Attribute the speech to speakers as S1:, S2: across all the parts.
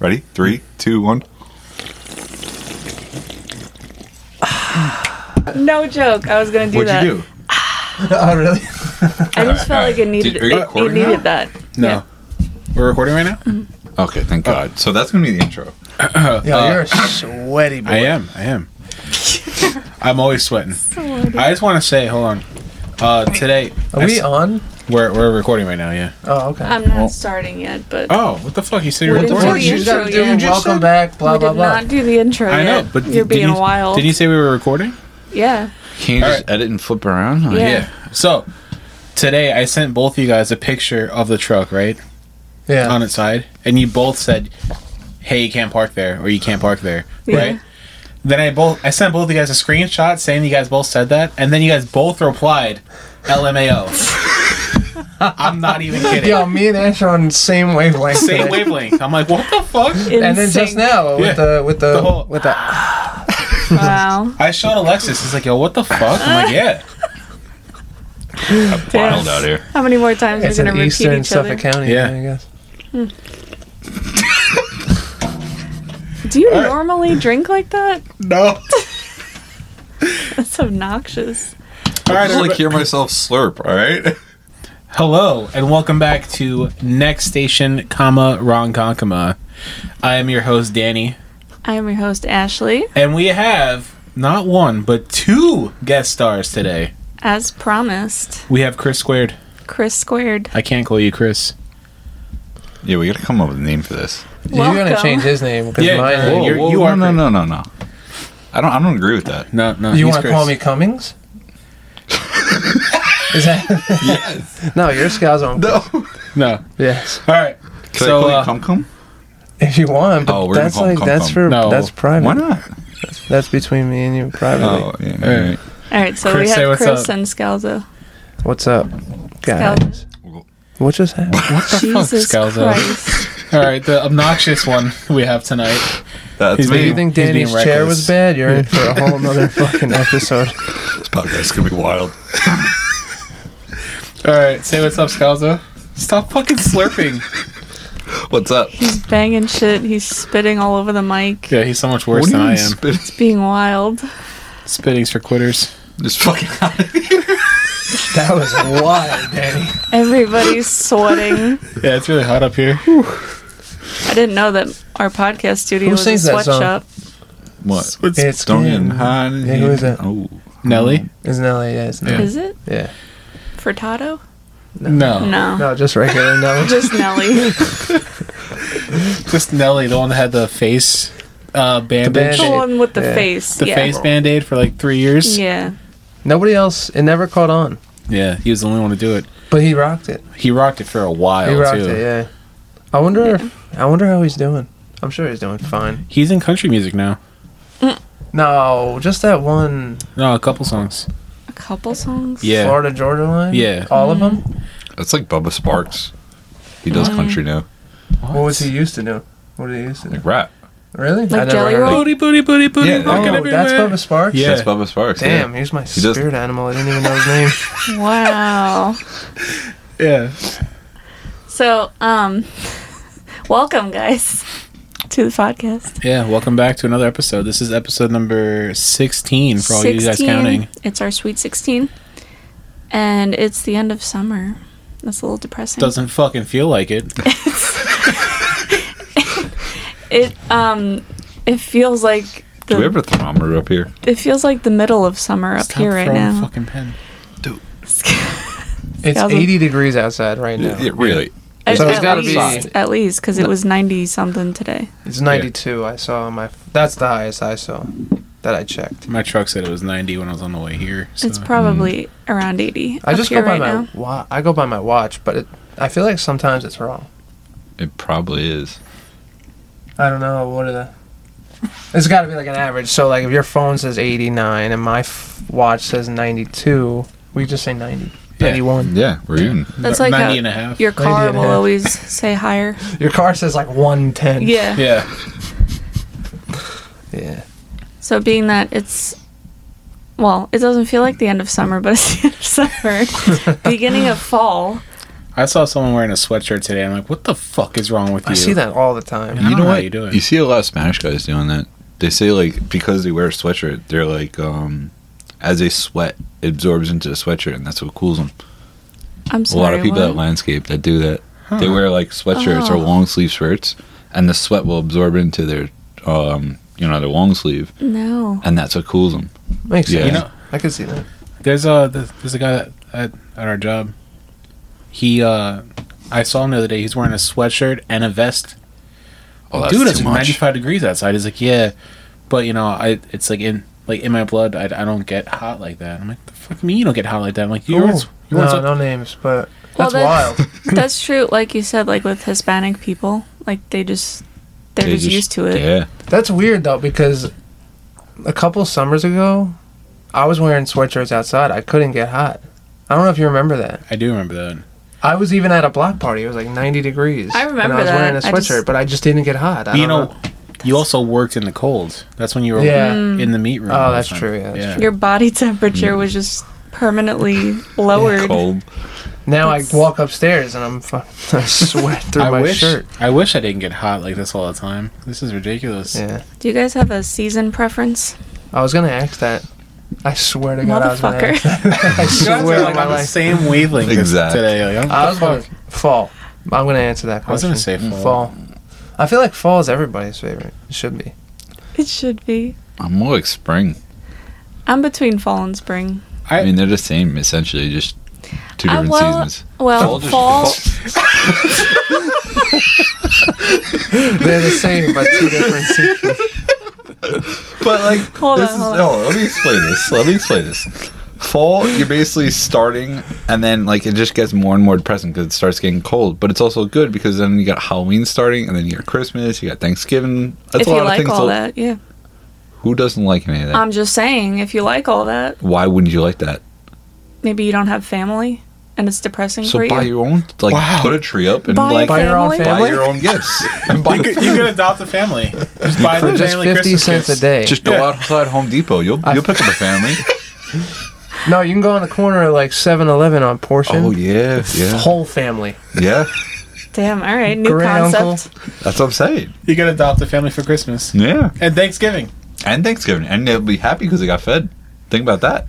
S1: Ready? Three, two, one.
S2: No joke. I was gonna do
S1: What'd
S2: that.
S1: you do?
S3: oh, really?
S2: I just felt like it needed
S1: Did-
S2: it,
S1: are you
S2: it
S1: recording
S2: needed that.
S4: No.
S2: Yeah. Mm-hmm.
S4: We're recording right now?
S1: Okay, thank God. so that's gonna be the intro.
S3: Yo, you're a sweaty boy.
S4: I am. I am. I'm always sweating. I just want to say, hold on. Uh, today,
S3: Are we on?
S4: are we're recording right now, yeah.
S3: Oh, okay.
S2: I'm not starting yet, but
S4: Oh, what the fuck? You said
S2: What
S4: you're
S2: did
S4: recording?
S2: you-
S3: You got-
S2: intro,
S3: dude,
S2: yeah.
S3: you welcome
S4: said-
S3: back, blah,
S2: we
S3: blah,
S2: did
S3: blah.
S2: not do the intro.
S4: I know,
S2: yet.
S4: but
S2: you're
S4: did
S2: being
S4: you,
S2: wild.
S4: Didn't you say we were recording?
S2: yeah.
S5: Can you
S4: All
S5: just edit and flip around? Like,
S2: Yeah.
S4: So, today I sent both you guys a picture of the truck, right?
S3: Yeah.
S4: On its side. And you both said, hey, you can't park there, or you can't park there,
S2: Yeah.
S4: right? Then I both I sent both you guys a screenshot saying you guys both said that, and then you guys both replied, LMAO. I'm not even kidding.
S3: Yo, me and Ash are on same wavelength.
S4: Same
S3: today.
S4: wavelength. I'm like, what the fuck?
S3: And then just now with
S4: Yeah.
S3: the with the,
S4: The whole-
S3: with the
S2: Wow.
S4: I showed Alexis. He's like, yo, what the fuck? I'm like, yeah.
S2: Damn.
S1: out here.
S2: How many more times
S3: it's
S2: are we
S3: an
S2: gonna repeat
S3: Eastern
S2: each other?
S3: Suffolk County.
S4: Yeah.
S3: I guess.
S2: Do you normally drink like that?
S4: No.
S2: That's obnoxious.
S4: All
S1: I
S4: right,
S1: just like
S4: everybody-
S1: hear myself slurp. All right.
S4: Hello and welcome back to Next Station, comma Ron Konkama. I am your host Danny,
S2: I am your host Ashley,
S4: and we have not one but two guest stars today.
S2: as promised.
S4: We have Chris Squared.
S2: Chris squared.
S4: I can't call you Chris.
S1: Yeah, we gotta come up with a name for this.
S3: You're gonna
S2: Welcome.
S3: change his name because
S4: Yeah,
S3: mine.
S4: Whoa,
S3: you
S4: you're- you are
S1: no,
S4: Chris.
S1: no, no, no. I don't. I don't agree with that.
S4: No, no.
S3: you want
S4: he's
S3: to
S4: Chris.
S3: call me Cummings? Is that? Yes. no, you're Scott's on.
S1: No.
S4: No.
S3: Yes,
S4: All right.
S1: Can
S4: so
S1: I call
S4: uh,
S1: you cum cum?
S3: if you want, but
S1: Oh, we're gonna
S3: that's
S1: call him
S3: like
S1: Cum
S3: that's
S1: Cum.
S3: for
S4: No.
S3: that's private.
S1: Why not?
S3: That's between me and you privately.
S1: Oh, yeah.
S4: All right.
S1: right.
S2: All right, so
S4: Chris,
S2: we
S4: say
S2: have
S4: what's
S2: Chris
S4: up.
S2: and Scalzo.
S3: What's up, guys? What just happened?
S4: what the
S2: Jesus
S4: fuck, Scalzo?
S2: Christ.
S4: All right, the obnoxious one we have tonight.
S1: That's
S4: He's
S1: me.
S3: Do you
S4: being-
S3: think
S4: He's being
S3: Danny's chair
S4: reckless.
S3: was bad? You're in for a whole nother fucking episode.
S1: This podcast is gonna be wild.
S4: All right, say what's up, Scalzo. Stop fucking slurping.
S1: What's up?
S2: He's banging shit. He's spitting all over the mic.
S4: yeah, he's so much worse
S1: What
S4: than
S1: are
S4: I
S1: you
S4: am.
S1: spitting?
S2: It's being wild.
S4: Spittings for quitters.
S1: Just fucking.
S3: That was wild, Danny.
S2: Everybody's sweating.
S4: Yeah, it's really hot up here.
S2: I didn't know that our podcast studio
S3: Who
S2: was a
S3: sings that song?
S2: sweatshop.
S1: What?
S3: It's
S1: Don't
S3: getting
S1: get high.
S3: Yeah, who is that?
S1: Oh,
S4: Nelly?
S3: It's Nelly. Yeah, it's Nelly.
S2: Is it
S3: Yeah.
S2: Furtado?
S4: Oh. No.
S2: No,
S3: No, just regular Nelly.
S2: just Nelly.
S4: Just Nelly, the one that had the face uh, bandage.
S2: the
S3: Band-Aid.
S2: one with the
S3: Yeah.
S2: face.
S4: The
S2: yeah.
S4: face band aid for like three years.
S2: Yeah.
S3: Nobody else. It never caught on,
S4: Yeah, he was the only one to do it.
S3: but he rocked it.
S4: He rocked it for a while,
S3: He rocked
S4: too.
S3: it. Yeah. I wonder. If, I wonder how he's doing. I'm sure he's doing fine.
S4: He's in country music now.
S3: No, just that one
S4: No, a couple songs.
S2: A couple songs.
S4: Yeah.
S3: Florida Georgia line.
S4: Yeah.
S3: All of
S2: Mm.
S3: them.
S1: that's like Bubba Sparks. He does country now,
S3: What was he used to do? What did he used to do?
S1: like rap.
S3: Really?
S2: Like
S3: never
S2: Jelly
S3: heard
S2: Roll?
S3: of-
S4: Booty, booty, booty, booty.
S1: Yeah,
S4: rocking
S3: Oh, that's
S4: everywhere.
S3: Bubba Sparks.
S4: Yeah.
S1: That's Bubba Sparks. yeah.
S3: Damn, here's my
S1: does-
S3: spirit animal. I didn't even know his name.
S2: Wow.
S4: Yeah.
S2: So, um, welcome guys to the podcast.
S4: Yeah, welcome back to another episode. This is episode number 16 for all you guys
S2: 16.
S4: counting.
S2: It's our sweet sixteen, and it's the end of summer. That's a little depressing.
S4: Doesn't fucking feel like it.
S2: it? Um, it feels like the
S1: Do we have a thermometer up here?
S2: it feels like the middle of summer up
S4: Stop
S2: here right
S4: throwing
S2: now.
S4: Fucking pen.
S3: It's
S2: Thousand-
S3: 80 degrees outside right now.
S1: It really.
S2: At-
S3: So it's
S2: at
S3: gotta be-
S2: least, at least because it was ninety something today.
S3: It's 92. I saw on my. That's the highest I saw that I checked.
S4: My truck said it was 90 when I was on the way here. So. mm.
S2: It's probably around eighty.
S3: I
S2: up
S3: just go
S2: here
S3: by
S2: right
S3: my
S2: now.
S3: wa- I go by my watch, but it, I feel like sometimes it's wrong.
S1: It probably is.
S3: I don't know what are the. It's got to be like an average. So like if your phone says 89 and my f- watch says 92, we just say 90.
S4: Yeah.
S3: 91.
S1: Yeah, we're even.
S2: That's
S4: Uh,
S2: like
S4: 90
S2: how
S4: and a half.
S2: Your car
S3: 90 and a
S2: will
S3: half.
S2: always say higher.
S3: Your car says like 110.
S2: Yeah.
S4: yeah.
S3: Yeah.
S2: So being that it's well, it doesn't feel like the end of summer, but it's the end of summer, beginning of fall.
S4: I saw someone wearing a sweatshirt today. I'm like, what the fuck is wrong with you?
S3: I see that all the time.
S4: I
S1: You
S4: don't
S1: know
S4: know how
S1: what?
S4: you do it.
S1: You see a lot of Spanish guys doing that. They say like because they wear a sweatshirt, they're like um, as they sweat it absorbs into the sweatshirt, and that's what cools them.
S2: I'm
S1: A
S2: sorry.
S1: lot of people
S2: what?
S1: at landscape that do that. They
S4: Huh.
S1: wear like sweatshirts or
S2: Oh.
S1: long sleeve shirts, and the sweat will absorb into their um, you know their long sleeve,
S2: No.
S1: and that's what cools them.
S3: Makes
S1: Yeah.
S3: sense.
S4: You know,
S3: I can see that.
S4: there's a there's a guy that, at at our job. He uh, I saw him the other day. He's wearing a sweatshirt and a vest.
S1: Oh, that's
S4: Dude, it's
S1: too much.
S4: 95 degrees outside. He's like, yeah, but you know, I it's like in like in my blood. I, I don't get hot like that. I'm like, the fuck me, you don't get hot like that. I'm like, you
S3: Ooh.
S4: weren't you weren't
S3: Oh, no, no
S4: so-
S3: names, but
S2: Well,
S3: that's,
S2: that's-
S3: wild.
S2: That's true. Like you said, like with Hispanic people, like they just they're
S1: They
S2: just, used to it.
S1: Yeah,
S3: That's weird though because a couple summers ago, I was wearing sweatshirts outside. I couldn't get hot. I don't know if you remember that.
S4: I do remember that.
S3: I was even at a block party. It was like 90 degrees.
S2: I
S3: And
S2: remember
S3: I was
S2: that.
S3: wearing a
S2: I
S3: sweatshirt,
S2: just-
S3: but I just didn't get hot. I
S4: But, you
S3: don't
S4: know, you also worked in the cold. That's when you were
S3: Yeah.
S4: in the meat room.
S3: Oh,
S4: all the
S3: that's
S4: time.
S3: true, yeah, that's true.
S2: Your body temperature was just permanently lowered.
S1: cold.
S3: Now
S2: That's-
S3: I walk upstairs and I'm fu- I sweat through
S4: I
S3: my
S4: wish
S3: shirt.
S4: I wish I didn't get hot like this all the time. This is ridiculous.
S3: Yeah,
S2: Do you guys have a season preference?
S3: I was gonna ask that. I swear to God, I was gonna.
S2: Motherfucker.
S3: Ask that. I
S4: You guys are
S3: swear
S4: like
S3: on my
S4: on the
S3: life.
S4: same wavelength as
S1: Exact.
S4: today. Like,
S3: I
S4: I
S3: was gonna fall. I'm gonna answer that
S4: I was
S3: question.
S4: gonna say fall.
S3: fall. I feel like fall is everybody's favorite. It should be.
S2: It should be.
S1: I'm more like spring.
S2: I'm between fall and spring.
S1: I mean, they're the same essentially, just two
S2: Uh,
S1: different
S2: well,
S1: seasons.
S2: Well,
S1: just-
S2: fall,
S3: They're the same, but two different seasons.
S1: But like,
S2: Hold
S1: this
S2: on,
S1: is,
S2: hold on.
S3: oh,
S1: no, let me explain this. Let me explain this. Fall, you're basically starting, and then like it just gets more and more depressing because it starts getting cold. But it's also good because then you got Halloween starting, and then you got Christmas, you got Thanksgiving. That's
S2: if you like
S1: to-
S2: all that, Um, yeah.
S1: Who doesn't like any of that?
S2: I'm just saying, if you like all that,
S1: Why wouldn't you like that?
S2: maybe you don't have family and it's depressing
S1: So
S2: for you.
S1: buy your own, like
S4: Wow.
S1: put a tree up and
S2: Buy a
S1: like
S3: Buy your own
S2: family?
S1: buy
S3: family.
S1: your own gifts.
S4: You could, you could adopt a family. Just buy
S3: For
S4: the
S3: just
S4: family
S3: fifty
S4: Christmas
S3: cents
S4: gifts.
S3: a day.
S1: Just go
S4: Yeah.
S1: outside Home Depot. You'll
S3: I-
S1: you'll pick up a family.
S3: No, you can go on the corner of like 7-Eleven on portion.
S1: oh yeah, yeah,
S3: Whole family.
S1: yeah.
S2: Damn, all right, new
S3: Great
S2: concept.
S3: uncle.
S1: That's what I'm saying.
S4: You could adopt a family for Christmas
S1: Yeah,
S4: and Thanksgiving.
S1: and Thanksgiving, and they'll be happy because they got fed. Think about that.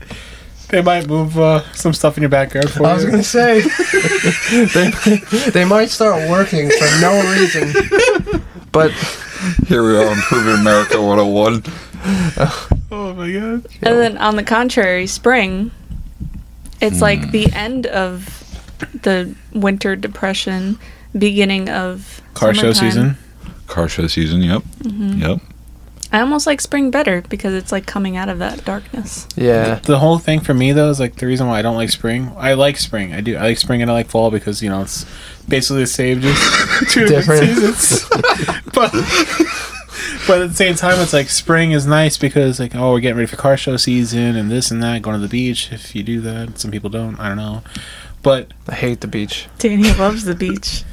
S4: They might move uh, some stuff in your backyard for
S3: I was
S4: you.
S3: gonna say they, they might start working for no reason. But
S1: Here we are, improving America 101.
S4: Oh my god!
S2: And then on the contrary, spring, it's
S4: Hmm.
S2: like the end of the winter depression, beginning of
S4: Car show
S2: summertime.
S4: season.
S1: Car show season, yep.
S4: Mm-hmm.
S1: Yep.
S2: I almost like spring better because it's like coming out of that darkness.
S3: yeah,
S4: The whole thing for me though is like the reason why I don't like spring. I like spring. I do. I like spring and I like fall because you know it's basically the same, just two different,
S3: Different.
S4: seasons. but but at the same time, it's like spring is nice because like oh we're getting ready for car show season and this and that, going to the beach if you do that. Some people don't. I don't know. But
S3: I hate the beach.
S2: Danny loves the beach.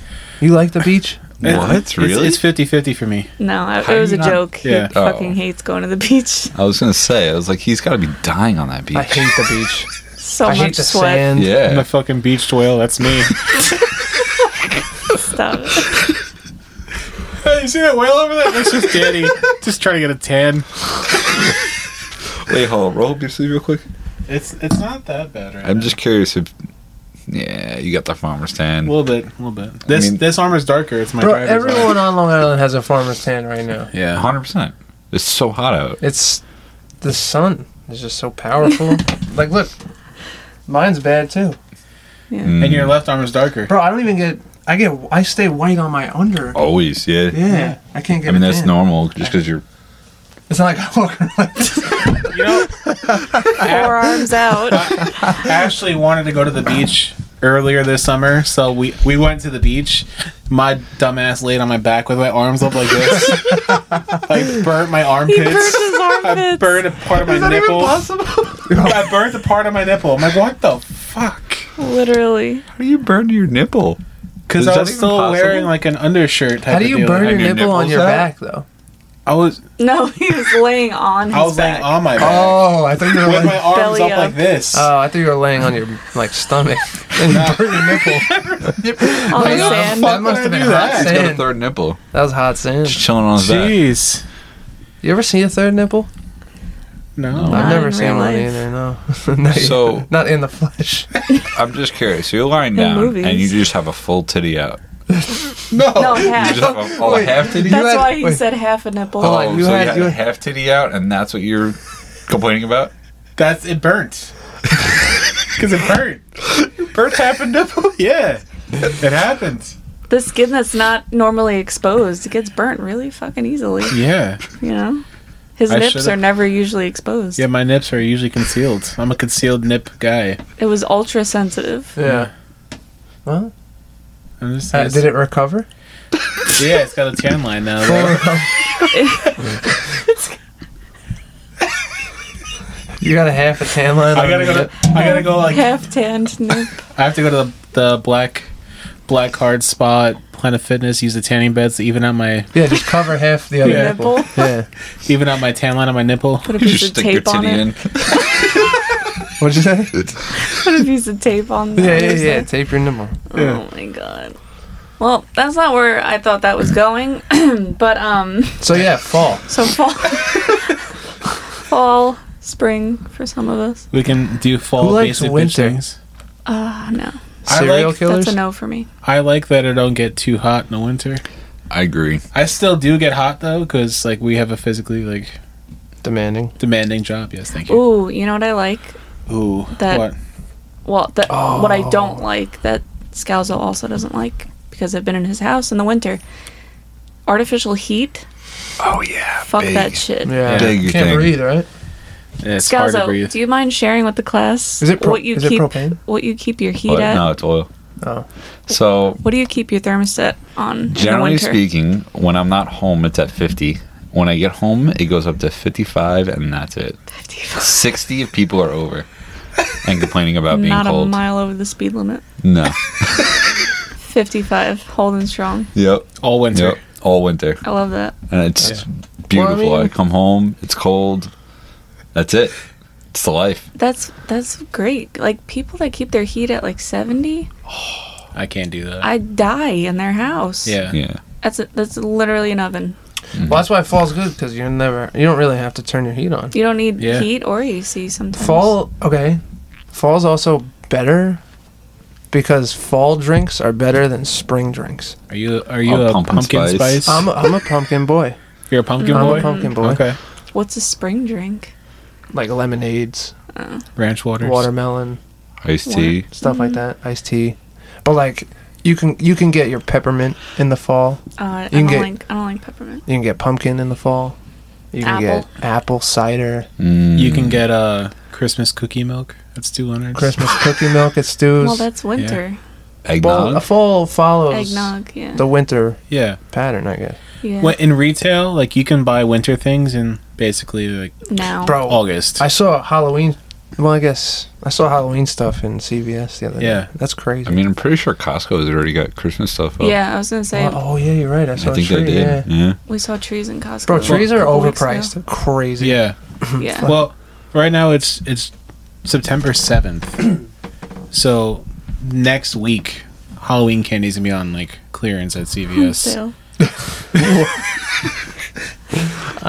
S3: You like the beach?
S1: What?
S4: It's,
S1: Really?
S4: It's 50-50 for me.
S2: No, I,
S1: How
S2: it was
S1: do
S2: a
S1: you not-
S2: joke.
S4: Yeah.
S2: He
S1: Oh.
S2: fucking hates going to the beach.
S1: I was going to say, I was like, he's got to be dying on that
S3: I
S1: beach.
S3: hate the beach.
S2: So
S3: I
S2: much
S3: hate the
S2: sweat.
S3: sand.
S4: I'm
S1: Yeah.
S4: a fucking beach whale. That's me.
S2: Stop it.
S4: Hey, you see that whale over there? That's just Danny, just trying to get a tan.
S1: Wait, hold on. Roll up your sleeve real quick.
S4: It's it's not that bad right
S1: I'm
S4: now.
S1: just curious if. Yeah, you got the farmer's
S4: a
S1: tan.
S4: little bit, a little bit. This
S1: mean-
S4: this armor's darker. It's my
S3: Bro,
S4: driver's armor.
S3: everyone on Long Island has a farmer's tan right now.
S4: Yeah,
S1: 100%. It's so hot out.
S3: It's the sun is just so powerful. like, look, mine's bad too,
S2: Yeah.
S4: and your left armor's darker.
S3: bro. I don't even get. I get. I stay white on my under.
S1: Always, Oh. yeah.
S3: Yeah, I can't get.
S1: I mean,
S3: a
S1: that's
S3: tan.
S1: normal just because you're.
S3: It's not like I walk around like this.
S4: You know,
S2: Forearms out.
S4: Ashley wanted to go to the beach earlier this summer, so we we went to the beach. My dumbass laid on my back with my arms up like this. I burnt my
S2: He burnt
S4: armpits.
S2: his
S4: I
S2: armpits.
S4: burned a part of my nipple. I burnt a part of my nipple. I'm like, what the fuck?
S2: Literally.
S1: How do you burn your nipple?
S4: Because
S1: Is
S4: I
S1: that
S4: was
S1: even
S4: still
S1: possible?
S4: wearing like an undershirt. Type
S3: How do
S4: of
S3: you
S4: deal.
S3: burn
S1: Hang
S3: your
S1: your
S3: nipple on
S1: nipples
S3: your
S1: out?
S3: back though?
S4: I was
S2: No, he was laying on his
S4: I was
S2: back.
S4: laying on my back
S3: Oh, I thought you were
S4: with
S3: laying.
S4: my arms
S2: Belly
S4: up,
S2: up.
S4: like this.
S3: Oh, I thought you were laying on your like stomach and you burnt your nipple.
S2: on the
S3: Like, oh,
S2: sand.
S3: That must have
S4: would I
S3: been
S4: do
S3: hot
S4: that?
S1: He's got a
S3: sand.
S1: third nipple.
S3: That was hot sand.
S1: Just chilling on his back.
S4: Jeez.
S3: You ever see a third nipple?
S4: No.
S2: Not
S3: I've never
S2: in
S3: seen
S2: real
S3: one
S2: life.
S3: either. No, not
S1: So-
S3: even- not in the flesh.
S1: I'm just curious. So you're lying
S2: In
S1: down
S2: movies.
S1: and you just have a full titty out.
S4: No.
S2: No,
S1: You
S2: half.
S1: just have a, all a
S3: Wait.
S1: half titty.
S3: That-
S2: That's
S3: had-
S2: why he
S3: wait.
S2: said half a nipple.
S1: Oh,
S3: Hold on, you
S1: so
S3: had-
S1: you had
S3: you
S1: a
S3: had-
S1: half titty out, and that's what you're complaining about.
S4: That's it burnt. Cause it burnt. burnt happened nipple? Yeah. It happened.
S2: The skin that's not normally exposed gets burnt really fucking easily.
S4: Yeah.
S2: You know, his
S4: I
S2: nips
S4: should've-
S2: are never usually exposed.
S4: Yeah, my nips are usually concealed. I'm a concealed nip guy.
S2: It was ultra sensitive.
S3: Yeah. Well,
S4: I'm just,
S3: uh, did it recover?
S4: Yeah, it's got a tan line now. though.
S3: you got a half a tan line.
S4: I
S3: on
S4: gotta
S3: your
S4: go.
S3: nip?
S4: To, I gotta go. Like
S2: half tanned nip.
S4: I have to go to the, the black black hard spot Planet Fitness. Use the tanning beds to even out my
S3: Yeah, just cover half the other
S4: Yeah.
S3: nipple.
S2: Nipple?
S3: Yeah.
S4: even out my tan line on my nipple.
S2: Put a
S1: You
S2: piece
S1: just
S2: of
S1: stick your
S2: tape on
S1: titty
S2: it.
S1: in.
S3: What'd you say?
S2: Put a piece of tape on. the
S3: Yeah,
S2: other
S3: yeah, yeah.
S2: side.
S3: Tape your nipple.
S4: Yeah.
S2: Oh my god. Well, that's not where I thought that was going, but um,
S3: So yeah, fall.
S2: so fall, fall, spring for some of us.
S4: We can do fall
S3: Who likes
S4: basic bitch
S3: winter?
S4: things.
S2: Ah, no,
S4: I
S3: Serial
S4: like-
S3: killers.
S2: that's a no for me.
S4: I like that I don't get too hot in the winter.
S1: I agree.
S4: I still do get hot though, because like we have a physically like
S3: Demanding.
S4: demanding job. Yes, thank you.
S2: Ooh, you know what I like?
S4: Ooh,
S2: That-
S4: what?
S2: Well, that what I don't
S3: Oh.
S2: like that Scalzo also doesn't like because I've been in his house in the winter. Artificial heat,
S1: Oh yeah.
S2: fuck
S1: big.
S2: that shit.
S3: Yeah.
S1: Dig your
S3: Can't
S1: thing.
S3: breathe, right?
S4: Yeah, it's hard to
S2: Scalzo,
S4: breathe.
S2: do you mind sharing with the class
S3: Is it pro-
S2: what you
S3: is it
S2: keep
S3: propane?
S2: what you keep your heat
S1: But
S2: at?
S1: no, it's oil.
S3: Oh.
S1: So
S2: What do you keep your thermostat on in the
S1: generally
S2: winter?
S1: speaking, when I'm not home, it's at 50. When I get home, it goes up to 55, and that's it. uh, 60 if people are over and complaining about being
S2: Not
S1: cold.
S2: a mile over the speed limit.
S1: No.
S2: 55, holding strong.
S1: Yep.
S4: All winter.
S1: Yep. All winter,
S2: I love that.
S1: and it's
S4: Yeah.
S1: beautiful.
S3: Well, I
S1: I,
S3: mean-
S1: come home, it's cold. That's it. It's the life.
S2: That's that's great. Like people that keep their heat at like 70,
S4: I can't do that.
S2: I die in their house.
S4: yeah.
S1: Yeah.
S2: That's a, that's literally an oven.
S1: Mm-hmm.
S3: Well, that's why fall's good because you're never. You don't really have to turn your heat on.
S2: You don't need
S4: Yeah.
S2: heat or AC sometimes.
S3: Fall, okay. Fall's also better because fall drinks are better than spring drinks.
S4: Are you are you
S1: Oh,
S4: a
S1: pumpkin
S4: pumpkin,
S1: spice.
S4: spice?
S3: I'm a, I'm a pumpkin boy.
S4: You're a pumpkin
S3: I'm
S4: boy.
S3: a pumpkin boy.
S4: Okay.
S2: What's a spring drink?
S3: Like lemonades,
S4: Ranch waters.
S3: watermelon,
S1: Iced tea.
S3: stuff like
S2: Mm-hmm.
S3: that, iced tea. But like you can you can get your peppermint in the fall.
S2: Uh, I
S3: can
S2: don't
S3: get-
S2: like I don't like peppermint.
S3: You can get pumpkin in the fall. You
S2: Apple.
S3: can get apple cider,
S1: Mm.
S4: You can get uh, Christmas cookie milk. That's two hundred.
S3: Christmas cookie milk at Stu's.
S2: Well, that's winter.
S1: eggnog.
S3: well, a fall follows
S2: Eggnog, yeah.
S3: the winter
S4: Yeah.
S3: pattern, I guess.
S2: yeah.
S4: When, in retail, like you can buy winter things in basically like
S2: now.
S3: Bro,
S4: August.
S3: I saw Halloween. Well, I guess I saw Halloween stuff in CVS the other day.
S4: Yeah.
S3: that's crazy.
S1: I mean, I'm pretty sure Costco has already got Christmas stuff up.
S2: Yeah, I was gonna say
S3: Wow, oh yeah, you're right. I saw
S1: I think
S3: a tree.
S1: they did.
S3: Yeah.
S1: yeah.
S2: we saw trees in Costco.
S3: Bro,
S2: a
S3: trees are
S2: couple weeks ago.
S3: overpriced. They're crazy.
S4: yeah.
S2: Yeah.
S4: Well, right now it's it's September seventh, so next week Halloween candy's gonna be on like clearance
S2: Oh,
S4: at CVS.
S2: So,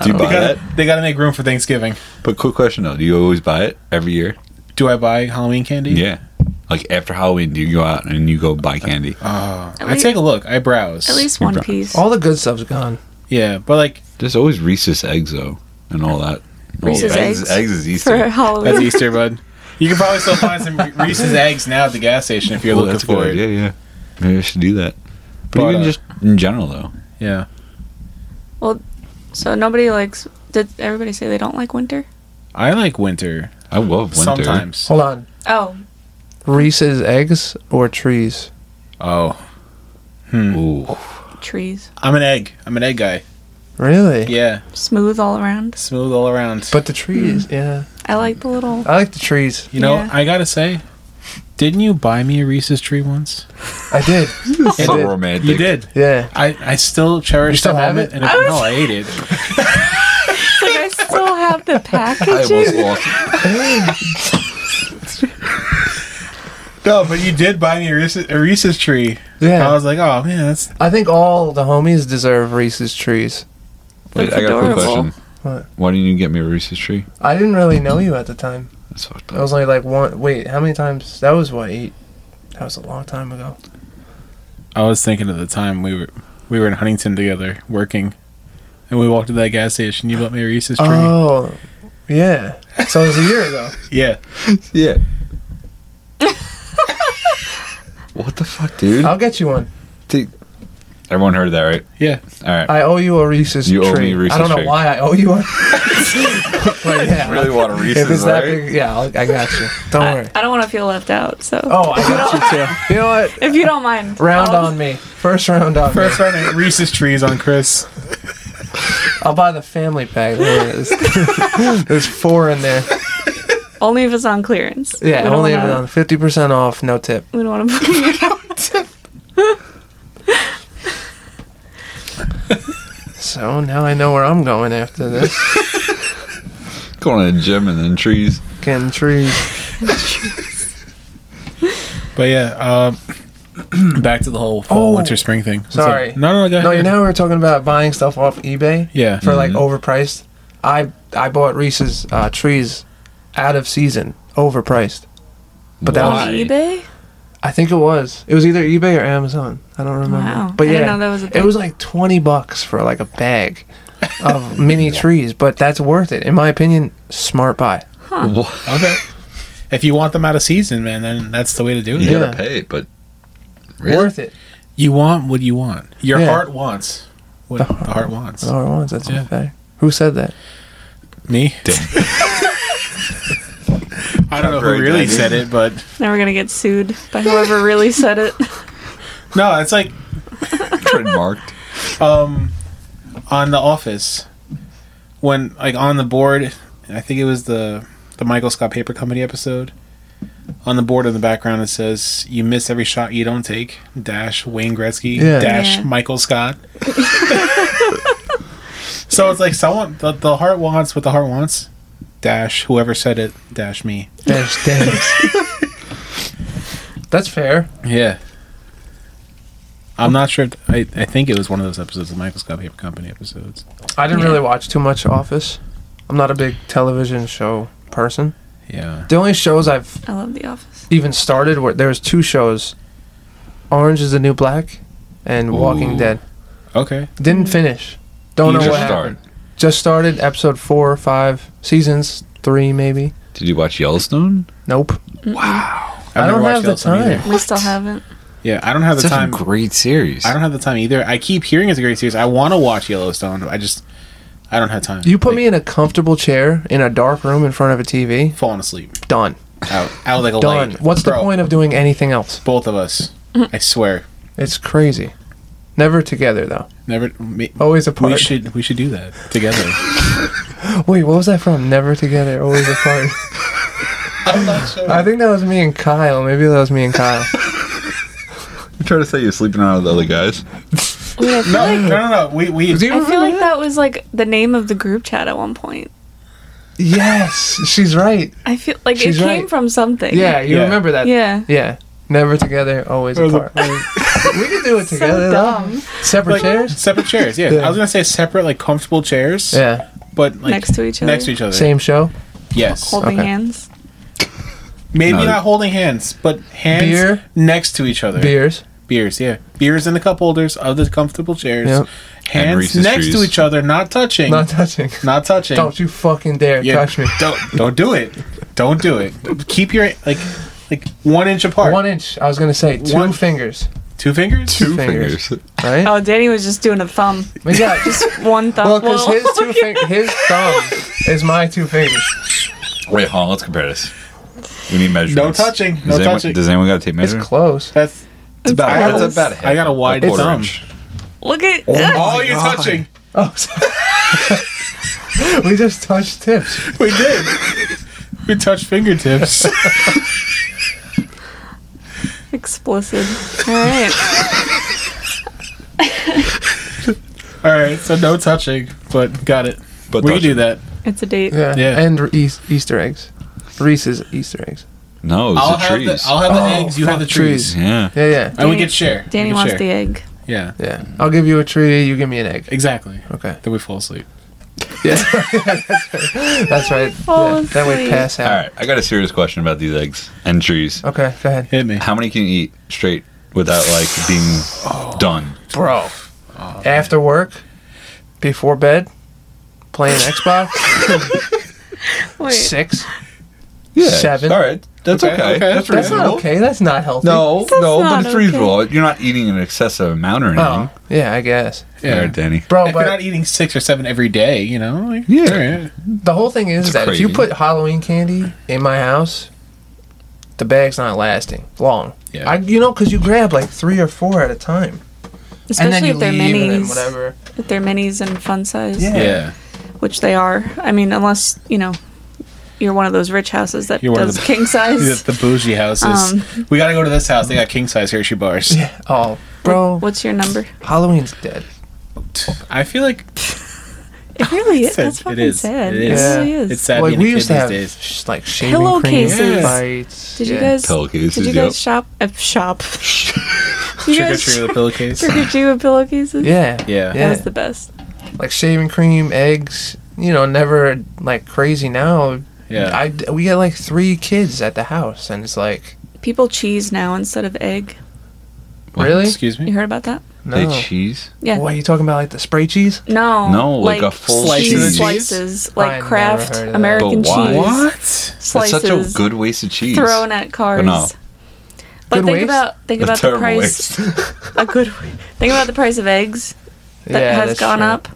S1: Do you buy
S4: They gotta,
S1: that?
S4: they gotta make room for Thanksgiving.
S1: But quick question though, do you always buy it every year?
S4: Do I buy Halloween candy?
S1: Yeah. Like after Halloween, do you go out and you go buy candy?
S4: Oh, I
S2: lea-
S4: take a look. I browse.
S2: at least
S1: You're
S2: one
S1: bro-
S2: piece.
S3: All the good stuff's gone.
S4: Yeah, but like
S1: There's always Reese's eggs though, and all that. Well,
S2: Reese's eggs?
S1: Eggs is Easter.
S2: for Halloween.
S4: that's Easter, bud. You can probably still find some Re- Reese's eggs now at the gas station if you're
S1: Well,
S4: looking
S1: that's a good
S4: for it.
S1: idea, yeah. Maybe I should do that. But,
S4: But,
S1: even
S4: uh,
S1: just in general though,
S4: Yeah.
S2: So nobody likes. Did everybody say they don't like winter?
S4: I like winter,
S1: I love winter.
S4: sometimes.
S3: Hold on.
S2: Oh,
S3: Reese's eggs or trees?
S4: Oh.
S1: Ooh.
S2: trees,
S4: I'm an egg. I'm an egg guy.
S3: Really?
S4: Yeah.
S2: smooth all around.
S4: Smooth all around.
S3: But the trees, yeah.
S2: I like the little.
S3: I like the trees.
S4: you know,
S2: Yeah.
S4: I gotta say, didn't you buy me a Reese's tree once?
S3: I did.
S1: So
S3: did.
S1: romantic.
S4: You did.
S3: Yeah.
S4: I, I still cherish
S3: You still have
S4: that moment,
S3: it?
S4: and if, no, I ate it.
S2: still have the
S1: I almost
S2: packaging?
S1: lost. it.
S4: No, but you did buy me a Reese's, a Reese's tree.
S3: Yeah.
S4: I was like, oh man, that's
S3: I think all the homies deserve Reese's trees.
S1: Wait,
S2: That's
S1: I got a quick
S2: adorable.
S1: question.
S3: What?
S1: Why didn't you get me a Reese's tree?
S3: I didn't really know you at the time.
S1: That's fucked
S3: I
S1: up.
S3: was only like one. Wait, how many times? That was what eight. That was a long time ago.
S4: I was thinking at the time we were we were in Huntington together working, and we walked to that gas station. You bought me a Reese's tree.
S3: Oh, yeah. So it was a year ago.
S4: yeah,
S1: Oh. Yeah. what the fuck, dude?
S3: I'll get you one.
S1: Everyone heard that, right?
S4: yeah.
S1: All right.
S3: I owe you a Reese's
S1: You
S3: tree.
S1: owe me a
S3: I
S1: Reese's
S3: don't know
S1: tree.
S3: why I owe you one. but yeah,
S1: really want a
S3: if it's
S1: Reese's, right?
S3: that big, yeah, I'll, I got you. Don't worry.
S2: I don't want to feel left out, so
S3: Oh, I got you too. You know what?
S2: if you don't mind.
S3: Round
S2: I'll-
S3: on me. First round on
S4: First round of Reese's trees on Chris.
S3: me. I'll buy the family pack. There it is. There's four in there.
S2: Only if it's on clearance.
S3: Yeah,
S2: we don't
S3: only if
S2: wanna,
S3: it's on fifty percent off, no tip.
S2: We don't want to bring it out.
S3: So now I know where I'm going after this.
S1: Going to the gym and then trees.
S3: Getting trees.
S4: But yeah, um, back to the whole fall,
S3: Oh.
S4: winter, spring thing. It's
S3: Sorry.
S4: like- no, no, go
S3: No, you
S4: ahead.
S3: know we were talking about buying stuff off eBay
S4: Yeah.
S3: for like overpriced. I I bought Reese's uh, trees out of season, overpriced. But that
S2: on
S1: Why?
S2: eBay?
S3: I think it was. It was either eBay or Amazon. I don't remember.
S2: Wow.
S3: But
S2: I
S3: yeah,
S2: didn't know that was a
S3: it
S2: thing.
S3: was like twenty bucks for like a bag of mini trees, but that's worth it in my opinion. Smart buy.
S1: What?
S4: Mm-hmm. Okay. If you want them out of season, man, then that's the way to do it.
S1: You
S3: Yeah.
S1: gotta pay, but really?
S3: Worth it.
S4: You want what you want. Your
S3: Yeah.
S4: heart wants what the
S3: The
S4: heart, wants.
S3: That's all it was. That's
S4: Yeah.
S3: a fact. Who said that?
S4: Me? I don't know
S1: Very
S4: who really
S1: nice.
S4: said it, but
S2: Now we're gonna get sued by whoever really said it.
S4: no, it's like
S1: trademarked.
S4: um on the office when like on the board i think it was the the michael scott paper company episode on the board in the background it says you miss every shot you don't take dash wayne gretzky
S3: Yeah.
S4: dash
S2: Yeah.
S4: michael scott so it's like someone the, the heart wants what the heart wants dash whoever said it dash me
S3: Dash Dennis. That's fair.
S4: yeah i'm not sure if- I, I think it was one of those episodes of michael scott paper company episodes
S3: I didn't
S2: Yeah.
S3: really watch too much Office. I'm not a big television show person.
S4: yeah
S3: The only shows I've
S2: I love The Office.
S3: even started were there was two shows, Orange Is the New Black, and Walking
S1: Ooh.
S3: Dead.
S4: okay
S3: Didn't finish.
S1: You
S3: Don't know
S1: just
S3: what
S1: start.
S3: happened. Just started episode four or five, seasons three maybe.
S1: Did you watch Yellowstone?
S3: Nope.
S4: I've
S3: I
S4: never
S3: don't
S4: watched
S3: have the
S4: Yellowstone either.
S3: time.
S2: We still haven't.
S4: Yeah, I don't have the
S1: Such
S4: time.
S1: a great series.
S4: I don't have the time either. I keep hearing it's a great series. I want to watch Yellowstone. but I just, I don't have time.
S3: You put me in a comfortable chair in a dark room in front of a TV.
S4: falling asleep
S3: Done.
S4: out, out like a
S3: Done.
S4: light.
S3: What's
S4: Bro,
S3: the point of doing anything else?
S4: Both of us. I swear,
S3: It's crazy. Never together though.
S4: never. Me,
S3: Always apart.
S4: we should we should do that together.
S3: Wait, what was that from? Never together, always apart.
S4: I'm not sure.
S3: I think that was me and Kyle. Maybe that was me and Kyle.
S1: You trying to say you're sleeping around with other guys?
S2: Wait, I feel
S4: no,
S2: like
S4: no, no, no. We we
S2: I feel like that was like the name of the group chat at one point.
S3: Yes, she's right.
S2: I feel like
S3: She's
S2: it came
S3: right.
S2: from something.
S3: Yeah, you
S4: Yeah.
S3: remember that.
S2: Yeah.
S3: Yeah. Never together, always
S4: Always
S3: apart. we could do it
S2: So
S3: together. though.
S2: dumb.
S3: Separate
S4: like,
S3: chairs.
S4: Separate chairs. Yeah.
S3: Yeah.
S4: I was gonna say separate, like comfortable chairs.
S3: Yeah.
S4: but like
S2: Next to each other.
S4: Next to each other.
S3: Same show.
S4: Yes.
S2: Holding
S3: Okay.
S2: hands.
S4: Maybe
S1: No.
S4: not holding hands, but hands
S3: Beer.
S4: next to each other.
S3: Beers.
S4: Beers, yeah. Beers in the cup holders of the comfortable chairs.
S3: Yep.
S1: And
S4: Hands
S1: Reese's
S4: next to
S1: trees.
S4: each other, not touching.
S3: Not
S4: Not,
S3: touching.
S4: touching.
S3: Don't you fucking dare
S4: Yeah,
S3: touch me.
S4: Don't don't do it. Don't do it. Keep your like like one inch apart.
S3: One inch. I was gonna say two
S4: One-
S3: fingers.
S4: Two fingers.
S1: Two
S3: fingers.
S1: fingers.
S3: Right.
S2: Oh, Danny was just doing a thumb.
S3: But yeah. Just,
S2: Just one thumb.
S3: well, because
S2: Whoa.
S3: his two fing- his thumb is my two fingers.
S1: Wait, hold on. Let's compare this. We need measurements.
S4: No touching. No
S1: Does anyone,
S4: touching.
S1: Does anyone got to take
S3: It's
S1: measure?
S3: close.
S4: That's
S2: It's
S4: about-
S2: gross.
S4: that's
S1: about half.
S4: I got a wide
S1: quarter
S4: thumb.
S1: inch.
S2: Look at.
S4: all you're touching.
S3: Oh. Sorry. we just touched tips.
S4: We did. we touched fingertips.
S2: Explicit. All right.
S4: all right, so no touching, but got it.
S1: But
S4: we can
S1: touching.
S4: do that.
S2: It's a date.
S3: Yeah.
S4: Yeah.
S3: And Reese, Easter eggs. Reese's Easter eggs.
S1: No, it's
S4: I'll
S1: the
S4: have
S1: trees.
S4: the, I'll have the
S3: Oh,
S4: eggs. You have
S3: fuck,
S4: the trees.
S1: yeah.
S3: Yeah, yeah.
S4: And we
S2: Danny-
S4: could share. We
S2: Danny
S4: could
S2: wants
S4: share.
S2: the egg.
S4: Yeah,
S3: Yeah. I'll give you a tree, you give me an egg.
S4: exactly.
S3: Okay.
S4: Then we fall asleep.
S3: Yeah. That's right.
S2: Fall
S3: Yeah. That way
S2: asleep.
S3: pass
S1: All
S3: out.
S1: right, I got a serious question about these eggs and trees.
S3: Okay, go ahead.
S4: Hit me.
S1: How many can you eat straight without like being done?
S3: Bro. Oh, After work, before bed, playing Xbox,
S2: Wait,
S3: six.
S1: Yeah,
S3: Seven.
S1: All right, that's okay.
S4: Okay, okay.
S1: That's,
S3: That's not
S1: reasonable.
S3: okay. That's not healthy.
S1: No,
S2: That's
S1: no,
S2: not
S1: but it's
S2: okay.
S1: reasonable. You're not eating an excessive amount or anything.
S3: Oh, yeah, I guess.
S1: All
S4: Yeah.
S1: right, Danny.
S3: Bro,
S4: If you're not
S3: but
S4: eating six or seven every day, you know. like,
S1: Yeah.
S4: all right.
S3: the whole thing is
S1: It's
S3: that if you
S1: crazy.
S3: put Halloween candy in my house, the bag's not lasting long.
S4: Yeah.
S3: I, you know, because you grab like three or four at a time, and then
S2: especially
S3: you
S2: if they're
S3: leave and then
S2: minis,
S3: whatever.
S2: if they're minis and fun size,
S3: Yeah.
S4: Yeah.
S2: which they are. I mean, unless you know, you're one of those rich houses that
S4: You're one of
S2: does
S4: the-
S2: king size.
S4: The, the bougie houses.
S2: um,
S4: we gotta go to this house. They got king size Hershey bars.
S3: Yeah. Oh, bro,
S2: What's your number?
S3: Halloween's dead.
S4: I feel like
S2: It really is.
S4: sad.
S2: That's
S4: It
S2: fucking
S4: is.
S2: sad.
S4: It
S2: It,
S4: is.
S2: really
S3: Yeah.
S2: is.
S4: it's sad
S3: like
S4: being a
S3: we
S4: kid
S3: used to
S4: these
S3: have
S4: days.
S3: sh- like shaving
S2: Pillowcases.
S3: cream
S4: Yes.
S3: fights.
S2: Did you
S3: yeah.
S2: guys?
S1: Pillowcases,
S2: Did you
S1: yep.
S2: guys shop? Uh, shop. you
S4: Trick or
S2: guys
S4: treat with a pillowcase.
S2: trick or treat with pillowcases.
S3: Yeah.
S4: Yeah.
S2: That
S3: Yeah.
S2: was the best.
S3: Like shaving cream, eggs. You know, never like crazy now.
S4: Yeah.
S3: I d- we got like three kids at the house, and it's like
S2: People cheese now instead of egg.
S1: What?
S3: really
S4: Excuse
S2: You
S4: me.
S2: heard about that?
S1: They
S3: no.
S1: cheese.
S2: Yeah.
S3: What are you talking about? Like the spray cheese?
S2: No.
S1: No, like a full
S2: slice
S4: cheese. Slices of
S2: Slices
S3: I
S2: like
S3: never
S2: Kraft
S3: heard of that.
S2: American
S1: But why?
S2: cheese.
S4: What?
S1: That's
S2: Slices
S1: such a good waste of cheese.
S2: thrown at cars.
S1: No.
S2: But
S3: Good
S2: think
S3: waste?
S2: about think
S1: A
S2: about the
S1: terrible
S2: price. a good wa- think about the price of eggs that has
S3: that's
S2: gone
S3: true.
S2: up.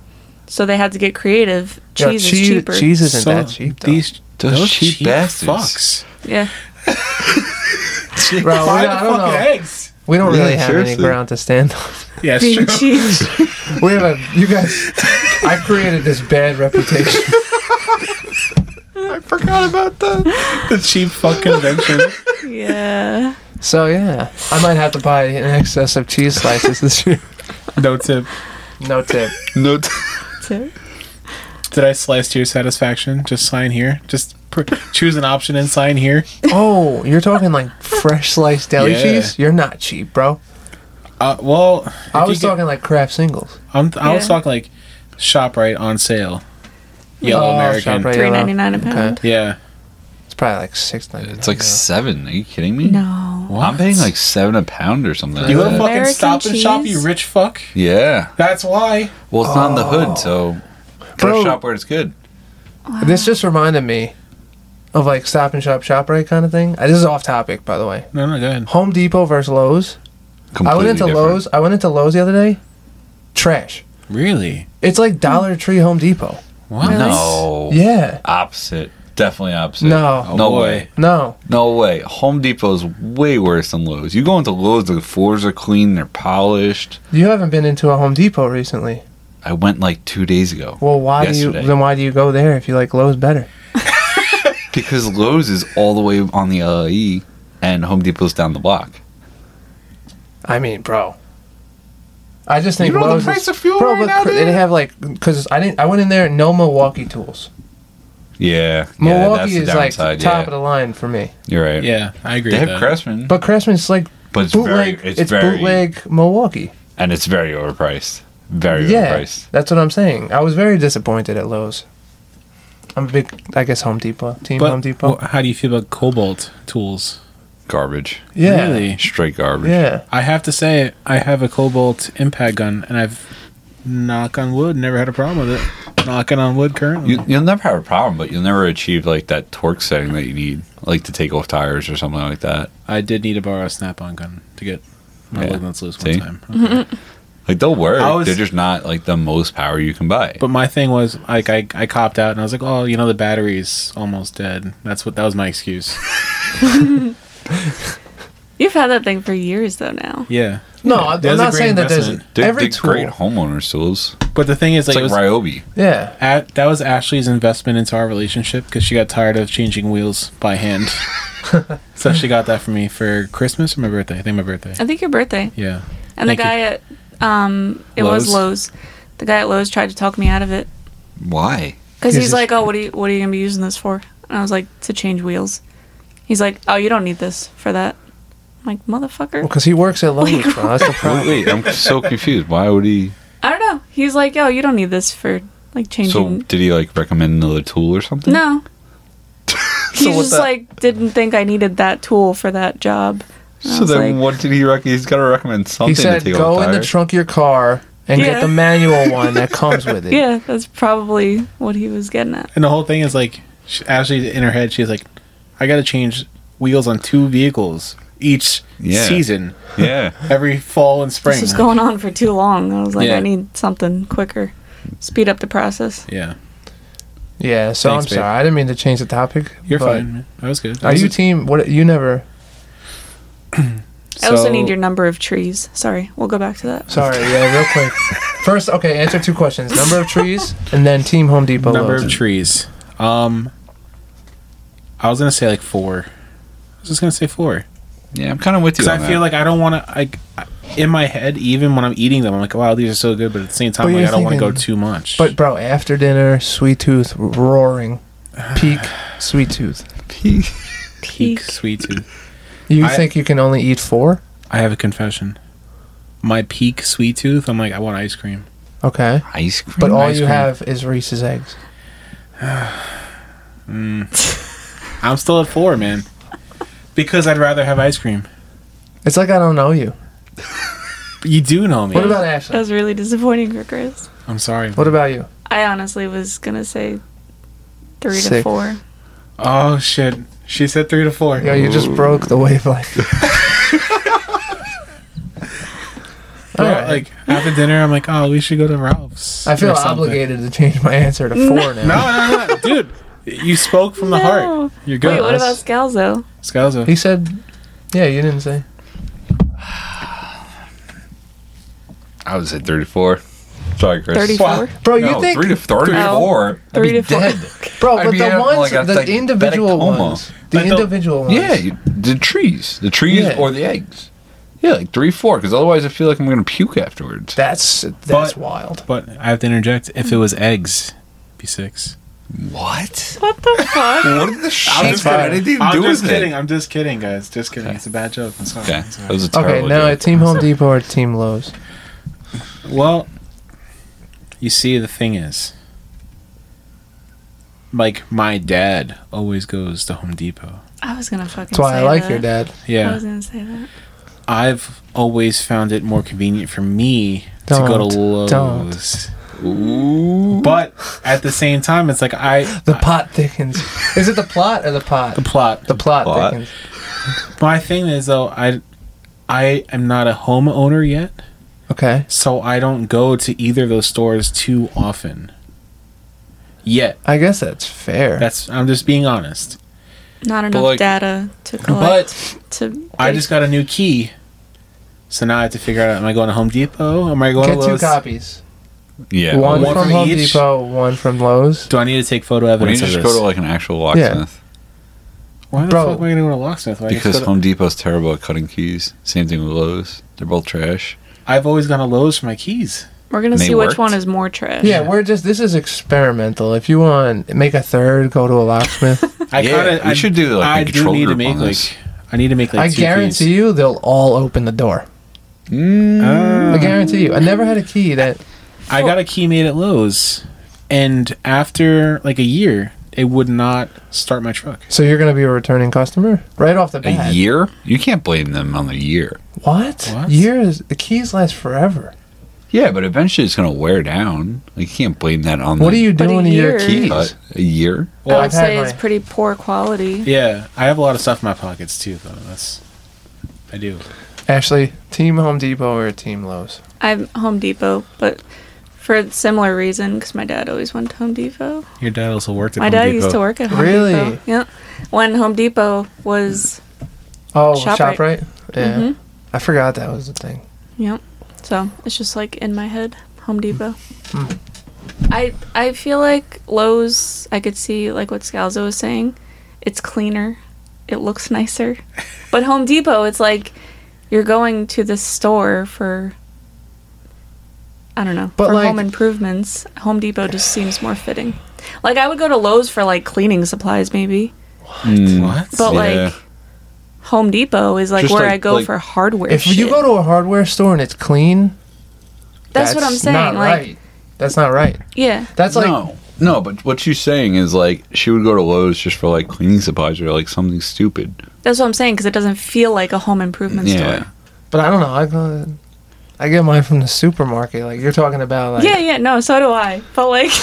S2: So they had to get creative.
S3: Yeah,
S2: Cheese
S3: chee-
S2: is cheaper.
S3: Cheese isn't
S4: So
S3: that cheap though.
S4: These
S1: Those cheap bastards.
S4: fucks.
S2: Yeah.
S3: Bro,
S4: Buy
S3: we,
S4: the
S3: Oh, I don't
S4: fucking
S3: know.
S4: eggs.
S3: We don't
S1: Yeah,
S3: really have
S1: seriously.
S3: any ground to stand on.
S4: Yeah, it's
S2: Being
S4: true.
S2: cheap.
S3: We have a you guys. I created this bad reputation.
S1: I forgot about that.
S4: the cheap fuck convention.
S2: Yeah.
S3: So yeah, I might have to buy an excess of cheese slices this year.
S4: no tip.
S3: No tip.
S1: No, t-
S2: So,
S4: Did I slice to your satisfaction? Just sign here. Just pr- choose an option and sign here.
S3: Oh, you're talking like fresh sliced deli
S4: Yeah.
S3: cheese? You're not cheap, bro.
S4: Uh, well, if
S3: I
S4: you
S3: was
S4: get-
S3: talking like Kraft singles.
S4: I'm th- I was
S2: Yeah.
S4: talking like Shoprite on sale, yellow
S3: Oh,
S4: American.
S3: ShopRite.
S2: three ninety nine a pound.
S4: Yeah,
S3: It's probably like six ninety.
S1: it's like seven. Are you kidding me?
S2: No.
S1: I'm paying like seven a pound or something.
S4: you
S1: like that.
S4: go to fucking
S2: American
S4: Stop and Shop,
S2: cheese?
S4: you rich fuck.
S1: yeah.
S4: That's why.
S1: Well, it's not in the hood, so go
S3: Oh. Bro.
S1: to shop where it's good.
S3: This just reminded me of like Stop and Shop, shop right kind of thing. Uh, This is off topic, by the way.
S4: No, no, go ahead.
S3: Home Depot versus Lowe's. I went
S1: Completely
S3: into
S1: different.
S3: Lowe's. I went into Lowe's the other day. Trash.
S4: Really?
S3: It's like Dollar Tree, Home Depot.
S4: What?
S1: No.
S3: Yeah.
S1: Opposite. Definitely opposite.
S3: No.
S4: Oh,
S1: no
S4: boy.
S1: way.
S3: No.
S1: No way. Home Depot's way worse than Lowe's. You go into Lowe's, the floors are clean, they're polished.
S3: You haven't been into a Home Depot recently.
S1: I went like two days ago.
S3: Well, why do
S1: Yesterday.
S3: you then? Why do you go there if you like Lowe's better?
S1: Because Lowe's is all the way on the LAE and Home Depot's down the block.
S3: I mean, bro. I just think
S1: You know the
S3: Lowe's
S1: price
S3: is,
S1: of fuel
S3: bro,
S1: right
S3: but
S1: now,
S3: cr-
S1: dude?
S3: they have like because I didn't. I went in there. No Milwaukee tools.
S1: Yeah. yeah, that's
S3: Milwaukee
S1: the
S3: is like
S1: downside.
S3: top
S1: yeah.
S3: of the line for me.
S1: You're right.
S4: Yeah, I agree.
S1: They
S4: with
S1: have
S4: that.
S1: Craftsman,
S3: But Craftsman's like
S1: but it's
S3: bootleg.
S1: very,
S3: it's
S1: it's, very,
S3: bootleg Milwaukee.
S1: and it's very overpriced. Very
S3: yeah,
S1: overpriced.
S3: that's what I'm saying. I was very disappointed at Lowe's. I'm a big, I guess, Home Depot team.
S4: But
S3: Home Depot.
S4: wh- how do you feel about Cobalt tools?
S1: Garbage.
S3: yeah,
S4: Really?
S1: Straight garbage.
S3: yeah.
S4: I have to say, I have a Cobalt impact gun, and I've knock on wood, never had a problem with it. Knocking on wood currently.
S1: You, you'll never have a problem, but you'll never achieve like that torque setting that you need, like to take off tires or something like that.
S4: I did need to borrow a snap-on gun to get my
S1: Yeah.
S4: yeah. ligaments loose
S1: See?
S4: one time. Okay.
S1: Like they'll work.
S4: I was-
S1: They're just not like the most power you can buy.
S4: But my thing was like I, I copped out and I was like, oh, you know, the battery's almost dead. That's what that was my excuse.
S2: You've had that thing for years though now.
S4: Yeah,
S3: No, I-
S4: That's
S3: I'm
S4: a
S3: not
S4: great
S3: saying that there's
S4: investment.
S1: they're,
S3: every
S1: they're
S3: tool.
S1: great homeowner tools.
S4: but the thing is,
S1: It's
S4: like,
S1: like
S4: it was
S1: Ryobi.
S3: Yeah,
S4: at, that was Ashley's investment into our relationship because she got tired of changing wheels by hand. so she got that for me for Christmas or my birthday. I think my birthday.
S2: I think your birthday.
S4: Yeah,
S2: And the
S4: Thank you.
S2: guy at um it was
S1: Lowe's?
S2: Lowe's. The guy at Lowe's tried to talk me out of it.
S1: Why?
S2: Because
S3: Yes,
S2: he's
S3: yes.
S2: like, oh, what are you what are you gonna be using this for? And I was like, to change wheels. He's like, oh, you don't need this for that. I'm like, motherfucker.
S3: because he works at Lowe's. bro, That's the problem.
S1: Wait, wait, I'm so confused. Why would he?
S2: I don't know. He's like, yo, you don't need this for like
S1: So
S2: changing.
S1: did he like recommend another tool or something?
S2: no.
S1: So
S2: he
S1: what's
S2: just
S1: that-
S2: like didn't think I needed that tool for that job. And I
S1: So
S2: was
S1: then,
S2: like,
S1: what did he recommend? He's got to recommend something
S3: He said,
S1: to take
S3: "Go
S1: off
S3: in the
S1: tires."
S3: trunk of your car and
S2: Yeah.
S3: get the manual one that comes with it."
S2: yeah, that's probably what he was getting at.
S4: And the whole thing is like, she, Ashley in her head, she's like, I got to change wheels on two vehicles each
S1: Yeah.
S4: season,
S1: yeah,
S4: every fall and spring.
S2: This was going on for too long. I was like,
S4: Yeah.
S2: I need something quicker. Speed up the process.
S4: yeah,
S3: Yeah, so
S4: Thanks,
S3: I'm
S4: babe.
S3: sorry, I didn't mean to change the topic.
S4: you're
S3: but
S4: fine. Man. That was good.
S3: Are you team? What you never?
S2: I also
S4: So-
S2: need your number of trees. Sorry, we'll go back to that.
S3: Sorry, yeah, real quick. First, okay, answer two questions: number of trees, and then team Home Depot.
S4: number
S3: Lowe's.
S4: of trees? Um, I was gonna say like four. I was just gonna say four
S1: yeah. I'm kind of with you.
S4: because
S1: On
S4: I feel like I don't want to. Like in my head, even when I'm eating them, I'm like, wow, these are so good. But at the same
S3: But
S4: time,
S3: you're
S4: like, I don't want to go
S3: thinking-
S4: too much.
S3: But bro, after dinner, sweet tooth roaring, peak sweet tooth.
S1: like
S4: peak
S2: Peak.
S4: sweet tooth.
S3: You
S4: I-
S3: think you can only eat four?
S4: I have a confession. My peak sweet tooth. I'm like, I want ice cream.
S3: Okay,
S1: ice cream.
S3: but all
S4: ice
S3: you
S4: cream.
S3: have is Reese's eggs.
S4: I'm still at four, man. Because I'd rather have ice cream.
S3: It's like I don't know you.
S4: But you do know me.
S3: What about
S2: That
S3: Ashley?
S2: was really disappointing for Chris.
S4: I'm sorry.
S3: What about you?
S2: I honestly was gonna say three
S3: Six.
S2: to four.
S4: Oh shit. She said three to four.
S3: Yo, you just broke the wavelength.
S4: Bro,
S3: Alright.
S4: Like after dinner, I'm like, oh, we should go to Ralph's.
S3: I feel
S4: or something.
S3: obligated to change my answer to four now.
S4: No, no, no, dude. You spoke from the
S2: No.
S4: heart. You're good.
S2: Wait, what about
S4: That's-
S2: Scalzo?
S4: Scalzo?
S3: He said, "Yeah, you didn't say."
S1: I would say 34. Sorry, Chris.
S2: 34?
S1: Wow.
S3: Bro,
S1: No,
S3: you think,
S1: three to 34. I'd
S2: Three
S1: be
S2: to four.
S1: dead.
S3: bro?
S1: I'd
S3: But
S1: be
S3: the
S1: in,
S3: ones,
S1: like, a
S3: the
S1: diabetic
S3: individual
S1: coma.
S3: ones, the
S4: But the-
S3: individual ones.
S1: Yeah, you, the trees, the trees
S3: Yeah.
S1: or the eggs. Yeah, like three, four. Because otherwise, I feel like I'm gonna puke afterwards.
S3: that's that's
S4: But-
S3: wild.
S4: But I have to interject. If it was eggs, be six.
S1: what?
S2: What the fuck?
S1: What the shit? I didn't even
S4: I'm
S1: do
S4: just
S1: anything.
S4: kidding. I'm just kidding, guys. Just kidding. It's a bad joke. I'm sorry.
S1: Okay,
S4: I'm sorry.
S1: that was a terrible.
S3: Okay, now
S1: joke.
S3: it's Team Home Depot or Team Lowe's.
S4: Well, you see, the thing is, like my dad always goes to Home Depot.
S2: I was gonna fucking
S3: That's why I
S2: say
S3: like
S2: that.
S3: your dad.
S2: I
S4: Yeah,
S2: was gonna say that.
S4: I've always found it more convenient for me to go to
S3: Don't, don't.
S4: Lowe's.
S1: Ooh.
S4: But at the same time, it's like I
S3: The pot thickens. Is it the plot or the pot?
S4: the plot.
S3: The plot,
S1: Plot.
S3: thickens.
S4: My thing is though, I I am not a homeowner yet,
S3: Okay,
S4: so I don't go to either of those stores too often. Yet,
S3: I guess that's fair.
S4: that's I'm just being honest.
S2: Not enough
S1: like-
S2: data to
S4: But
S2: collect to
S4: I just got a new key. So now I have to figure out am I going to Home Depot? Am I going
S3: Get
S4: to
S3: two
S4: Lowe's?
S3: copies.
S1: yeah.
S3: one,
S4: one
S3: from,
S4: from
S3: Home
S4: each?
S3: Depot, one from Lowe's.
S4: Do I need to take photo
S1: Why don't you
S4: evidence of
S1: just
S4: this?
S1: go to like an actual locksmith?
S4: Why the
S3: Bro.
S4: fuck am I going to go to locksmith? Why I just
S1: Because
S4: go to-
S1: Home Depot's terrible at cutting keys. Same thing with Lowe's. They're both trash.
S4: I've always gone to Lowe's for my keys.
S2: we're gonna
S1: They
S2: see
S1: worked?
S2: which one is more trash.
S3: Yeah, we're just this is experimental. If you want make a third, go to a locksmith.
S4: I
S1: Yeah,
S4: kinda,
S1: we
S4: I,
S1: should do, like, a
S4: I do
S1: control
S4: need to
S1: group
S4: make
S1: on
S4: like
S1: this.
S4: I need to make like
S3: I
S4: two
S3: guarantee
S4: keys.
S3: you they'll all open the door. Mm. I guarantee you. I never had a key that
S4: I got a key made at Lowe's, and after like a year, it would not start my truck.
S3: so you're gonna be a returning customer? Right off the
S1: A
S3: bat.
S1: year? You can't blame them on the year.
S3: What?
S4: What?
S3: Years the keys last forever.
S1: Yeah, but eventually it's gonna wear down. Like you can't blame that on.
S3: What
S1: the
S3: are you
S2: But a
S3: doing to
S2: year-
S3: your keys?
S1: cut. A year?
S4: Well,
S2: I
S3: I've
S2: would
S3: had
S2: say it's
S3: my-
S2: pretty poor quality.
S4: Yeah, I have a lot of stuff in my pockets too, though. That's I do.
S3: Ashley, team Home Depot or team Lowe's?
S2: I'm Home Depot, but for a similar reason, because my dad always went to Home Depot.
S4: Your dad also worked at
S2: My
S4: Home
S2: dad
S4: Depot.
S2: used to work at Home
S3: Really?
S2: Depot. Yep. When Home Depot was,
S3: Oh,
S2: ShopRite.
S3: ShopRite? Yeah.
S2: Mhm.
S3: I forgot that was the thing.
S2: yep. So it's just like in my head, Home Depot.
S3: Hmm.
S2: I I feel like Lowe's. I could see like what Scalzo was saying. It's cleaner. It looks nicer. But Home Depot, it's like you're going to the store for. I don't know.
S3: But
S2: for
S3: like-
S2: home improvements, Home Depot just seems more fitting. Like I would go to Lowe's for like cleaning supplies maybe,
S3: Hmm.
S1: Mm.
S4: What?
S2: but
S1: Yeah.
S2: like Home Depot is like
S1: Just
S2: where
S1: like-
S2: I go
S1: like-
S2: for hardware.
S3: If
S2: shit.
S3: you go to a hardware store and it's clean,
S2: that's, what I'm saying.
S3: Not
S2: like
S3: right. That's not right.
S2: yeah,
S3: That's like
S1: no, no. But what she's saying is like she would go to Lowe's just for like cleaning supplies or like something stupid.
S2: that's what I'm saying because it doesn't feel like a home improvement
S1: Yeah,
S2: store.
S3: But I don't know. I go- I get mine from the supermarket. Like you're talking about, like
S2: yeah, yeah, no, so do I. But like,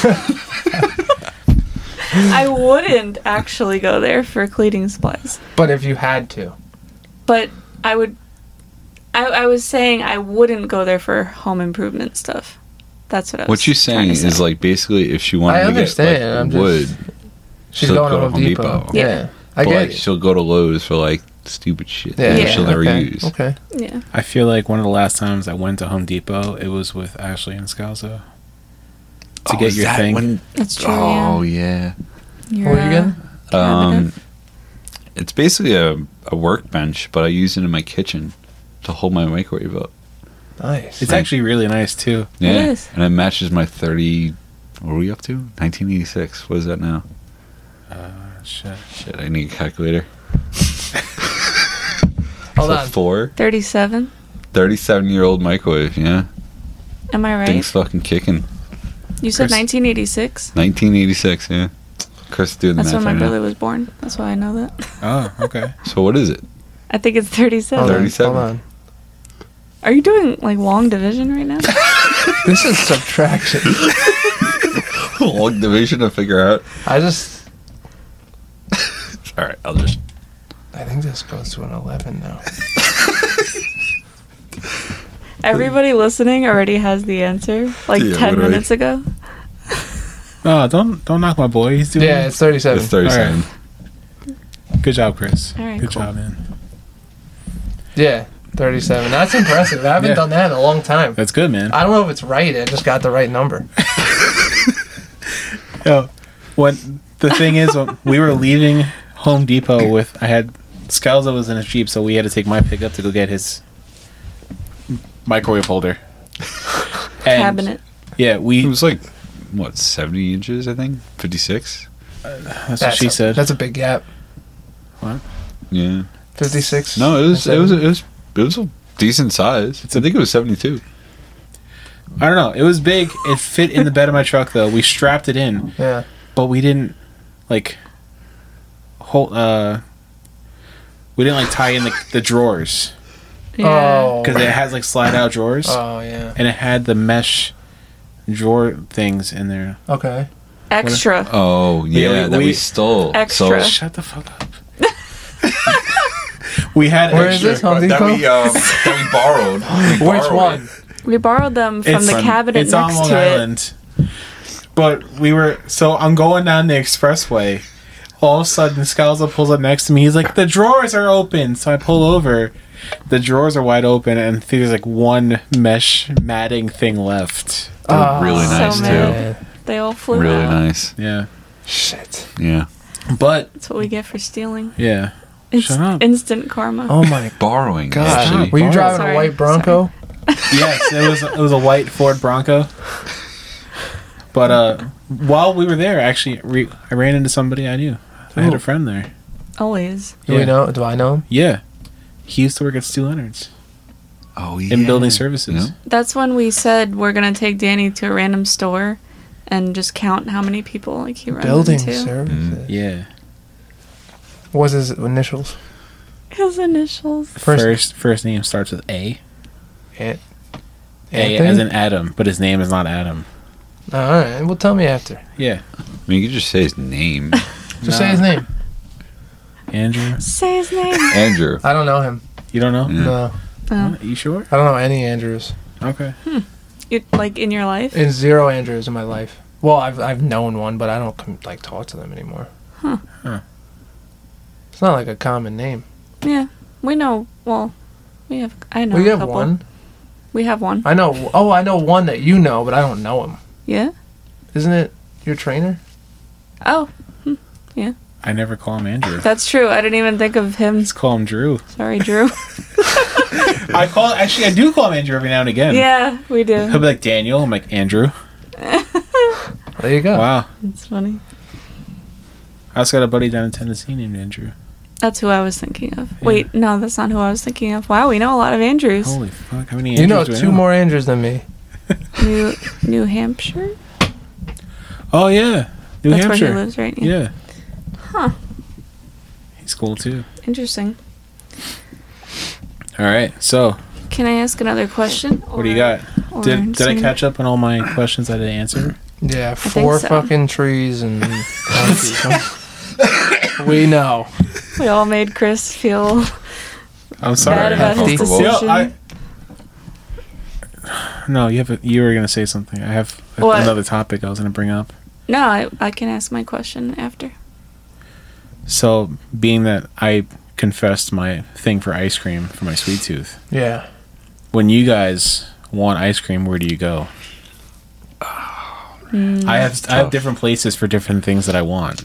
S2: I wouldn't actually go there for cleaning supplies.
S3: But if you had to,
S2: But I would. I, I was saying I wouldn't go there for home improvement stuff. That's what I was.
S1: what she's
S2: trying
S1: saying
S2: to say.
S1: is like basically if she wanted
S3: I
S1: to get like,
S3: understand, I'm just-
S1: wood,
S3: she's
S1: She'll
S3: going
S1: go
S3: to Home Depot. Yeah,
S2: Yeah.
S3: I
S1: but,
S3: get
S1: like
S3: it.
S1: she'll go to Lowe's for like stupid shit
S3: Yeah,
S1: that
S2: Yeah.
S1: she'll never
S3: okay,
S1: use.
S3: Okay.
S2: yeah.
S4: I feel like one of the last times I went to Home Depot, it was with Ashley and Scalzo to
S1: Oh,
S4: get
S1: is
S4: your
S1: that
S4: thing.
S1: when-
S2: That's true. uh,
S1: oh
S2: Oh,
S1: yeah.
S2: yeah.
S3: What were you getting?
S1: Um,
S2: Cabinet.
S1: it's basically a, a workbench, but I use it in my kitchen to hold my microwave up.
S3: Nice.
S4: It's actually really nice too.
S1: Yeah,
S2: is.
S1: and it matches my thirty. What are we up to? 1986. What is that now?
S4: Shit.
S1: Shit, I need a calculator.
S3: Hold
S1: It's a
S3: on.
S1: Four.
S2: Thirty-seven.
S1: 37 year old microwave. Yeah,
S2: Am I right?
S1: thing's fucking kicking.
S2: You said
S4: Chris-
S2: 1986.
S1: 1986. Yeah, Chris doing the
S2: That's
S1: math
S2: when
S1: right
S2: my
S1: now.
S2: brother was born. That's why I know that.
S4: Oh, okay.
S1: So what is it?
S2: I think it's 37.
S3: Hold on.
S1: 37.
S3: Hold on.
S2: Are you doing like long division right now?
S3: This is subtraction.
S1: Long division to figure out.
S3: I just.
S1: All right, I'll just.
S3: I think this goes to an eleven now.
S2: Everybody listening already has the answer like
S1: Yeah,
S2: 10
S1: literally.
S2: minutes ago.
S4: Oh, don't don't knock my boy. He's doing.
S3: Yeah, it's thirty-seven.
S1: It's 37.
S4: Good job, Chris.
S2: All right,
S4: Good
S2: cool.
S4: job, man.
S3: yeah, thirty-seven. That's impressive. I haven't
S4: Yeah.
S3: done that in a long time.
S4: That's good, man.
S3: I don't know if it's right. I just got the right number.
S4: Yo, when Oh, the thing is, when we were leaving Home Depot with I had Scalzo was in his jeep, so we had to take my pickup to go get his microwave holder. And,
S2: Cabinet.
S4: Yeah, we.
S1: It was like what 70 inches, I think. 56.
S4: That's, what she
S3: a,
S4: said.
S3: That's a big gap.
S1: Yeah.
S3: Fifty-six.
S1: No, it was it was
S3: Seven.
S1: it was it was a decent size. I think it was 72.
S4: I don't know. It was big. It fit in the bed of my truck, though. We strapped it in,
S3: Yeah.
S4: but we didn't like hold. Uh, we didn't like tie in the, the drawers
S3: Oh.
S4: because it has like slide out drawers,
S1: Uh.
S3: Oh yeah.
S4: and it had the mesh drawer things in there.
S3: Okay.
S2: Extra.
S1: Oh yeah,
S4: we-
S1: that we,
S4: we-
S1: stole. So,
S2: Extra.
S4: Shut the fuck up. we had
S3: Where is
S4: extra.
S3: this Home
S1: that
S3: Depot?
S1: we um, that we borrowed. We
S3: Which
S1: borrowed
S3: one?
S1: it.
S2: We borrowed them from the cabinet
S4: it's
S2: next
S4: on Long
S2: to it.
S4: Island. But we were so I'm going down the expressway. All of a sudden, Scalzo pulls up next to me. He's like, "The drawers are open." So I pull over. The drawers are wide open, and there's like one mesh matting thing left.
S1: They were
S3: Oh,
S1: really
S2: so
S1: nice too.
S2: mad.
S3: Yeah.
S2: They all flew
S1: Really
S2: out.
S1: nice.
S4: Yeah,
S3: Shit.
S1: Yeah.
S4: but
S2: That's what we get for stealing.
S4: yeah,
S2: Inst-
S4: Shut up.
S2: Instant karma.
S3: Oh my
S1: Borrowing.
S3: god.
S1: actually.
S3: Were you
S4: Borrow.
S3: driving
S2: Sorry,
S3: a white Bronco?
S4: yes, it was it was a white Ford Bronco. But uh, while we were there, actually, re- I ran into somebody I knew. I had
S3: Ooh.
S4: a friend there.
S2: Always.
S3: Do
S4: Yeah.
S3: we know? Do I know him?
S4: Yeah, he used to work at Stu Leonard's
S1: Oh yeah.
S4: in building services.
S1: Yeah.
S2: That's when we said we're going to take Danny to a random store and just count how many people like he runs
S3: Building
S2: into.
S3: services.
S4: Yeah.
S3: What's his initials?
S2: His initials.
S3: First-
S4: First, first name starts with A.
S3: Ant.
S4: A
S3: Anthony?
S4: as in Adam, but his name is not Adam.
S3: All right. Well, tell me after.
S4: Yeah.
S1: I mean, you could just say his name,
S3: Just say his name.
S4: Andrew.
S2: Say his name.
S1: Andrew.
S3: I don't know him.
S4: You don't know?
S1: Yeah.
S3: No,
S2: Oh.
S4: Huh? You sure?
S3: I don't know any Andrews.
S4: Okay.
S2: You, like in your life?
S3: It's zero Andrews in my life. Well, I've I've known one, but I don't com- like talk to them anymore.
S2: Huh.
S4: Huh.
S3: It's not like a common name.
S2: Yeah. We know. Well, we have. I know.
S3: we
S2: a
S3: have
S2: couple.
S3: one.
S2: We have one.
S3: I know. Oh, I know one that you know, but I don't know him.
S2: Yeah.
S3: Isn't it your trainer?
S2: Oh,
S4: I never call him Andrew.
S2: that's true. I didn't even think of him.
S4: Let's call him Drew.
S2: Sorry, Drew.
S4: I call actually I do call him Andrew every now and again.
S2: yeah, we
S4: He'll
S2: do.
S4: be like Daniel. I'm like Andrew.
S3: There you go.
S4: Wow.
S2: It's funny.
S4: I also got a buddy down in Tennessee named Andrew.
S2: That's who I was thinking of. Wait, no, that's not who I was thinking of. Wow, we know a lot of Andrews.
S4: Holy fuck! How many
S3: You know
S4: Andrews do I
S3: two more Andrews than me.
S2: New New Hampshire.
S4: Oh yeah, New
S2: that's
S4: Hampshire.
S2: where he lives, right?
S4: Yeah.
S2: Huh.
S4: He's cool too.
S2: Interesting.
S4: All right. So,
S2: Can I ask another question?
S4: what do you got? Did did I catch up on all my questions I didn't answer?
S3: Yeah, four
S2: so.
S3: fucking trees and. we know.
S2: We all made Chris feel
S4: I'm
S2: bad
S4: sorry.
S2: about his
S1: Uncomfortable.
S2: decision.
S1: Yeah,
S4: I- No, you have. A, you were gonna say something. I have a,
S2: What?
S4: another topic I was gonna bring up.
S2: no, I, I can ask my question after.
S4: So, being that I confessed my thing for ice cream for my sweet tooth,
S3: Yeah.
S4: when you guys want ice cream, where do you go?
S2: Mm.
S4: I have I have different places for different things that I want.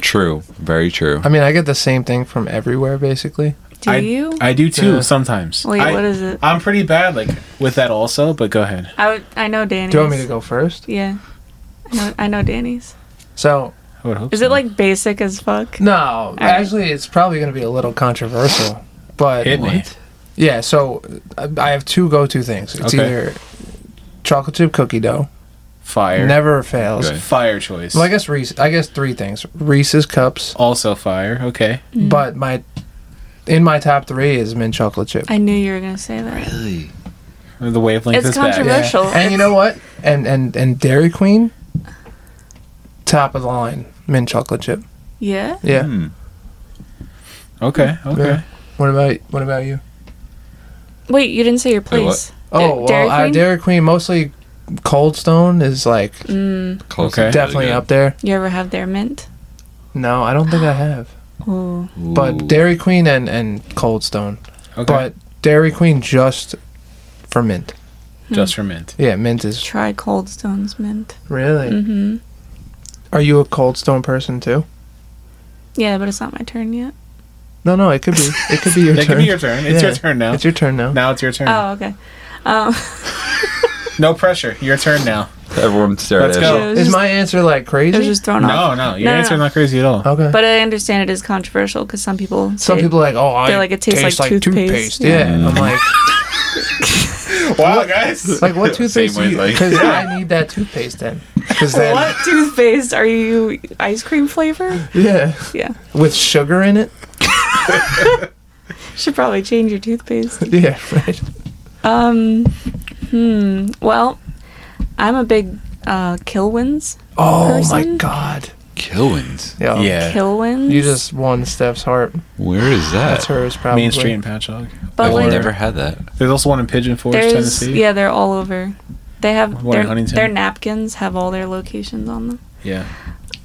S1: True. Very true.
S3: I mean, I get the same thing from everywhere, basically.
S2: Do
S4: I,
S2: you?
S4: I do too
S3: Yeah.
S4: sometimes.
S2: Wait,
S4: I,
S2: what is it?
S4: I'm pretty bad like with that also, but go ahead.
S2: I, would, I know Danny's.
S3: Do you want me to go first?
S2: Yeah. I know, I know Danny's.
S3: So,
S4: I would hope
S2: Is
S4: so.
S2: it like basic as fuck?
S3: no.
S2: right.
S3: Actually, it's probably going to be a little controversial. But.
S4: hit me?
S3: Yeah, so uh, I have two go to things. It's
S4: Okay.
S3: either chocolate chip cookie dough,
S4: Fire.
S3: never fails.
S1: Good.
S4: Fire choice.
S3: Well, I guess Reese. I guess three things: Reese's cups,
S4: also fire. Okay.
S2: Mm.
S3: but my in my top three is mint chocolate chip.
S2: I knew you were going to say that.
S1: Really?
S4: The wavelength
S2: It's
S4: is back.
S2: controversial. Commercial.
S3: And you know what? And and and Dairy Queen, top of the line, mint chocolate chip.
S2: Mm. Yeah?
S3: Yeah.
S1: Hmm.
S4: Okay. Okay.
S3: Yeah. What about what about you?
S2: Wait, you didn't say your
S1: Wait, what?
S2: place.
S3: Oh, well,
S2: Dairy
S3: uh,
S2: Queen?
S3: Dairy Queen mostly. Cold Stone is like
S2: Mm,
S1: Close
S4: Okay.
S1: is really
S3: definitely
S1: good.
S3: up there.
S2: you ever have their mint?
S3: No, I don't think I have.
S2: Ooh.
S1: Ooh.
S3: But Dairy Queen and and Cold Stone.
S4: Okay.
S3: But Dairy Queen just for mint.
S4: Just for mint.
S3: Yeah, mint is
S2: Try Cold Stone's mint.
S3: really.
S2: Mm-hmm.
S3: Are you a Cold Stone person too?
S2: Yeah, but it's not my turn yet.
S3: No, no, it could be. It could be your
S4: That
S3: turn.
S4: could be your turn. It's
S3: Yeah.
S4: your turn now.
S3: It's your turn now.
S4: now it's your turn.
S2: Oh, okay. Um,
S4: No pressure. Your turn now.
S1: Everyone stared
S4: Let's
S1: at us.
S4: go.
S2: it was
S3: Is
S2: just-
S3: my answer like
S2: it
S3: crazy?
S2: was just thrown off.
S4: No, no. Your
S2: No, no,
S4: answer's
S2: no.
S4: not crazy at all.
S3: okay.
S2: But I understand it is controversial because some people.
S3: Some
S2: say-
S3: people are like, oh, I
S2: They're like, it tastes like toothpaste.
S3: Yeah,
S2: Yeah.
S3: I'm like, Oh.
S4: Wow, guys.
S3: like what toothpaste?
S1: Same way, like-
S3: Because I need that toothpaste then. Because then,
S2: What toothpaste are you? Ice cream flavor?
S3: yeah,
S2: Yeah.
S3: with sugar in it.
S2: Should probably change your toothpaste.
S3: Yeah, right.
S2: Um, hmm. Well, I'm a big uh, Kilwins.
S3: Oh my
S2: Person?
S3: god.
S1: Killings.
S3: Yo,
S4: yeah.
S2: Kilwins.
S3: You just won Steph's heart.
S1: Where is
S3: That's
S1: that?
S3: hers probably.
S4: Main Street and Patchogue.
S2: But
S1: I've
S2: like,
S1: never had that.
S4: There's also one in Pigeon Forge,
S2: there's
S4: Tennessee.
S2: yeah, they're all over. They have
S4: What, in
S2: their,
S4: Huntington?
S2: their napkins have all their locations on them.
S4: Yeah.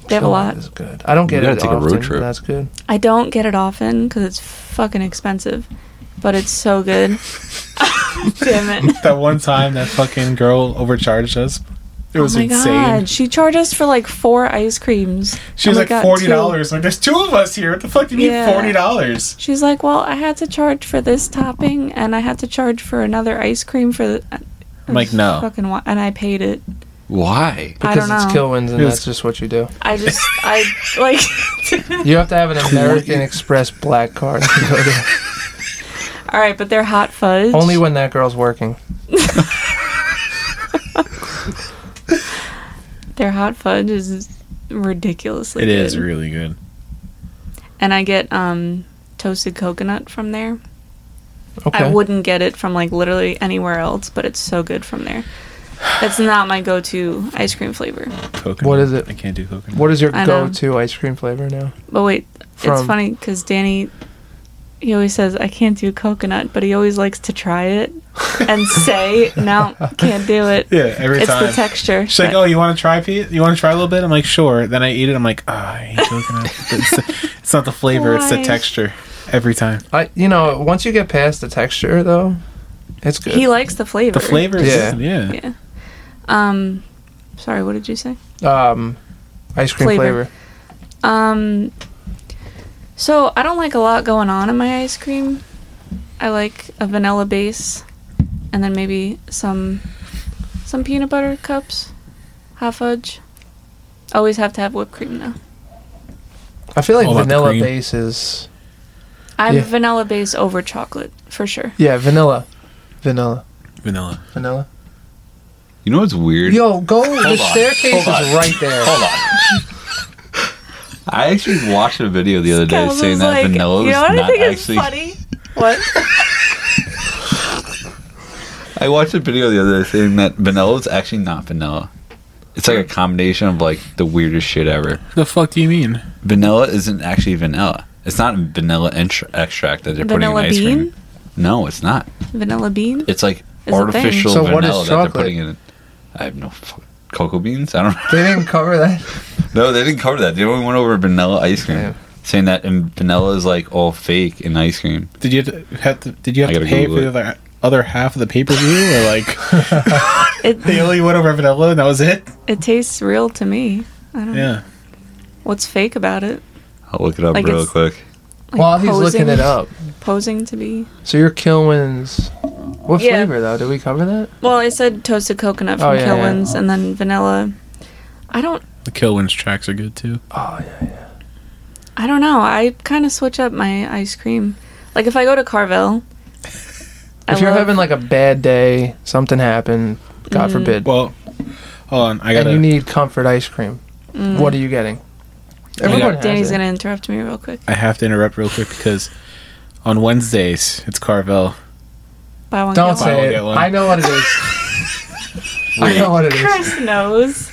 S2: They have a
S3: Oh,
S2: lot.
S3: That's good. I don't get
S1: gotta
S3: it
S1: take a
S3: often.
S1: road trip.
S3: That's good.
S2: I don't get it often because it's fucking expensive, but it's so good. Damn it.
S4: That one time that fucking girl overcharged us. It was
S2: oh my
S4: insane.
S2: god, Oh she charged us for like four ice creams.
S4: She
S2: And
S4: was
S2: we
S4: like
S2: got
S4: forty
S2: two.
S4: dollars. Like, there's two of us here. What the fuck do you
S2: Yeah.
S4: need forty dollars?
S2: She's like, well, I had to charge for this topping, and I had to charge for another ice cream for the. it
S4: I'm like,
S2: was
S4: no.
S2: Fucking wa- and I paid it.
S1: Why?
S2: I don't
S3: Because it's
S2: know.
S3: Kilwins and
S4: It's-
S3: that's just what you do.
S2: I just, I like.
S3: You have to have an American Express black card to go to.
S2: All right, but they're hot fudge.
S3: Only when that girl's working.
S2: their hot fudge is ridiculously.
S4: It is
S2: good.
S4: really good.
S2: and I get um toasted coconut from there.
S3: Okay.
S2: I wouldn't get it from like literally anywhere else, but it's so good from there. That's not my go-to ice cream flavor.
S4: Coconut.
S3: What is it?
S4: I can't do coconut.
S3: What is your
S2: I know.
S3: go-to ice cream flavor now?
S2: But wait, it's
S3: From-
S2: funny because Danny, he always says I can't do coconut, but he always likes to try it and say no, can't do it.
S4: Yeah, every
S2: it's
S4: time.
S2: the texture.
S4: She's like,
S2: that-
S4: "Oh, you want to try, Pete? You want to try a little bit?" I'm like, "Sure." Then I eat it. I'm like, "Ah, I hate coconut. it's, the- it's not the flavor. It's the
S2: Why?
S4: texture." Every time.
S3: I, you know, once you get past the texture, though, it's good.
S2: he likes the flavor.
S4: The flavor. Is,
S3: Yeah.
S4: yeah. Yeah.
S2: Yeah. Um, sorry, what did you say?
S3: um, ice cream
S2: Flavor.
S3: flavor.
S2: Um, so I don't like a lot going on in my ice cream. I like a vanilla base, and then maybe some some peanut butter cups, hot fudge. Always have to have whipped cream now.
S3: I feel like
S4: All about the
S3: vanilla
S4: cream.
S3: base is
S2: I'm
S3: Yeah.
S2: vanilla based over chocolate for sure.
S3: yeah vanilla, vanilla,
S4: Vanilla.
S3: vanilla.
S1: You know what's weird?
S3: Yo, go. the
S1: on,
S3: staircase is
S1: hold on.
S3: right there.
S1: Hold on. I actually watched a video the other day
S2: Kels
S1: saying
S2: is
S1: that
S2: like,
S1: vanilla
S2: you
S1: was
S2: know what I
S1: not
S2: think
S1: actually.
S2: is funny? What?
S1: I watched a video the other day saying that vanilla is actually not vanilla. It's like a combination of like the weirdest shit ever.
S4: The fuck do you mean?
S1: Vanilla isn't actually vanilla. It's not vanilla entr- extract that they're
S2: Vanilla
S1: putting in ice cream.
S2: bean?
S1: No, it's not.
S2: Vanilla bean?
S1: It's like
S2: It's a
S1: artificial
S3: thing. So what is
S1: vanilla that they're
S3: chocolate?
S1: putting in. it. I have no fuck- cocoa beans. I don't know.
S3: They didn't cover that.
S1: No, they didn't cover that. They only went over vanilla ice cream,
S3: Yeah.
S1: saying that and vanilla is like all fake in ice cream.
S4: Did you have to, have to did you
S1: I
S4: have to
S1: gotta
S4: pay
S1: Google
S4: for the
S1: it.
S4: other, other half of the pay per view or like they
S2: It,
S4: only went over vanilla and that was it?
S2: it tastes real to me. I don't know
S4: Yeah.
S2: what's fake about it.
S1: I'll look it up
S2: Like
S1: real
S2: it's-
S1: quick.
S2: Like
S3: While he's looking
S2: posing-
S3: it up,
S2: Posing to be.
S3: so your Kilwins. What
S2: Yeah.
S3: flavor though? Did we cover that?
S2: Well, I said toasted coconut
S3: Oh,
S2: from
S3: yeah, yeah.
S2: Kilwins and then vanilla. I don't
S4: The Killwinds tracks are good too.
S3: Oh yeah.
S2: I don't know. I kind of switch up my ice cream. Like if I go to Carvel, I
S3: If you're
S2: love- Mm.
S3: having like a bad day, something happened, God forbid,
S4: Well, hold on. I
S3: and
S4: gotta.
S3: you need comfort ice cream, what are you getting? Everyone has
S2: mm. Danny's
S3: it.
S2: gonna interrupt me real quick.
S4: I have to interrupt real quick because on Wednesdays it's Carvel.
S2: Buy one.
S3: Don't
S2: get
S4: Buy
S2: one.
S4: one,
S3: say it.
S4: get one.
S3: I know what it is. I know what it is.
S2: Chris knows.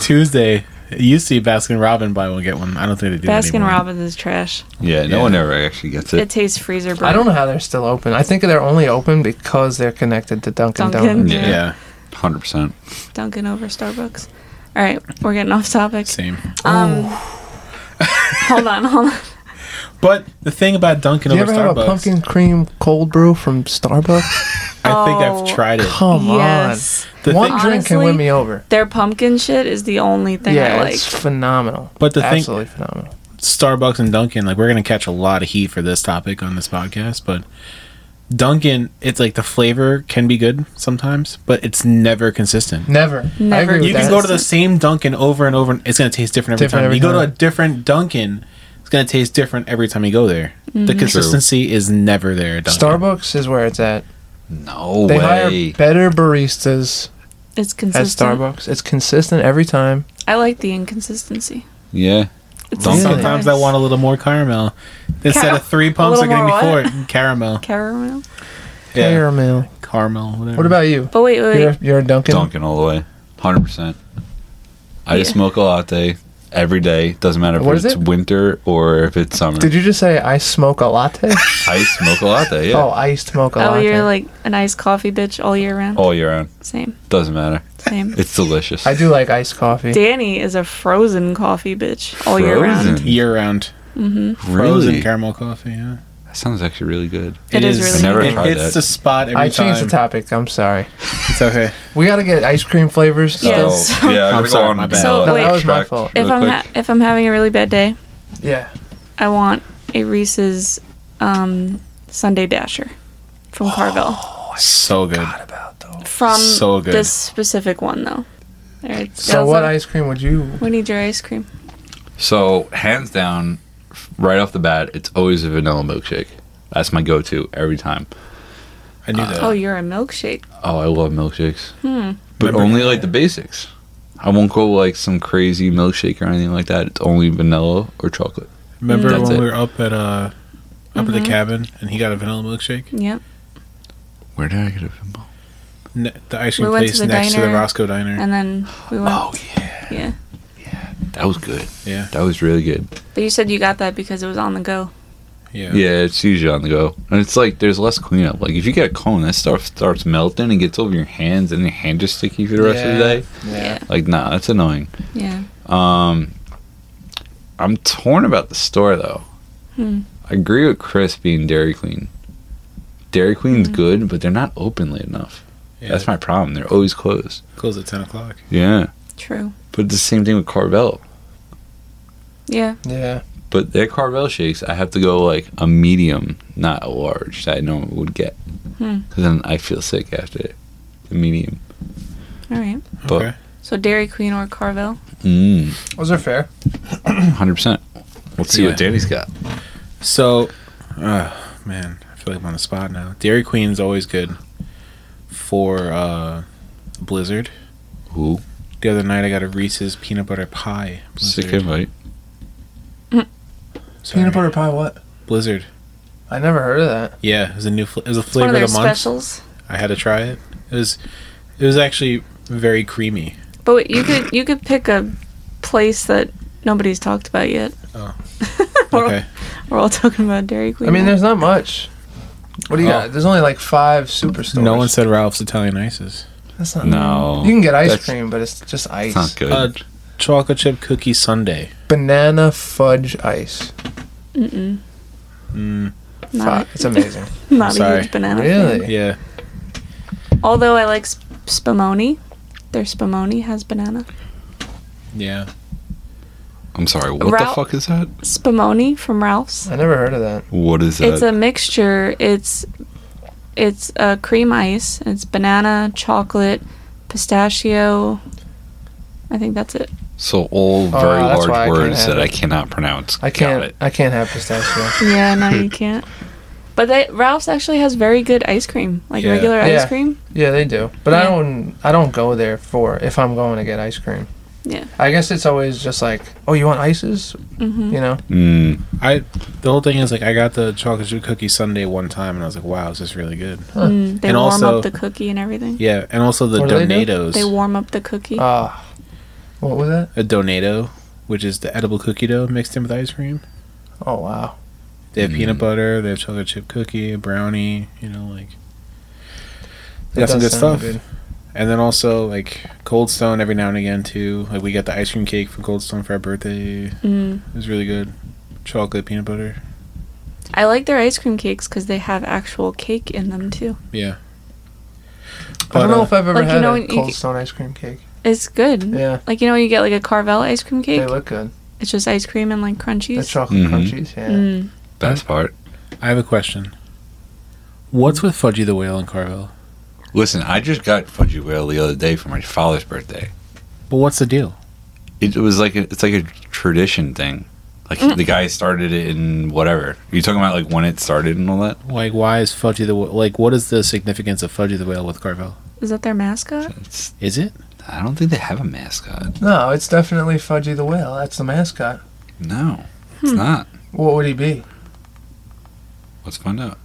S4: Tuesday it used to be Baskin Robin buy one get one. I don't think they do that
S2: Baskin
S4: anymore.
S2: Robbins is trash.
S1: Yeah, no
S4: Yeah.
S1: one ever actually gets it.
S2: It tastes freezer burn.
S3: I don't know how they're still open. I think they're only open because they're connected to Dunkin',
S2: Dunkin'.
S3: Donuts.
S1: Yeah.
S4: Yeah,
S1: Hundred percent.
S2: Dunkin' over Starbucks. All right, we're getting off topic.
S4: same.
S2: Um, hold on, hold on.
S4: But the thing about Dunkin'
S3: Do you
S4: over
S3: ever have a
S4: Starbucks,
S3: pumpkin cream cold brew from Starbucks?
S4: I think
S2: Oh.
S4: I've tried it.
S3: Come
S2: yes,
S3: on.
S4: The
S3: One
S4: thing-
S3: drink can win
S2: Honestly,
S3: me over.
S2: their pumpkin shit is the only thing
S3: Yeah,
S2: I like.
S3: it's phenomenal.
S4: But the thing-
S3: absolutely phenomenal.
S4: Starbucks and Dunkin', like we're gonna catch a lot of heat for this topic on this podcast, but Dunkin', it's like the flavor can be good sometimes, but it's never consistent.
S3: Never. I
S2: Never.
S3: agree with
S4: You can
S3: that.
S4: go to the same Dunkin' over and over, and it's gonna taste different every
S3: Different
S4: time.
S3: every
S4: you go to a
S3: time.
S4: different Dunkin', it's gonna taste different every time you go there.
S2: Mm-hmm.
S4: The consistency is never there. At Dunkin'.
S3: Starbucks is where it's at.
S1: No
S3: They
S1: way.
S3: hire better baristas
S2: it's
S3: at
S2: consistent.
S3: Starbucks. It's consistent every time.
S2: I like the inconsistency.
S1: yeah.
S2: It's
S1: Dunkin'.
S2: so
S4: Sometimes
S2: nice.
S4: I want a little more caramel. Instead
S2: Car-
S4: of three
S2: a
S4: pumps, they're
S2: little
S4: giving me
S2: more
S4: four
S2: what?
S4: caramel.
S2: caramel.
S4: Yeah,
S3: Caramel.
S4: caramel. Whatever.
S3: What about you?
S2: But wait, wait, wait.
S3: You're, you're a Dunkin'?
S1: Dunkin' all the way. Hundred percent. I just
S2: Yeah.
S1: smoke a latte every day. Doesn't matter if
S3: What is
S1: it's
S3: it?
S1: winter or if it's summer.
S3: Did you just say I smoke a latte?
S1: I smoke a latte. Yeah.
S3: Oh, I smoke a
S2: Oh,
S3: latte.
S2: you're like an iced coffee bitch all year
S4: Oh.
S2: round.
S1: All year round.
S2: Same,
S1: Doesn't matter.
S2: same.
S1: It's delicious.
S3: I do like iced coffee.
S2: Danny is a frozen coffee bitch all year round.
S1: Frozen?
S4: year round
S1: really.
S4: frozen caramel coffee? Yeah,
S1: That sounds actually really good.
S2: It is really
S1: I never
S2: good.
S1: tried
S4: It's
S1: that.
S4: the spot every
S3: I
S4: time.
S3: changed the topic. I'm sorry.
S4: It's okay.
S3: We gotta get ice cream flavors.
S2: Yeah.
S3: still.
S2: Yes. so-
S1: yeah, I'm,
S4: I'm
S1: gonna
S4: sorry,
S1: go on
S4: my
S1: the
S4: bad.
S2: So,
S1: ballot
S2: wait.
S3: That was my
S1: track
S3: fault.
S1: real
S2: If I'm
S1: quick.
S2: ha- if I'm having a really bad day,
S3: Yeah.
S2: I want a Reese's um, Sunday Dasher from
S4: Oh,
S2: Carvel.
S1: Oh,
S4: So good.
S2: From
S4: so good.
S2: this specific one though. All right,
S3: So
S2: Gals,
S3: what
S2: uh,
S3: ice cream would you?
S2: We need your ice cream.
S1: So hands down, f- right off the bat, it's always a vanilla milkshake. That's my go-to every time.
S4: I knew that.
S2: Oh, you're a milkshake. Hmm,
S1: Oh, I love milkshakes, but only like the basics. I won't go like some crazy milkshake or anything like that. It's only vanilla or chocolate.
S4: Remember
S1: That's
S4: when
S1: it.
S4: we were up at uh up
S2: Mm-hmm.
S4: at the cabin and he got a vanilla milkshake?
S2: Yep.
S1: Where did I get a pinball?
S4: Ne- the ice
S2: We
S4: cream
S2: went to
S4: place
S2: the
S4: next to the
S2: diner
S4: Roscoe Diner.
S2: And then we went.
S1: Oh yeah,
S2: yeah.
S1: that was good.
S4: Yeah,
S1: That was really good.
S2: But you said you got that because it was on the go.
S4: yeah,
S1: Yeah, it's usually on the go, and it's like there's less cleanup. Like if you get a cone, that stuff starts melting and gets over your hands, and your hand just sticky for the rest of the
S3: Yeah.
S1: day. Like nah, that's annoying.
S2: Yeah. Yeah.
S1: Um, I'm torn about the store though.
S2: Hmm.
S1: I agree with Chris being Dairy Queen. Dairy Queen's good, but they're not open late enough.
S4: yeah.
S1: That's my problem. They're always closed.
S4: closed at ten o'clock.
S1: Yeah,
S2: True.
S1: but it's the same thing with Carvel.
S2: Yeah.
S3: Yeah.
S1: But their Carvel shakes, I have to go like a medium, not a large that I normally would get,
S2: Hmm.
S1: because then I feel sick after the medium.
S2: All right.
S1: But
S4: Okay.
S2: So Dairy Queen or Carvel.
S1: Mm,
S3: Those are fair.
S1: 100%. Let's see
S4: Yeah.
S1: what Danny's got.
S4: So, uh, man, I feel like I'm on the spot now. Dairy Queen's always good for uh, Blizzard.
S1: Ooh,
S4: The other night I got a Reese's peanut butter pie.
S1: sick
S4: Blizzard.
S1: invite.
S4: Sorry.
S3: Peanut butter pie, what?
S4: Blizzard.
S3: I never heard of that.
S4: Yeah, it was a new. Fl- it was a
S2: It's one
S4: flavor
S2: of
S4: of the
S2: their
S4: month.
S2: specials.
S4: I had to try it. It was. It was actually very creamy.
S2: But wait, you could you could pick a place that nobody's talked about yet.
S4: Oh.
S2: we're,
S4: Okay.
S2: we're all talking about Dairy Queen.
S3: I mean,
S2: now.
S3: there's not much. What do you
S4: Oh.
S3: got? There's only like five superstores.
S4: No one said Ralph's Italian Ices.
S3: That's not.
S1: No.
S3: You can get ice
S1: That's-
S3: cream, but it's just ice.
S1: It's not good.
S4: Uh, chocolate chip cookie sundae.
S3: Banana fudge ice.
S2: Mm-mm.
S4: Mm,
S2: Not,
S3: Fuck, it's amazing.
S2: not a
S4: Sorry.
S2: huge banana. fan.
S3: really?
S4: yeah.
S2: Although I like sp- Spumoni. Their Spumoni has banana.
S4: Yeah.
S1: I'm sorry, what the
S2: Ralph-
S1: fuck is that?
S2: Spumoni from Ralph's.
S3: I never heard of that.
S1: What is that?
S2: It's a mixture. It's it's a cream ice. It's banana, chocolate, pistachio. I think that's it.
S1: so all very
S3: Uh, that's why
S1: large
S3: I can't
S1: words
S3: have
S1: that
S3: it.
S1: I cannot pronounce.
S3: I
S1: Got
S3: can't.
S1: it.
S3: I can't have pistachio.
S2: Yeah, no, you can't. But they, Ralph's actually has very good ice cream, like
S4: Yeah.
S2: regular ice
S3: Yeah.
S2: cream.
S3: Yeah, they do. But I
S2: Yeah.
S3: don't I don't go there for if I'm going to get ice cream.
S2: Yeah.
S3: I guess it's always just like, oh, you want ices?
S2: hmm
S3: You know?
S1: Mm,
S4: I. The whole thing is like I got the chocolate chip cookie sundae one time and I was like, wow, this is really good.
S3: Huh.
S2: Mm, they
S4: And
S2: warm
S4: also-
S2: up the cookie and everything.
S4: Yeah, and also the
S3: What do they do?
S4: Donatos.
S2: They warm up the cookie.
S3: Ah. what was that?
S4: a Donato, which is the edible cookie dough mixed in with ice cream.
S3: Oh wow.
S4: They have peanut
S1: Mm.
S4: butter, they have chocolate chip cookie, a brownie, you know, like. They
S3: That
S4: got some
S3: does
S4: good
S3: sound
S4: stuff. And then also, like, Cold Stone every now and again, too. Like, we got the ice cream cake from Cold Stone for our birthday. It
S2: Mm.
S4: was really good. Chocolate, peanut butter.
S2: I like their ice cream cakes because they have actual cake in them too.
S4: Yeah.
S3: I don't
S4: But,
S3: know
S4: uh,
S3: if I've ever
S2: Like, you
S3: had
S2: know,
S3: a
S2: you Mm-hmm.
S3: Cold
S2: get-
S3: Stone ice cream cake.
S2: It's good.
S3: Yeah,
S2: Like you know, when you get like a Carvel ice cream cake.
S3: they look good.
S2: It's just ice cream and like crunchies.
S3: The chocolate
S1: Mhm.
S4: Mm-hmm.
S3: crunchies. Yeah.
S2: Mm.
S1: best part.
S4: I have a question. What's with Fudgy the Whale and Carvel?
S1: Listen, I just got Fudgy Whale the other day for my father's birthday.
S4: But what's the deal?
S1: It was like a, it's like a tradition thing. Like
S2: Mm.
S1: the guy started it in whatever. you talking about like when it started and all that?
S4: Like, why is Fudgy the Whale? Like, what is the significance of Fudgy the Whale with Carvel?
S2: Is that their mascot?
S1: It's,
S4: Is it?
S1: I don't think they have a mascot.
S3: No, it's definitely Fudgy the Whale. That's the mascot.
S1: No,
S2: Hmm.
S1: it's not.
S3: What would he be?
S1: Let's find out.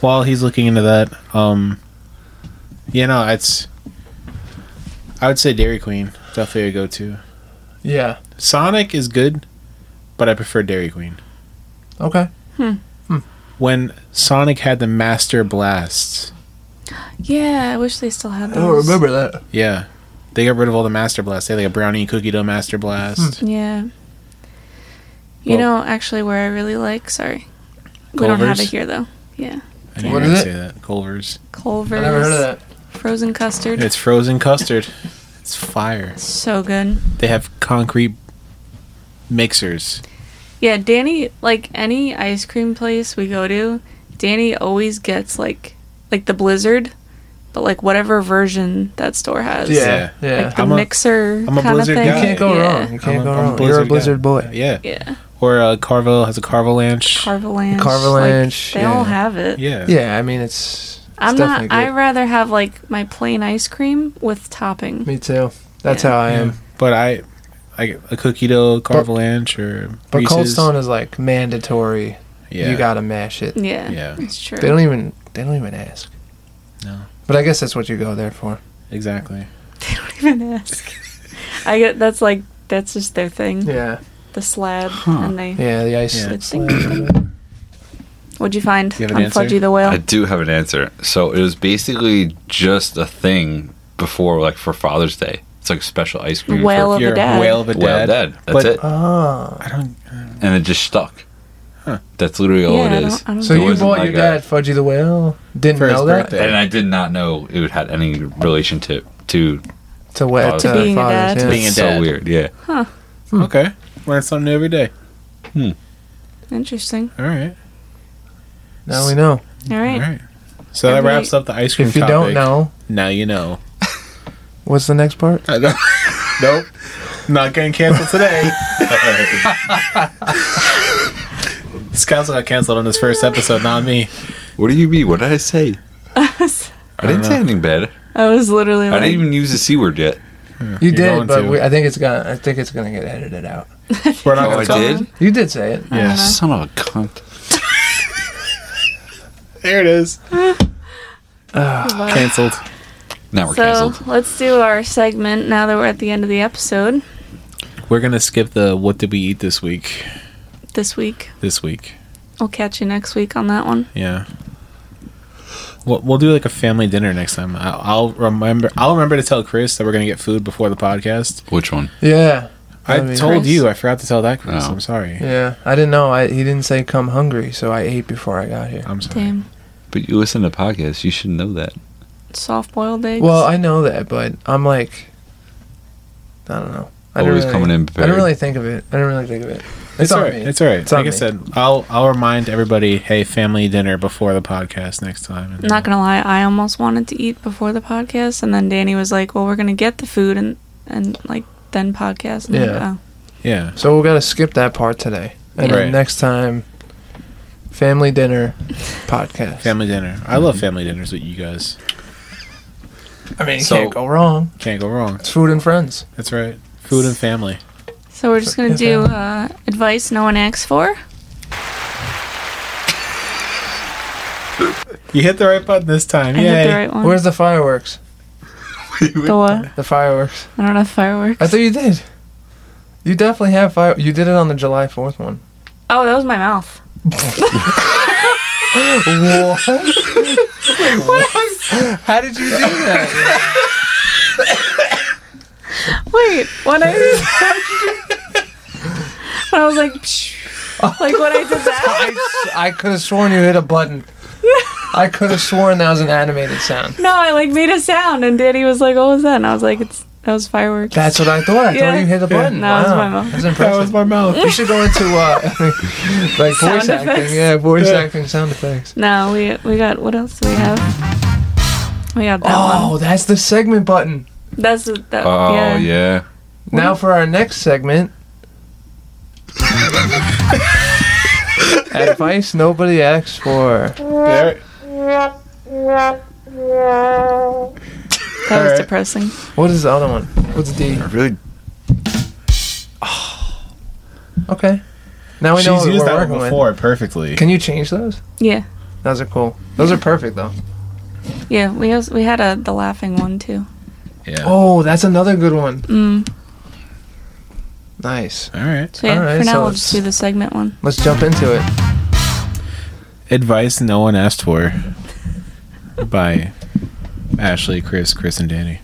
S4: while he's looking into that, um, yeah, no, it's. I would say Dairy Queen definitely a go-to.
S3: Yeah.
S4: Sonic is good, but I prefer Dairy Queen.
S3: Okay.
S4: When Sonic had the Master Blasts,
S2: Yeah, I wish they still had
S3: I
S2: those.
S3: don't remember that.
S4: yeah, they got rid of all the Master Blasts. They had like a brownie and cookie dough Master
S3: Hmm.
S4: Blast.
S2: Yeah. You
S4: Well-
S2: know, actually, where I really like. Sorry, we don't have
S4: Culver's?
S2: it here though.
S4: I didn't
S3: What
S4: even
S3: is it?
S4: say that. Culver's.
S2: Culver's
S3: I never heard of that.
S2: frozen custard.
S4: It's frozen custard. It's fire.
S2: so good.
S4: They have concrete mixers.
S2: Yeah, Danny. Like any ice cream place we go to, Danny always gets like like the Blizzard, but like whatever version that store has.
S3: Yeah. Yeah.
S2: Like the
S4: I'm a-
S2: mixer
S4: I'm a
S2: kind of
S4: Blizzard
S2: thing.
S4: guy.
S3: you can't go
S2: yeah.
S3: wrong. You can't
S4: I'm a-
S3: go
S4: I'm a
S3: wrong. You're a Blizzard
S4: Blizzard
S3: boy.
S4: Yeah,
S2: Yeah.
S4: or uh, Carvel has a Carvalanche.
S2: Carvalanche.
S3: Carvalanche,
S2: Like, they all
S3: yeah.
S2: have it.
S4: yeah,
S3: Yeah. I mean, it's. it's
S2: I'm
S3: definitely
S2: not. I
S3: good.
S2: rather have like my plain ice cream with topping.
S3: Me too. That's
S2: Yeah.
S3: how I am.
S4: Yeah, But I, I a cookie dough, carvalanche, or
S3: But Cold
S4: Reese's.
S3: Stone is like mandatory.
S4: Yeah,
S3: You gotta mash it.
S2: Yeah,
S4: Yeah.
S2: it's true.
S3: They don't e- even they don't even ask.
S4: No.
S3: But I guess that's what you go there for.
S4: exactly.
S2: They don't even ask. I get that's like that's just their thing.
S3: Yeah.
S2: The slab
S1: Huh.
S2: and they.
S3: Yeah, the ice.
S4: Yeah.
S2: the thing. What'd you find
S4: You have an
S2: on
S4: answer?
S2: Fudgy the Whale?
S1: I do have an answer. So it was basically just a thing before, like for Father's Day. It's like special ice cream.
S2: Whale
S1: for
S2: of a dad.
S4: whale of a dad.
S1: well, dad. That's
S4: But-
S1: it,
S3: Oh.
S4: I don't.
S1: and it just stuck.
S4: Huh.
S1: That's literally all it
S2: yeah, I
S1: is.
S2: don't, I don't
S3: So
S1: It
S2: know.
S3: you
S1: wasn't
S3: bought
S1: like
S3: your dad Fudgy the Whale? Didn't
S4: For his
S3: know that?
S4: birthday.
S1: And I did not know it had any relationship to.
S3: To wet
S1: To
S3: uh,
S2: being a
S3: fathers,
S2: dad.
S3: yeah.
S4: Being a
S1: it's so
S4: dad.
S1: weird. Yeah.
S3: Hmm.
S4: Okay, learn something new every day.
S2: Interesting.
S4: All right,
S3: Now we know.
S2: All
S4: all
S2: right.
S4: right. So that
S2: Every-
S4: wraps up the ice cream.
S3: If you
S4: topic.
S3: don't know,
S4: now you know.
S3: What's the next part?
S4: I don't- nope. Not getting canceled today. Scouts got canceled on his first episode, not me.
S1: What do you mean? What did I say? I didn't say anything bad.
S2: I was literally
S1: I
S2: like,
S1: didn't even use the c word yet.
S3: You
S4: going
S3: did, but
S4: to.
S3: we, I think it's gonna. I think it's gonna get edited out.
S4: We're not
S1: Oh, I
S4: gonna tell
S1: did.
S4: him.
S3: You did say it.
S4: Yeah.
S1: Son of a cunt.
S4: There it is. Canceled.
S1: Now we're
S2: so
S1: canceled.
S2: let's do our segment now that we're at the end of the episode
S4: We're gonna skip the what did we eat this week?
S2: this week.
S4: This week.
S2: I'll catch you next week on that one.
S4: Yeah. We'll, we'll do like a family dinner next time. I'll, I'll remember. I'll remember to tell Chris that we're gonna get food before the podcast.
S1: Which one?
S3: Yeah,
S4: I
S3: That'd be
S4: told
S2: nice.
S4: you. I forgot to tell that Chris.
S1: Oh.
S4: I'm sorry.
S3: yeah. I didn't know. I he didn't say come hungry, so I ate before I got here.
S4: I'm sorry.
S2: Damn,
S1: But you listen to podcasts. You should know that.
S2: soft boiled eggs.
S3: Well, I know that, but I'm like, I don't know. I didn't
S1: Always
S3: really-
S1: coming in
S3: I didn't
S1: prepared.
S3: really think of it. I didn't really think of it. It's,
S4: It's
S3: on
S4: all right.
S3: me.
S4: It's all right.
S3: It's on
S4: like I
S3: me.
S4: said, I'll I'll remind everybody. Hey, family dinner before the podcast next time. And
S2: I'm not gonna lie, I almost wanted to eat before the podcast, and then Danny was like, "Well, we're gonna get the food and and like then podcast." And I'm like,
S3: Yeah.
S2: oh.
S4: Yeah.
S3: So we will got to skip that part today, and
S4: Right.
S3: then next time, family dinner podcast.
S4: Family dinner. I love family dinners with you guys.
S3: I mean, you
S1: So-
S3: can't go wrong.
S4: Can't go wrong.
S3: It's food and friends.
S4: That's right. Food and family.
S2: So we're just gonna
S3: Yes,
S2: do
S3: ma'am.
S2: uh, advice no one asks for.
S4: You hit the right button this time.
S2: I hit
S4: Yay.
S2: the right one.
S3: Where's the fireworks?
S2: the what?
S3: The fireworks.
S2: I don't have fireworks.
S3: I thought you did. You definitely have fire. You did it on the July Fourth one.
S2: oh, that was my mouth.
S3: How did you do that?
S2: Wait, when I when I was like, like when I did that.
S3: I, could have sworn you hit a button. I could have sworn that was an animated sound.
S2: No, I like made a sound, and Danny was like, "What was that?" And I was like, "It's that was fireworks."
S3: That's what I thought. I
S2: Yeah.
S3: thought you hit a button.
S2: No, it was
S3: Wow.
S2: my mouth.
S3: That's
S4: That
S3: impressive.
S4: was my mouth.
S3: we should go into uh, like voice
S2: Sound
S3: acting.
S2: effects.
S3: Yeah, voice
S4: Yeah.
S3: acting, sound effects.
S2: no, we we got what else do we have? We got that one.
S3: Oh, that's the segment button.
S2: That's the- that.
S1: Oh yeah.
S3: Now for our next segment. Advice nobody asks for.
S4: There.
S2: That was
S4: Alright.
S2: depressing.
S3: What is the other one? What's D?
S1: I really
S3: Okay. Now we know
S4: She's
S3: what
S4: used
S3: we're
S4: that
S3: working
S4: one
S3: with.
S4: before perfectly.
S3: Can you change those?
S2: Yeah,
S3: Those are cool. Those are perfect though.
S2: yeah. We also, we had a the laughing one too.
S4: Yeah.
S3: Oh, that's another good one.
S2: Mm.
S3: Nice.
S4: All right.
S2: So yeah,
S3: Alright,
S2: for now
S3: so
S2: we'll just
S3: it's-
S2: do the segment one.
S3: Let's jump into it.
S4: Advice no one asked for. By Ashley, Chris, Chris, and Danny.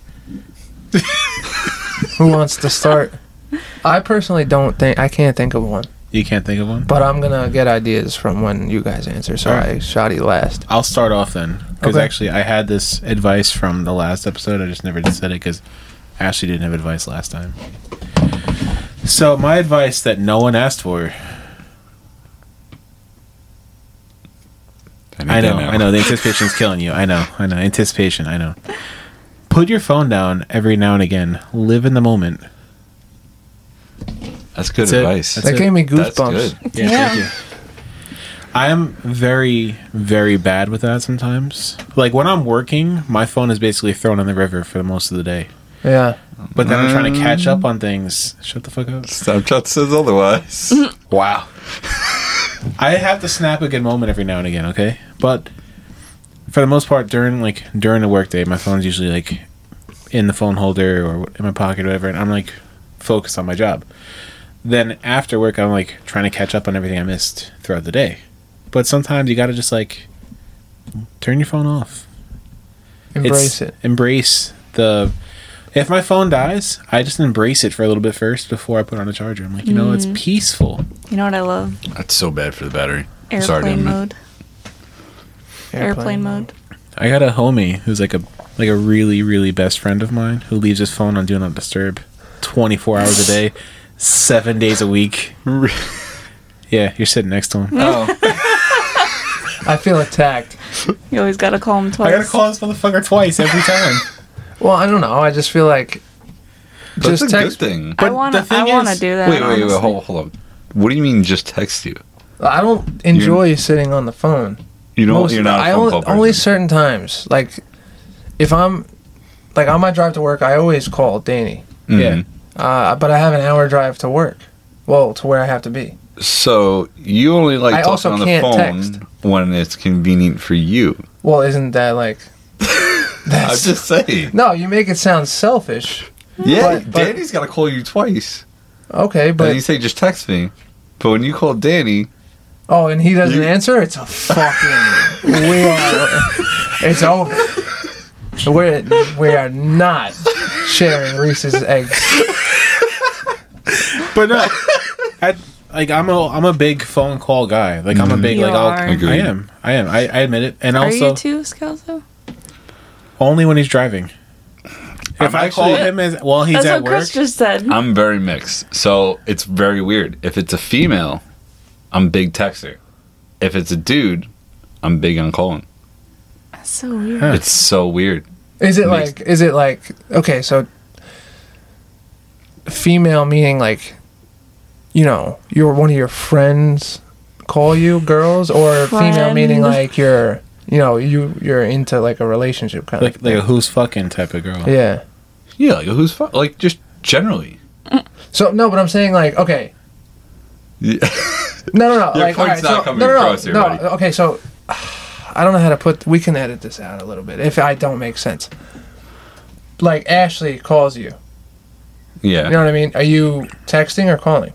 S3: Who wants to start? I personally don't think I can't think of one,
S4: You can't think of one.
S3: but I'm gonna get ideas from when you guys answer. So
S4: Alright.
S3: I shoddy last.
S4: I'll start off then, because
S3: Okay.
S4: actually I had this advice from the last episode. I just never said it because Ashley didn't have advice last time. So my advice that no one asked for. I know, I know. The anticipation's killing you. I know, I know. Anticipation, I know. Put your phone down every now and again. Live in the moment.
S1: That's good
S4: That's it.
S1: advice.
S4: That's
S3: that
S4: it.
S3: gave me
S1: That's
S3: goosebumps.
S1: good.
S4: Yeah,
S2: Yeah.
S4: thank you. I'm very, very bad with that sometimes. Like when I'm working, my phone is basically thrown in the river for most of the day.
S3: Yeah.
S4: But then I'm trying to catch up on things. Shut the fuck up.
S1: Snapchat says otherwise. wow.
S4: I have to snap a good moment every now and again, okay? But for the most part, during like during the workday, my phone's usually like in the phone holder or in my pocket or whatever, and I'm like focused on my job. Then after work, I'm like trying to catch up on everything I missed throughout the day. But sometimes you gotta just like turn your phone off.
S3: Embrace it.
S4: Embrace the. If my phone dies, I just embrace it for a little bit first before I put it on a charger. I'm like, you know, it's peaceful.
S2: You know what I love?
S1: That's so bad for the battery.
S2: Airplane
S1: Sorry, Dan.
S2: mode. Airplane, mode.
S4: I got a homie who's like a like a really really best friend of mine who leaves his phone on do not disturb, twenty four hours a day, seven days a week. Yeah, you're sitting next to him.
S1: oh.
S3: I feel attacked.
S2: You always gotta call him
S4: I
S2: twice.
S4: gotta call this motherfucker twice every time.
S3: Well, I don't know. I just feel like
S1: That's
S3: just
S1: a
S3: text.
S1: good thing.
S2: I
S4: But
S2: want
S4: the
S2: to.
S4: thing
S2: I want to
S4: is-
S2: do that.
S1: Wait, wait, wait,
S2: honestly.
S1: hold, hold up. What do you mean just text you?
S3: I don't enjoy sitting on the phone.
S1: You know
S3: Most-
S1: you're not a
S3: I
S1: phone
S3: only,
S1: call person.
S3: only certain times. Like if I'm like on my drive to work, I always call Danny.
S4: Mm.
S1: Mhm.
S3: Uh, but I have an hour drive to work. Well, to where I have to be.
S1: So you only like
S3: I
S1: talking
S3: also
S1: on the
S3: can't
S1: phone
S3: text.
S1: when it's convenient for you.
S3: Well, isn't that like?
S1: I'm
S3: That's,
S1: just saying.
S3: no, you make it sound selfish.
S1: Yeah,
S3: But- but-
S1: Danny's got to call you twice.
S3: Okay,
S1: and
S3: but
S1: you say just text me. But when you call Danny,
S3: oh, and he doesn't
S1: You-
S3: answer. It's a fucking. we are. It's over. We're we are not sharing Reese's eggs.
S4: But no, I, like I'm a I'm a big phone call guy. Like I'm a big
S2: You
S4: like
S2: are.
S4: I'll, I
S1: Agreed.
S4: am I am I, I admit it. And
S2: Are
S4: also
S2: you too, Scalzo?
S4: only when he's driving. If
S1: I'm
S4: i call
S1: actually-
S4: him as while he's
S2: That's
S4: at
S2: what
S4: work,
S2: Chris just said.
S1: I'm very mixed. So it's very weird. If it's a female, I'm big texter. If it's a dude, I'm big on calling.
S2: That's so weird.
S4: Huh.
S1: It's so weird.
S3: Is it
S1: Makes-
S3: like? Is it like? Okay, so female meaning like, you know, your one of your friends call you girls, or female meaning
S2: Friend.
S3: like you're, you know, you you're into like a relationship kind
S4: like
S3: of.
S4: like a who's fucking type of girl.
S3: yeah.
S1: Yeah, like who's fu- like just generally.
S3: So no, but I'm saying like okay,
S1: Yeah.
S3: no, no, no,
S1: Your
S3: like
S1: point's
S3: alright,
S1: not
S3: so,
S1: coming
S3: no, no, no,
S1: across here,
S3: no,
S1: buddy.
S3: okay, so I don't know how to put. We can edit this out a little bit if I don't make sense. Like Ashley calls you.
S1: Yeah.
S3: You know what I mean? Are you texting or calling?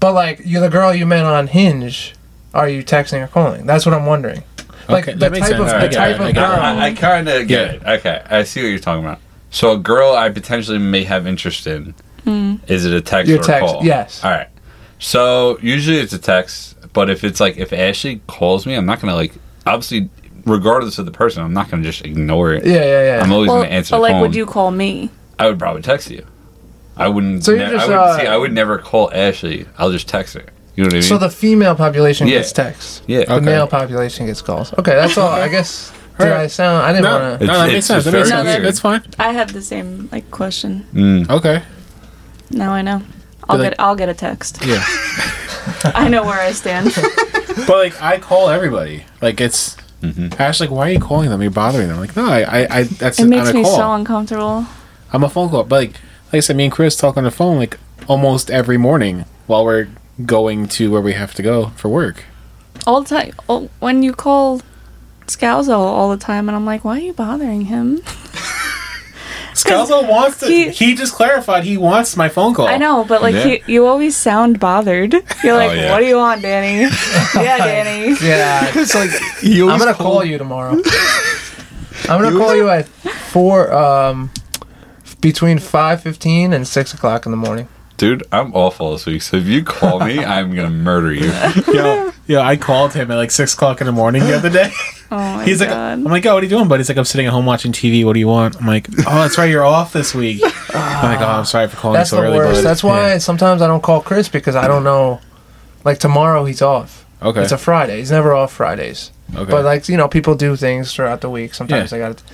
S3: But like you're the girl you met on Hinge, are you texting or calling? That's what I'm wondering. Like
S4: Okay,
S3: the
S4: that makes
S3: type of
S4: sense. All
S3: the
S4: right, I
S3: type
S4: got it,
S3: of
S4: I got it.
S3: girl.
S1: I, I kind of get it. Okay, I see what you're talking about. So a girl I potentially may have interest in.
S2: Hmm.
S1: Is it a text
S3: Your
S1: or a
S3: text,
S1: call?
S3: yes.
S1: All right. So usually it's a text, but if it's like if Ashley calls me, I'm not gonna like obviously regardless of the person, I'm not gonna just ignore it.
S3: Yeah, yeah,
S1: I'm
S3: yeah.
S1: always
S2: Well,
S1: gonna answer
S2: but
S1: the
S2: like,
S1: phone.
S2: would you call me?
S1: I would probably text you. I wouldn't.
S3: So
S1: So
S3: you're
S1: I
S3: just,
S1: would
S3: uh,
S1: see. I would never call Ashley. I'll just text her. You know what I mean?
S3: So the female population
S1: Yeah.
S3: gets texts.
S1: yeah.
S3: The
S4: Okay.
S3: male population gets calls. Okay, that's all. I guess. Did
S4: Alright.
S3: I sound? I didn't
S4: No,
S3: want
S4: no,
S3: to.
S1: It's-
S4: that
S1: it's
S4: makes sense. That
S1: very
S4: makes sense.
S2: weird.
S4: That's fine.
S2: I have the same like question.
S1: Mm.
S4: Okay.
S2: Now I know. I'll
S4: But,
S2: get. I'll get a text.
S4: Yeah.
S2: I know where I stand.
S4: but like I call everybody. Like it's
S1: Mm-hmm.
S4: Ash. Like why are you calling them? You're bothering them. Like no, I I, I that's
S2: it
S4: I'm
S2: makes
S4: a
S2: me
S4: call.
S2: so uncomfortable.
S4: I'm a phone call. But like, like I said, me and Chris talk on the phone like almost every morning while we're going to where we have to go for work.
S2: all the time. all- When you call Scalzo all the time, and I'm like, why are you bothering him?
S4: Scalzo wants to.
S2: he-
S4: He, just clarified he wants my phone call.
S2: I know, but like
S1: Yeah. Oh,
S2: you, you always sound bothered. You're like,
S1: yeah.
S2: what do you want, Danny? yeah, Danny.
S3: Yeah.
S1: It's like you
S3: I'm gonna call you tomorrow. I'm gonna call you at four, um, between five fifteen and six o'clock in the morning.
S1: dude. I'm awful this week. So if you call me, I'm gonna murder you.
S4: Yo, yo, I called him at like six o'clock in the morning the other day.
S2: Oh my
S4: He's like,
S2: god.
S4: I'm like, oh, what are you doing, buddy? He's like, I'm sitting at home watching TV. What do you want? I'm like, oh, that's right, you're off this week. I'm like, oh, I'm sorry for calling
S3: That's
S4: so
S3: the
S4: early.
S3: worst.
S4: bud."
S3: That's why
S4: Yeah.
S3: sometimes I don't call Chris because I don't know. Like tomorrow he's off.
S4: Okay.
S3: It's a Friday. He's never off Fridays.
S4: okay.
S3: But like you know, people do things throughout the week. Sometimes
S4: Yeah.
S3: I got. to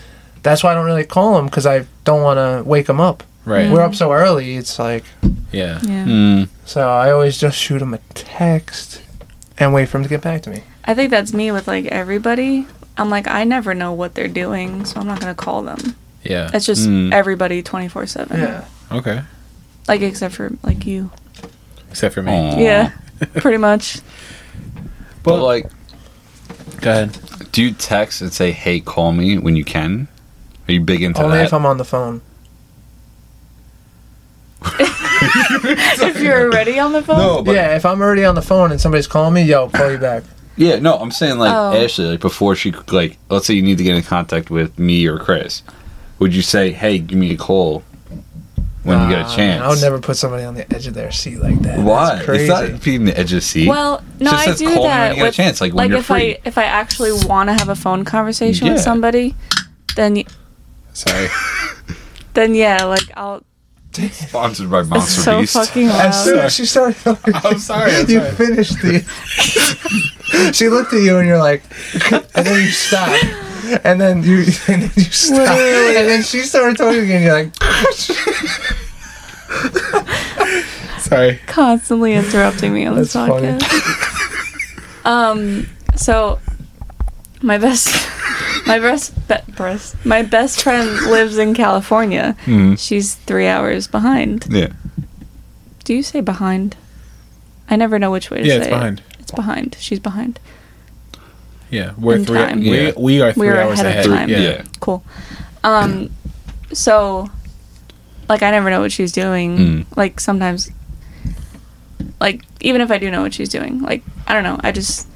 S3: That's why I don't really call him because I don't want to wake him up.
S4: right.
S3: We're up so early. It's like
S4: Yeah.
S2: yeah.
S1: Mm.
S3: so. I always just shoot him a text and wait for him to get back to me.
S2: I think that's me with like everybody. I'm like, I never know what they're doing, so I'm not gonna call them.
S4: Yeah.
S2: It's just
S1: Mm.
S2: everybody 24 seven.
S4: Okay.
S2: Like except for like you.
S4: Except for me.
S1: Aw.
S2: Yeah. Pretty much.
S1: But like,
S4: Go ahead.
S1: do you text and say, "Hey, call me when you can"? Are you big into
S3: Only
S1: that?
S3: if I'm on the phone.
S2: if you're already on the phone.
S1: no, Oh, but yeah.
S3: yeah, if I'm already on the phone and somebody's calling me, yo, call you back.
S1: no, I'm saying like
S2: Oh.
S1: Ashley, like before she like, let's say you need to get in contact with me or Chris, would you say, "Hey, give me a call when you get
S3: Nah,
S1: a
S3: man,
S1: chance"?
S3: I would never put somebody on the edge of their seat like that.
S1: Why?
S3: That's crazy.
S1: It's not being the edge of the seat.
S2: Well, no,
S1: just
S2: I
S1: says
S2: do
S1: call me when
S2: that
S1: you get a
S2: with-
S1: chance, like when you're
S2: if
S1: free.
S2: I if I actually want to have a phone conversation with
S1: Yeah.
S2: somebody, then y-
S4: Sorry.
S2: then yeah, like I'll.
S1: Sponsored by
S2: It's
S1: Monster
S2: so
S1: Beast.
S2: fucking
S3: As soon
S2: loud.
S3: as she started,
S4: I'm sorry. I'm
S3: you
S4: sorry.
S3: finished the. she looked at you and you're like, and then you stopped. and then you and then you stop,
S2: Literally.
S3: and then she started talking again. You're like,
S4: Sorry.
S2: constantly interrupting me on this
S3: That's funny.
S2: podcast. um, so my best, my best, be- breast, my best friend lives in California.
S1: Mhm.
S2: She's three hours behind.
S1: Yeah.
S2: Do you say behind? I never know which way to
S4: Yeah,
S2: say
S4: it's
S2: it.
S4: behind.
S2: It's behind. She's behind.
S4: Yeah, we're
S2: In
S4: three.
S2: time.
S4: We,
S1: Yeah.
S4: we are 3
S2: We're
S4: hours
S2: ahead
S4: ahead.
S2: of time.
S4: Yeah.
S1: Yeah.
S2: Cool. Um, so, like, I never know what she's doing.
S1: Mm.
S2: Like, sometimes, like, even if I do know what she's doing, like, I don't know. I just,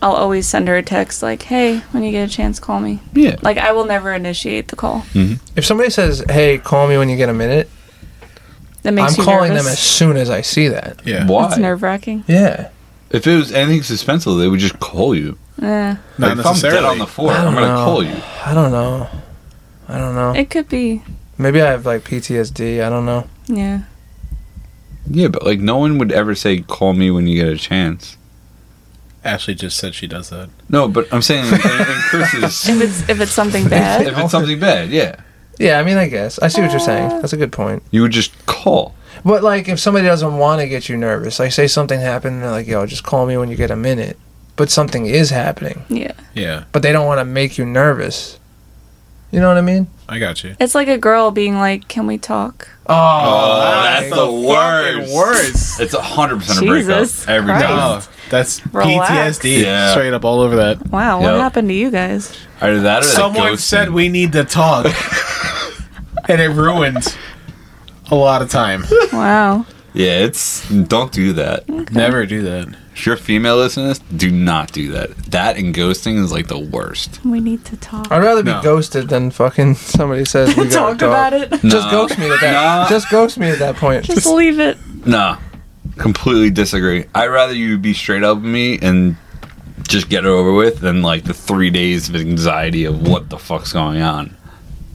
S2: I'll always send her a text, like, hey, when you get a chance, call me.
S1: Yeah.
S2: Like, I will never initiate the call.
S3: if somebody says, "Hey, call me when you get a minute,"
S2: That
S3: I'm
S2: makes you
S3: calling
S2: nervous.
S3: them as soon as I see that.
S4: Yeah.
S1: Why?
S2: It's nerve wracking.
S3: Yeah,
S1: If it was anything suspenseful, they would just call you.
S2: Yeah.
S4: Not
S1: Like, if I'm dead on the
S4: necessarily.
S1: floor,
S3: I don't
S1: I'm gonna
S3: know.
S1: call you.
S3: I don't know. I don't know.
S2: It could be.
S3: Maybe I have like PTSD. I don't know.
S2: Yeah.
S1: Yeah, but like no one would ever say, "Call me when you get a chance."
S4: Ashley just said she does that.
S1: No, but I'm saying in, in Chris's,
S2: If it's if it's something bad.
S1: if it's something bad, yeah,
S3: Yeah, I mean, I guess I see what you're saying. That's a good point.
S1: you would just call.
S3: But like, if somebody doesn't want to get you nervous, like say something happened, they're like, "Yo, just call me when you get a minute." But something is happening,
S2: yeah.
S4: Yeah,
S3: but they don't want to make you nervous. You know what I mean?
S4: I got you.
S2: It's like a girl being like, "Can we talk?"
S3: Oh,
S1: that's the worst.
S4: Words.
S1: It's a hundred percent a breakup
S2: Jesus
S1: every
S2: Christ.
S1: time.
S4: Oh, that's
S2: Relax.
S4: PTSD.
S1: Yeah.
S4: Straight up all over that.
S2: Wow, what
S1: Yeah.
S2: happened to you guys?
S1: Either that or that
S4: Someone
S1: ghosting.
S4: said we need to talk, and it ruined a lot of time.
S2: Wow.
S1: Yeah, it's don't do that.
S4: Never do that.
S1: If you're a female listening to this, do not do that. That and ghosting is like the worst.
S2: We need to talk.
S3: I'd rather be
S4: No.
S3: ghosted than fucking somebody says we
S2: talk,
S3: gotta talk
S2: about it.
S3: Just
S1: Nah.
S3: ghost me at that.
S1: Nah.
S3: Just ghost me at that point.
S2: Just leave it.
S1: Nah, completely disagree. I'd rather you be straight up with me and just get it over with than like the three days of anxiety of what the fuck's going on.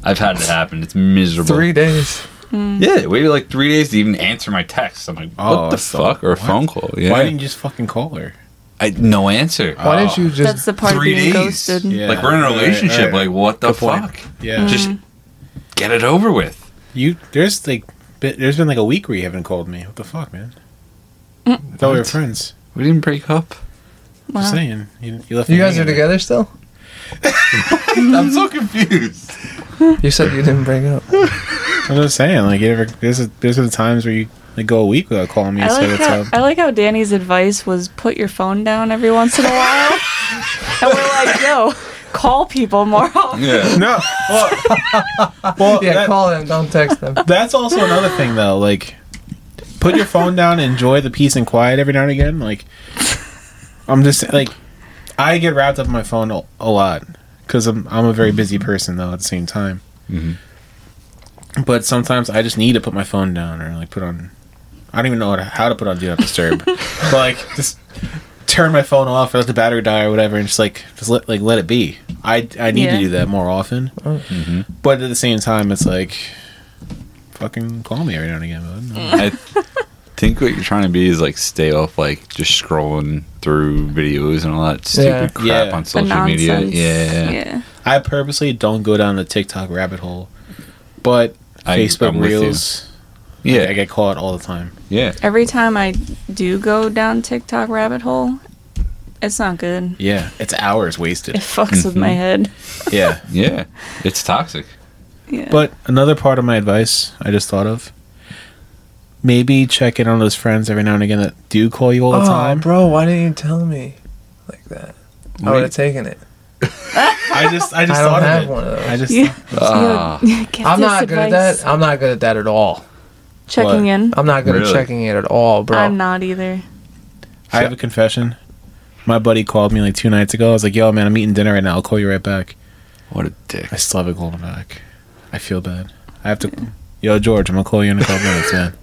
S1: I've had it happen. It's miserable.
S3: Three days.
S1: Yeah, it waited like three days to even answer my text. I'm like, what
S4: Oh,
S1: the
S4: so-
S1: fuck? Or a
S4: what?
S1: phone call? Yeah,
S4: Why didn't you just fucking call her?
S1: I, no answer.
S3: Why didn't you
S2: That's
S3: just?
S2: the part of
S1: Three
S2: being
S1: days.
S2: ghosted.
S4: Yeah.
S1: Like we're in a
S4: Right,
S1: relationship.
S4: right.
S1: Like what the
S4: Good point.
S1: fuck?
S4: Yeah,
S1: Just get it over with.
S4: you. There's like, been, there's been like a week where you haven't called me. What the fuck, man? I thought we were
S1: What?
S4: friends.
S1: We didn't break up.
S2: Wow.
S4: Just saying. You, you left.
S3: you
S4: me
S3: guys are
S4: hanging.
S3: together still?
S1: I'm so confused.
S3: You said you didn't break up.
S4: I'm just saying. Like, you ever there's a, there's been times where you like go a week without calling me.
S2: I
S4: and say
S2: like,
S4: what's
S2: how,
S4: up.
S2: I like how Danny's advice was put your phone down every once in a while. and we're like, yo, call people more often.
S1: Yeah.
S4: No. Well, well,
S3: Yeah,
S4: that-
S3: call them. Don't text them.
S4: that's also another thing, though. Like, put your phone down, enjoy the peace and quiet every now and again. Like, I'm just like, I get wrapped up in my phone a, a lot because I'm I'm a very busy person, though. At the same time, but sometimes I just need to put my phone down or like put on. I don't even know how to, how to put on do not disturb, but like just turn my phone off or let the battery die or whatever, and just like just let like let it be. I I need
S2: Yeah.
S4: to do that more often, but at the same time, it's like fucking call me every now and again. Bud.
S1: I think what you're trying to be is like stay off like just scrolling through videos and all that stupid
S3: Yeah.
S1: crap
S4: Yeah.
S1: on
S2: The
S1: social media.
S2: nonsense.
S1: Yeah.
S2: Yeah.
S4: I purposely don't go down the TikTok rabbit hole, but
S1: I-
S4: Facebook
S1: I'm with you.
S4: Reels,
S1: Yeah.
S4: I get caught all the time.
S1: yeah.
S2: Every time I do go down TikTok rabbit hole, it's not good.
S4: Yeah, it's hours
S2: It
S4: wasted.
S2: fucks with my head.
S4: yeah.
S1: Yeah. It's toxic.
S2: Yeah.
S4: But another part of my advice I just thought of. Maybe check in on those friends every now and again that do call you all the
S3: oh,
S4: time.
S3: bro, why didn't you tell me like that? I would have taken it.
S4: I just, I just
S3: I don't
S4: thought
S3: have
S4: of it.
S3: one of those.
S4: I just,
S2: Yeah.
S1: Ah.
S2: Yo, get
S3: I'm
S2: this
S3: not good
S2: advice.
S3: at that. I'm not good at that at all.
S2: Checking
S4: What?
S2: in.
S3: I'm not good
S1: Really?
S3: at checking it at all, bro.
S2: I'm not either.
S4: I have a confession. My buddy called me like two nights ago. I was like, "Yo, man, I'm eating dinner right now. I'll call you right back."
S1: What a dick.
S4: I still haven't called him back. I feel bad. I have to. Yo, George, I'm gonna call you in a couple minutes, man.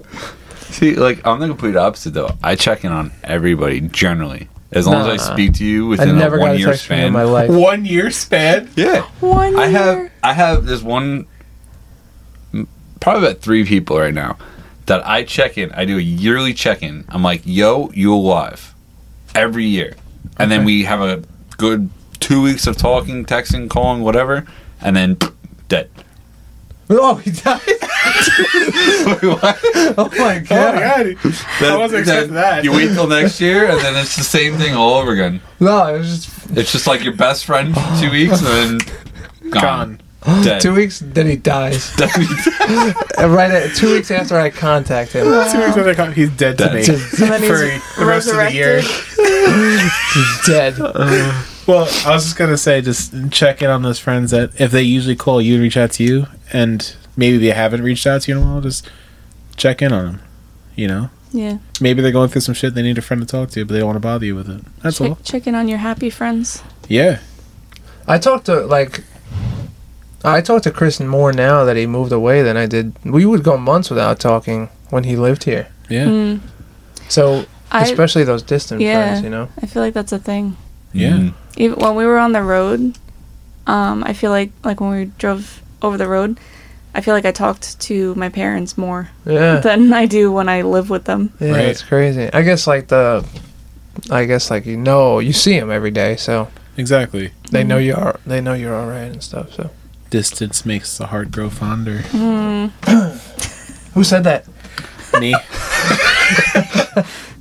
S1: See, like I'm the complete opposite though. I check in on everybody generally. As long as I
S3: Nah.
S1: speak to you
S3: I
S1: within
S3: never
S1: a
S3: got
S1: one
S3: a
S1: year
S3: text from you
S1: span.
S3: in my life.
S4: One year span.
S1: Yeah.
S2: One
S1: I have
S2: year.
S1: I have this one m- probably about three people right now that I check in. I do a yearly check in. I'm like, yo, you alive every year. And then we have a good two weeks of talking, texting, calling, whatever, and then dead.
S3: Oh, he died.
S1: Wait, what?
S3: Oh my
S4: Oh
S3: god.
S4: my god. I wasn't expecting that.
S1: You wait till next year, and then it's the same thing all over again.
S3: No, it was just
S1: It's just like your best friend for two weeks, and then gone,
S4: Gone.
S1: dead.
S3: two weeks. Then he dies.
S1: Dead.
S3: And right at two weeks after I contact him,
S4: Two weeks later, I caught- he's dead to
S1: Dead.
S4: me.
S3: Just-
S4: For
S2: then he's
S4: the rest of the year.
S2: resurrected.
S3: he's dead.
S4: Well, I was just gonna say, just check in on those friends that if they usually call you, reach out to you, and maybe they haven't reached out to you in a while, just check in on them. You know,
S2: Yeah.
S4: maybe they're going through some shit. They need a friend to talk to, but they don't want to bother you with it. That's
S2: Check,
S4: all.
S2: check in on your happy friends.
S4: Yeah.
S3: I talked to like. I talk to Chris more now that he moved away than I did. We would go months without talking when he lived here.
S4: Yeah.
S2: Mm,
S3: So
S2: I
S3: especially those distant
S2: Yeah.
S3: friends, you know.
S2: I feel like that's a thing.
S4: Yeah.
S1: Mm.
S2: even when we were on the road um i feel like like when we drove over the road i feel like i talked to my parents more
S3: Yeah,
S2: than i do when i live with them
S3: yeah,
S4: Right.
S3: it's crazy. I guess like the, I guess like you know you see him every day, so
S4: Exactly.
S3: they
S2: Mm-hmm.
S3: know you are they know you're all right and stuff. So
S4: Distance makes the heart grow fonder.
S2: mm,
S3: who said that?
S2: Hmm.
S4: Me.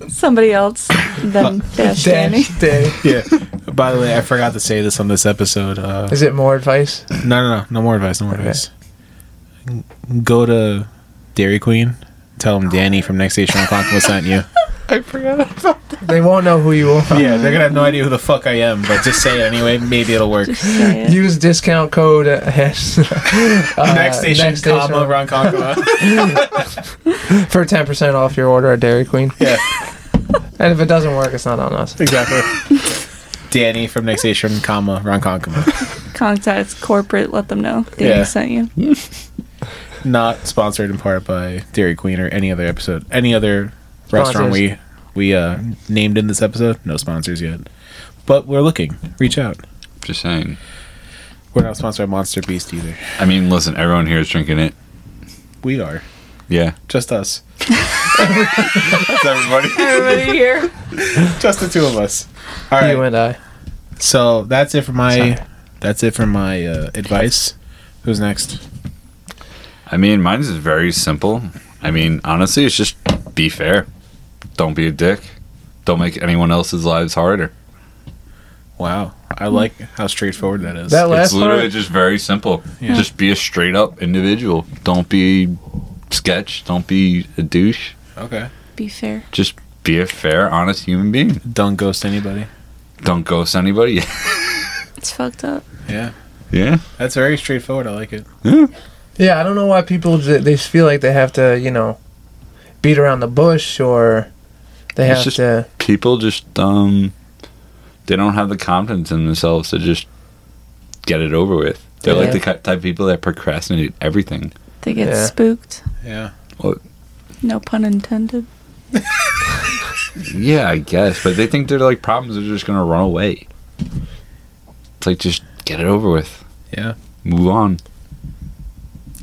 S2: somebody else than dash danny
S3: Danny.
S4: Yeah. By the way, I forgot to say this on this episode. Uh,
S3: Is it more advice?
S4: No, no, no. No more advice. No more
S3: Okay.
S4: advice. N- Go to Dairy Queen. Tell them Danny from Next Station on Conquest sent you.
S3: I forgot. they won't know who you are.
S4: Yeah, they're gonna have no idea who the fuck I am, but just say it anyway. Maybe it'll work.
S2: Just say it.
S3: Use discount code uh, hash- uh,
S4: next station, comma, Ron Conqua.
S3: for ten percent off your order at Dairy Queen.
S4: yeah,
S3: And if it doesn't work, it's not on us.
S4: exactly. Danny from Next Station, comma, Ron Conqua.
S2: contacts corporate let them know danny
S4: Yeah.
S2: sent you
S4: Not sponsored in part by Dairy Queen or any other episode, any other restaurant we we uh, named in this episode. No sponsors yet, but we're looking. Reach out.
S1: Just saying.
S4: We're not sponsored by Monster Beast either.
S1: I mean, listen, everyone here is drinking it.
S4: We are
S1: Yeah,
S4: just us,
S1: that's everybody.
S2: everybody here
S4: just the two of us. All right.
S3: You and I.
S4: So that's it for my
S3: Sorry.
S4: that's it for my uh, advice. Who's next?
S1: I mean, mine is very simple. I mean, honestly, it's just be fair. Don't be a dick. Don't make anyone else's lives harder.
S4: Wow, I like how straightforward that is.
S3: Hmm. That last
S1: it's literally
S3: part.
S1: just very simple.
S4: Yeah.
S1: Just be a straight up individual. Don't be sketch. Don't be a douche.
S4: okay.
S2: be fair
S1: Just be a fair, honest human being.
S4: Don't ghost anybody.
S1: Don't ghost anybody.
S2: it's fucked up
S4: Yeah,
S1: yeah.
S4: that's very straightforward. I like it.
S3: Yeah, I don't know why people j- they feel like they have to, you know, beat around the bush or they
S1: It's
S3: have
S1: just-
S3: to.
S1: People just um they don't have the confidence in themselves to just get it over with. They're like the
S3: Yeah.
S1: ki- type of people that procrastinate everything.
S2: they get
S3: Yeah.
S2: spooked
S4: Yeah,
S2: no pun intended
S1: Yeah, I guess, but they think they're like problems are just gonna run away. It's like just get it over with,
S4: yeah.
S1: move on.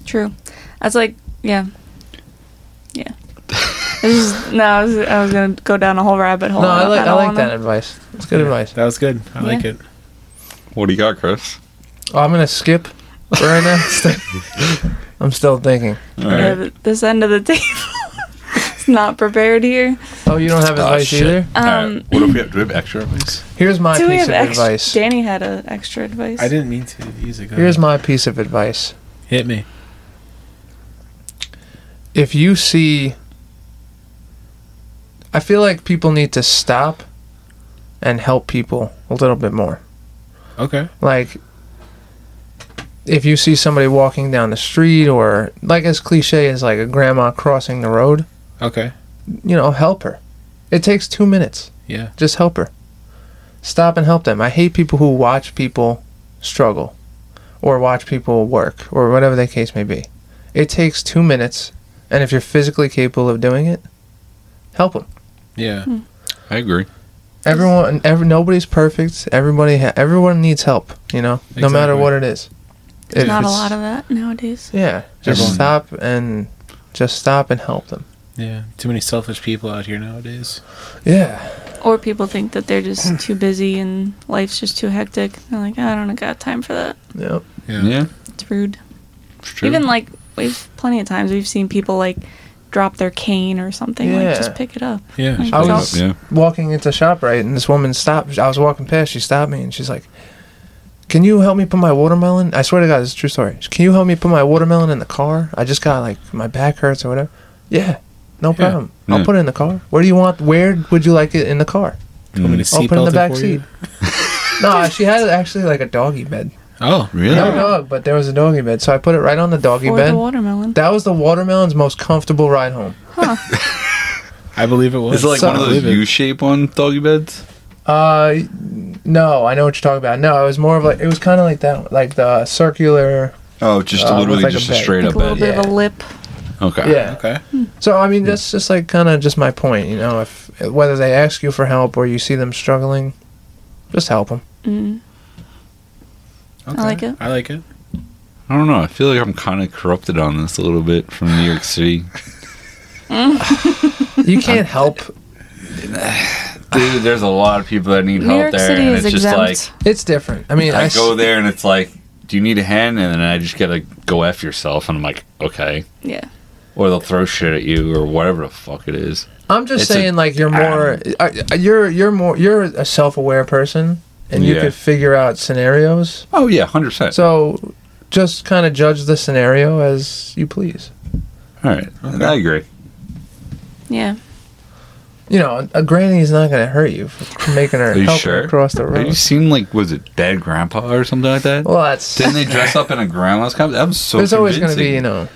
S2: True. I was like, yeah, yeah. It's just, no, I was, I was gonna go down a whole rabbit hole.
S3: No, I like I,
S2: don't
S3: like
S2: wanna-
S3: that advice. It's good advice.
S4: That was good. I
S2: Yeah.
S4: like it.
S1: What do you got, Chris?
S3: Oh, I'm gonna skip right now. I'm still thinking.
S1: All
S2: Yeah,
S1: right,
S2: but this end of the table. it's not prepared here.
S3: Oh, you don't have
S1: Oh,
S3: advice
S1: shit.
S3: either.
S2: Um,
S1: What if we have, do we have extra advice?
S3: Here's my
S2: do we
S3: piece
S2: have
S3: of
S2: extra?
S3: advice.
S2: Danny had an extra advice.
S4: I didn't mean to use it. Go
S3: Here's
S4: ahead.
S3: my piece of advice.
S4: hit me.
S3: if you see I feel like people need to stop and help people a little bit more.
S4: Okay.
S3: Like if you see somebody walking down the street or like as cliche as like a grandma crossing the road,
S4: Okay.
S3: you know, help her. It takes 2 minutes.
S4: Yeah.
S3: Just help her. Stop and help them. I hate people who watch people struggle or watch people work or whatever the case may be. It takes two minutes, and if you're physically capable of doing it, help them.
S4: Yeah.
S1: I agree.
S3: Everyone, every, nobody's perfect. Everybody, ha- everyone needs help. You know, no matter
S4: Exactly.
S3: what it is.
S2: There's
S3: If
S2: not a
S3: it's-
S2: lot of that nowadays.
S3: Yeah, just
S4: Everyone.
S3: stop and just stop and help them.
S4: Yeah. Too many selfish people out here nowadays.
S3: Yeah,
S2: Or people think that they're just too busy and life's just too hectic. They're like, I don't got time for that.
S3: Yep.
S1: Yeah,
S2: It's rude.
S1: it's true.
S2: Even like we've plenty of times we've seen people like drop their cane or something. Like
S3: Yeah.
S2: just pick it up.
S4: Yeah.
S2: Like,
S3: I
S2: it's
S1: Pick it
S2: all-
S1: up, yeah.
S3: walking into shop right and this woman stopped i was walking past she stopped me and she's like can you help me put my watermelon i swear to god it's a true story can you help me put my watermelon in the car i just got like my back hurts or whatever yeah no problem
S4: Hmm.
S3: i'll
S1: Yeah.
S3: put it in the car where do you want where would you like it in the car
S4: Want me to
S3: i'll put it in
S4: seatbelt
S3: the back
S4: for
S3: seat
S4: you?
S3: no she had actually like a doggy bed
S4: Oh,
S1: Really?
S3: no dog but there was a doggy bed so i put it right on the doggy
S2: Or
S3: bed
S2: the watermelon.
S3: that was the watermelon's most comfortable ride home
S4: I believe it was.
S1: Is it like
S3: So-
S1: one of
S4: I
S1: those
S4: believe it.
S1: U-shaped one doggy beds?
S3: Uh, no, I know what you're talking about. No, it was more of like it was kind of like that, like the circular.
S1: Oh, just
S3: Uh,
S1: literally
S3: with, like,
S1: just
S3: a
S1: a,
S3: bed.
S1: straight
S2: like
S1: up
S2: a little
S1: bed.
S3: bit.
S2: bit of
S3: Yeah.
S2: a lip.
S1: Okay.
S3: Yeah.
S4: Okay.
S3: So I mean, that's just like kind of just my point. You know, if whether they ask you for help or you see them struggling, just help them.
S2: Mm.
S4: okay.
S2: like it.
S4: I like it.
S1: I don't know. I feel like I'm kind of corrupted on this a little bit from New York City.
S3: You can't help.
S1: Dude, there's a lot of people that need
S2: New
S1: help
S2: York
S1: there,
S2: City
S1: and
S2: is
S1: it's
S2: exempt.
S1: just
S3: It's different. I mean,
S1: like
S3: I,
S1: I
S3: s-
S1: go there and it's like, do you need a hand? And then I just gotta go f yourself, and I'm like, okay.
S2: yeah.
S1: Or they'll throw shit at you, or whatever the fuck it is.
S3: I'm just
S1: it's a-
S3: saying, like you're more, uh, you're you're more, you're a self-aware person, and you
S1: Yeah.
S3: could figure out scenarios.
S1: Oh yeah, hundred percent.
S3: So, just kind of judge the scenario as you please.
S1: All right, I agree.
S2: Yeah.
S3: You know, a granny's not going to hurt you for making her
S1: Are you
S3: help her
S1: sure?
S3: across the
S1: Have
S3: road.
S1: you seen like was it dead grandpa or something like that?
S3: Well, that's
S1: Didn't they dress up in a grandma's costume? That was so.
S3: there's always going to be,
S1: convincing.
S3: you know,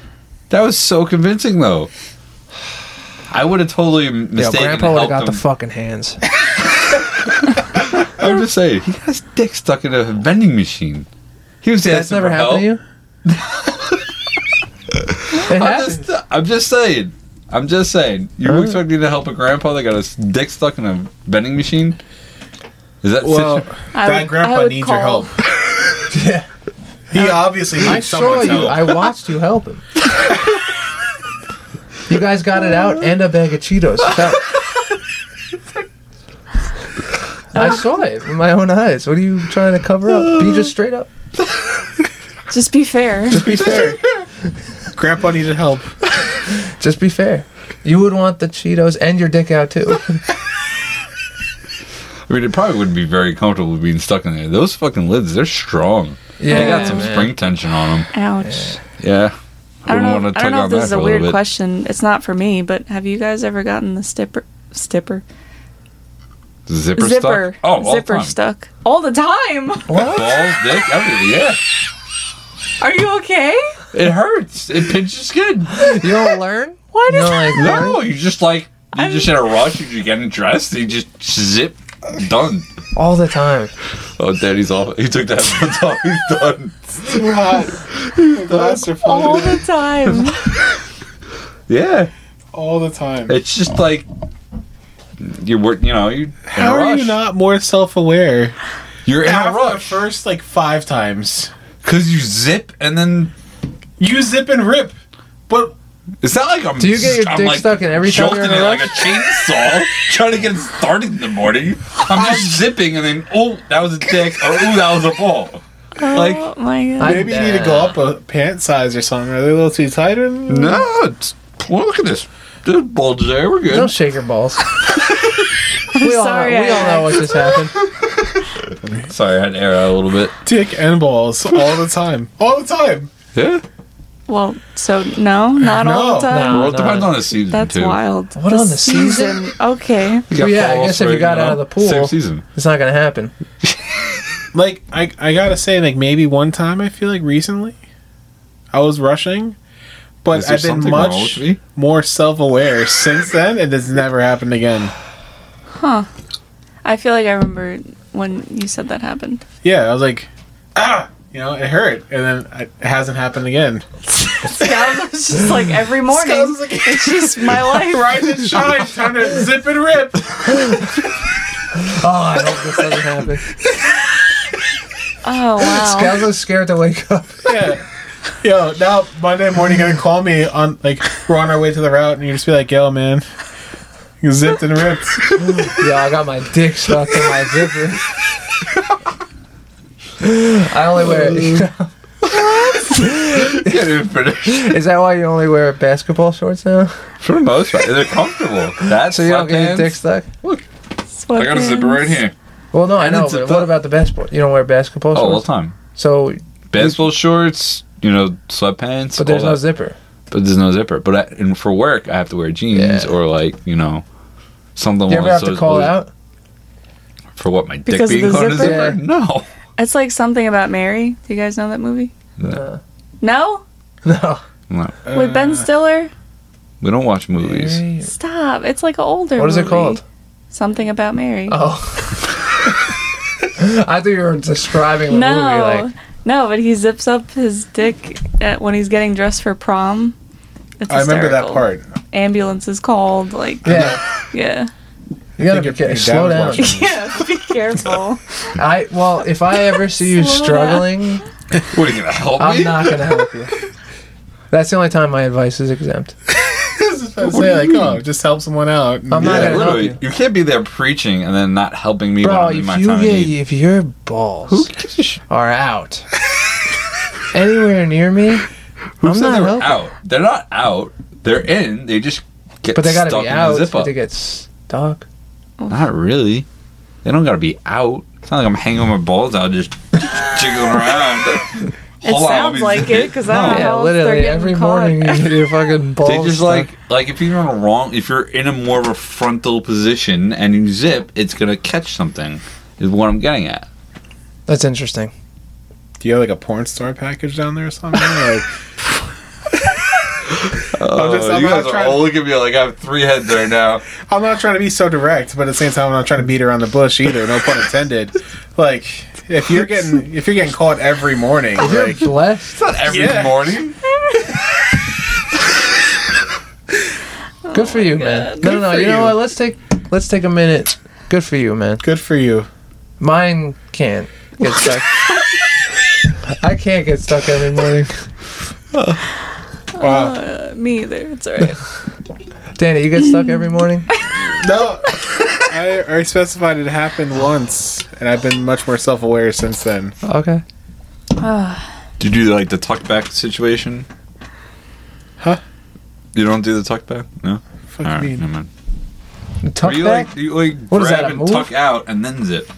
S1: That was so convincing though. I would have totally
S3: yeah,
S1: mistaken.
S3: Grandpa would have
S1: helped
S3: got the
S1: him.
S3: fucking hands.
S1: I'm just saying, he got his dick stuck in a vending machine. He was
S3: That's
S1: asking
S3: never
S1: for
S3: happened to you.
S1: help.
S3: it
S1: I'm
S3: happens.
S1: just, I'm just saying. I'm just saying. You were
S3: Alright.
S1: expecting to help a grandpa that got his dick stuck in a vending machine? Is that
S4: Well,
S1: situ-
S2: I
S4: that
S2: would- I
S4: grandpa
S2: would
S4: needs
S2: call.
S4: your help. yeah. He obviously
S3: I
S4: needs
S3: saw
S4: someone's
S3: you.
S4: help.
S3: I watched you help him. you guys got it out and a bag of Cheetos. So- I saw it with my own eyes. What are you trying to cover up? Be just straight up.
S2: Just be fair.
S3: Just be fair.
S4: Grandpa needed help.
S3: Just be fair. You would want the Cheetos and your dick out too.
S1: I mean, it probably wouldn't be very comfortable being stuck in there. Those fucking lids, they're strong.
S3: Yeah,
S1: They got some
S3: man.
S1: spring tension on them.
S2: Ouch.
S1: Yeah.
S2: I
S1: wouldn't
S2: don't know.
S1: wanna
S2: I don't
S1: tug
S2: know
S1: on
S2: if this
S1: that
S2: is a
S1: for
S2: weird
S1: little bit.
S2: question. It's not for me, but have you guys ever gotten the stipper, stipper,
S1: Zipper,
S2: zipper,
S1: stuck. Oh, all
S2: zipper
S1: the time.
S2: stuck all the time?
S1: Balls, dick, everything. Yeah.
S2: Are you okay?
S1: It hurts. It pinches your skin.
S3: You don't learn.
S2: Why
S3: You
S2: does
S3: don't
S2: that?
S3: like learn.
S1: No, you just like you just in a rush. You're getting dressed. You just zip, done.
S3: all the time.
S1: Oh, Daddy's off. He took that once off. He's done.
S2: all the time?
S1: Yeah,
S4: all the time.
S1: it's just like you were. You know, you
S4: How
S1: in a
S4: are
S1: rush.
S4: you not more self-aware?
S1: You're in a
S4: After the
S1: rush
S4: first like five times,
S1: because you zip and then
S4: you zip and rip. But
S1: it's not like I'm.
S3: Do you get your
S1: I'm
S3: dick
S1: like
S3: stuck in every time
S1: jolting
S3: you're in
S1: it
S3: a
S1: like a
S3: rush?
S1: chainsaw, trying to get it started in the morning. I'm just zipping and then oh, that was a dick. Or oh, that was a ball. Like-
S2: oh my god!
S3: I-
S4: maybe you need to go up a pant size or something. Are they a little too tight? Or
S1: No, it's, well, look at this. There's bulge there. We're good.
S3: Don't shake your balls. we all,
S2: sorry,
S3: know, we all
S2: I-
S3: know what just happened.
S1: Sorry, I had to air out a little bit.
S4: dick and balls all the time, all the time.
S1: Yeah.
S2: well, so no, not all the
S4: No.
S2: time.
S3: No,
S1: Well, it depends on the season
S2: That's
S1: too.
S2: wild.
S3: What on the season?
S2: Okay.
S1: You got
S3: Yeah, I
S1: fall,
S3: guess if you
S1: spring,
S3: got out
S1: know,
S3: of the pool.
S1: same season.
S3: It's not gonna happen.
S4: Like I, I gotta say, like maybe one time I feel like recently, I was rushing, but
S1: Is there
S4: I've been
S1: something wrong
S4: much
S1: with me?
S4: more self-aware since then, and it's never happened again.
S2: I feel like I remember when you said that happened.
S4: Yeah, I was like, ah, you know, it hurt, and then it hasn't happened again.
S2: Scouts was just like every morning.
S4: Scout's like-
S2: It's just my life.
S4: Rise and shine, time to zip and rip.
S3: Oh, I hope this doesn't happen.
S2: Oh wow.
S3: Scouts are scared to wake up.
S4: Yeah. Yo, now Monday morning, you're gonna call me on like we're on our way to the route, and you just be like, "Yo, man, zipped and ripped.
S3: Yeah, I got my dick stuck in my zipper. I only wear.
S1: Can't even finish.
S3: Is that why you only wear basketball shorts now?
S1: For the most part, they're comfortable. That's
S3: So you don't get your dick stuck.
S1: I got a zipper right here.
S3: Well, no, I
S1: And
S3: know.
S1: it's a
S3: But
S1: thought.
S3: what about the basketball? You don't wear basketball
S1: Oh, all the
S3: shorts.
S1: time.
S3: So,
S1: Baseball shorts, you know, sweatpants.
S3: but there's
S1: all
S3: no
S1: that.
S3: zipper.
S1: but there's no zipper. But I, and for work, I have to wear jeans
S3: Yeah.
S1: or like you know something.
S3: You ever
S1: along
S3: have to
S1: those
S3: call
S1: lines.
S3: out?
S1: for what my dick
S2: Because of
S1: being
S2: the
S1: caught in a
S2: zipper?
S1: zipper?
S3: Yeah.
S1: No.
S2: It's like something about Mary. Do you guys know that movie?
S3: Uh,
S2: No?
S3: no.
S2: With Ben Stiller?
S1: We don't watch movies.
S2: Stop. It's like an older
S3: What is it
S2: movie.
S3: called?
S2: Something about Mary.
S3: Oh. I thought you were describing the
S2: no.
S3: movie. Like,
S2: no, but he zips up his dick at, when he's getting dressed for prom. It's
S4: I remember that
S2: hysterical.
S4: part.
S2: Ambulance is called. Like,
S3: yeah,
S2: yeah.
S3: you gotta
S4: think
S3: be
S4: your-
S3: careful.
S4: your dad
S3: Slow
S4: was
S3: down.
S4: watching.
S2: Yeah, be careful.
S3: I well, if I ever see you
S2: Slow down.
S3: struggling,
S1: What are you gonna help
S3: I'm
S1: me?
S3: not gonna help you. That's the only time my advice is exempt.
S4: I was just about to say, like, oh, just help someone out.
S3: I'm not
S1: yeah,
S3: gonna help
S1: literally.
S3: you.
S1: You. can't be there preaching and then not helping me
S3: Bro,
S1: when I'm in
S3: if
S1: my
S3: you
S1: time of
S3: get,
S1: need.
S3: if your balls are out anywhere near me,
S1: Who
S3: I'm
S1: said
S3: not
S1: they were
S3: helping.
S1: out? They're not out. They're in. They just get
S3: but they gotta
S1: stuck
S3: be
S1: in
S3: out.
S1: the zip
S3: but
S1: up.
S3: They get stuck.
S1: Not really. They don't gotta be out. It's not like I'm hanging my balls out just jiggling around.
S2: It
S1: Hold on, let
S2: sounds
S1: me
S2: like
S1: zip
S2: it because
S1: No.
S2: I don't
S3: Yeah,
S2: know. if they're
S3: literally
S2: getting
S3: every
S2: caught.
S3: morning you get your fucking balls.
S1: They just
S3: stuck.
S1: like like if you're in a wrong if you're in a more of a frontal position and you zip, it's gonna catch something. Is what I'm getting at.
S3: that's interesting.
S4: Do you have like a porn star package down there or something? Like, I'm just- I'm
S1: Oh, you
S4: not
S1: guys are
S4: trying-
S1: all looking at me like I have three heads right now.
S4: I'm not trying to be so direct, but at the same time, I'm not trying to beat around the bush either. No pun intended. Like, if you're getting if you're getting caught every morning, like,
S3: Blessed.
S1: Every
S4: Yeah.
S1: morning.
S3: Good for you, man.
S2: God.
S3: No,
S4: Good
S3: no, no.
S4: for
S3: You know
S4: you.
S3: what? Let's take let's take a minute. Good for you, man.
S4: good for you.
S3: Mine can't get stuck. I can't get stuck every morning.
S4: Wow.
S2: Uh, me either. It's alright.
S3: Danny, you get stuck every morning?
S4: No, I already specified it happened once, and I've been much more self aware since then.
S3: Okay.
S1: Do you do like the tuck back situation?
S4: Huh?
S1: You don't do the tuck back? No?
S4: Fuck
S1: All
S4: me.
S1: right, never mind.
S3: Tuck
S1: Or you
S3: back?
S1: like you like
S3: What is
S1: grab
S3: that, a
S1: and
S3: move?
S1: tuck out and then zip.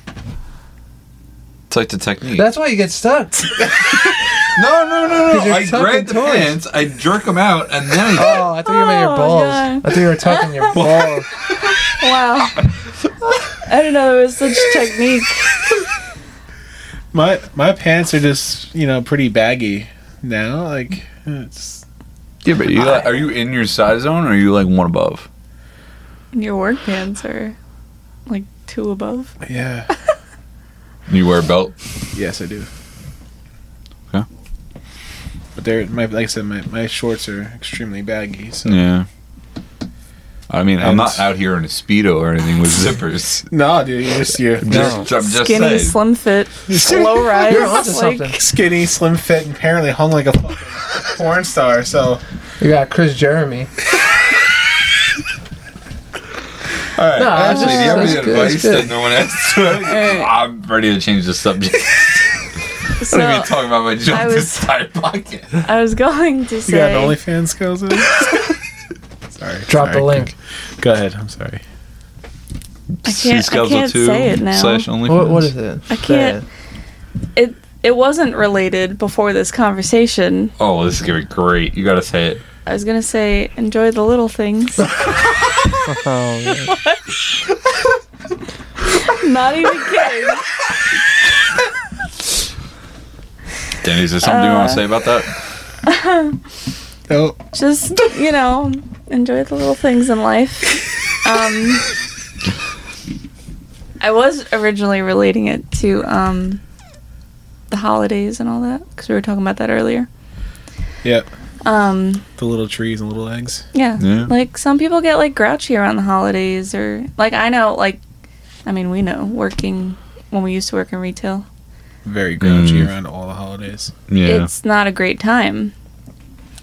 S1: It's like the technique.
S3: That's why you get stuck.
S1: no, no, no,
S3: 'Cause
S1: no.
S3: you're
S1: I
S3: tucking
S1: grab the
S3: towards.
S1: pants, I jerk them out, and then I zip.
S3: Oh, I thought you meant your
S2: Oh,
S3: balls.
S2: God.
S3: I thought you were tucking your balls.
S2: wow. I didn't know there was such technique.
S4: My my pants are just you know pretty baggy now. Like it's
S1: Yeah, but you like, are you in your size zone or are you like one above?
S2: Your work pants are like two above.
S4: yeah.
S1: You wear a belt.
S4: Yes, I do.
S1: Okay.
S4: But they're my like I said my, my shorts are extremely baggy. So
S1: Yeah. I mean, I'm
S4: And-
S1: not out here in a speedo or anything with zippers.
S4: no, dude, you're just you're
S1: Just, I'm just
S2: Skinny,
S1: saying.
S2: slim fit, low rise.
S3: You're onto
S2: like,
S3: something.
S4: skinny, slim fit, and apparently hung like a fucking porn star. So
S3: You got Chris Jeremy.
S1: All right.
S3: No,
S1: Ashley, do you have
S3: that's
S1: any
S3: good,
S1: advice
S3: that's good.
S1: that no one asked? I'm ready to change the subject.
S2: So
S1: I'm even talking about my
S2: I
S1: junk
S2: was-
S1: this entire pocket.
S2: I was going to
S4: you got
S2: say.
S4: an OnlyFans girls? in? sorry.
S3: Drop the
S4: sorry.
S3: link.
S4: Go ahead. I'm sorry.
S2: I can't- I can't say it now.
S1: Slash only
S3: What, what is it?
S2: I can't- It it wasn't related before this conversation.
S1: Oh, this is gonna be great. You gotta say it.
S2: I was gonna say enjoy the little things.
S3: Oh, yeah.
S2: Not even kidding.
S1: Danny, is there something
S3: Uh,
S1: you want to say about that?
S4: Oh,
S2: Just you know, enjoy the little things in life. Um, I was originally relating it to um, the holidays and all that because we were talking about that earlier.
S4: yeah.
S2: Um,
S4: The little trees and little eggs.
S2: Yeah.
S1: Yeah.
S2: Like some people get like grouchy around the holidays or like I know like I mean we know working when we used to work in retail.
S4: Very grouchy
S1: Mm.
S4: around all the holidays.
S1: Yeah.
S2: It's not a great time.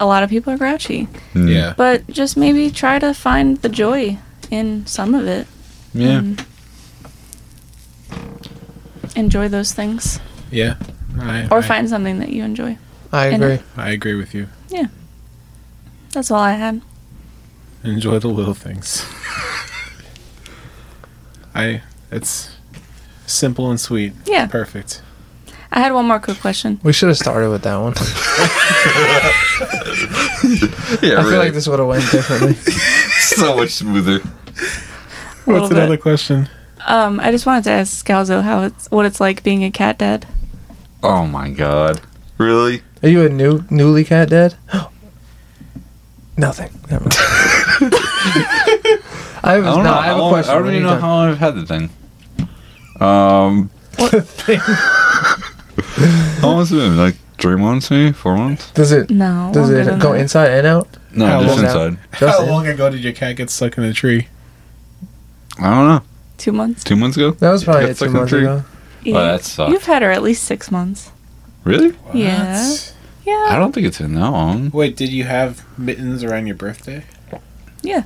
S2: A lot of people are grouchy.
S1: Mm.
S4: Yeah.
S2: But just maybe try to find the joy in some of it.
S1: Yeah.
S2: and enjoy those things
S4: Yeah. I,
S2: or
S4: I,
S2: find something that you enjoy.
S3: I
S2: And-
S3: agree.
S4: I agree with you.
S2: That's all I had.
S4: Enjoy the little things. I. It's simple and sweet.
S2: Yeah.
S4: Perfect.
S2: I had one more quick question.
S3: We should have started with that one.
S1: Yeah,
S3: I
S1: really.
S3: feel like this would have went differently.
S1: so much smoother.
S2: A little
S4: What's another
S2: bit.
S4: question?
S2: Um, I just wanted to ask Scalzo how it's what it's like being a cat dad.
S1: Oh my god. Really?
S3: Are you a new newly cat dad? Nothing. Never mind. I, was,
S1: I don't
S3: no,
S1: know.
S3: I have
S1: how
S3: a
S1: long-
S3: question.
S1: I don't
S3: What
S1: even
S3: are
S1: know
S3: you
S1: how long I've had the thing. Um,
S3: talking-
S1: how long has it been? Like three months, maybe four months?
S3: Does it
S2: No.
S3: does
S2: longer than
S3: it go
S2: that.
S3: inside and out?
S1: No,
S4: How
S1: just
S3: long now?
S1: inside.
S3: Just
S4: How
S3: in?
S4: long ago did your cat get stuck in a tree?
S1: I don't know.
S2: two months?
S1: Two months ago.
S3: That was probably
S1: That's
S3: two
S1: like
S3: months
S1: three.
S3: ago.
S2: Yeah.
S1: Oh, that sucks.
S2: You've had her at least six months.
S1: Really?
S2: Yeah.
S4: What?
S1: I
S2: Yeah.
S1: don't think it's been that long.
S4: Wait, did you have mittens around your birthday?
S2: Yeah.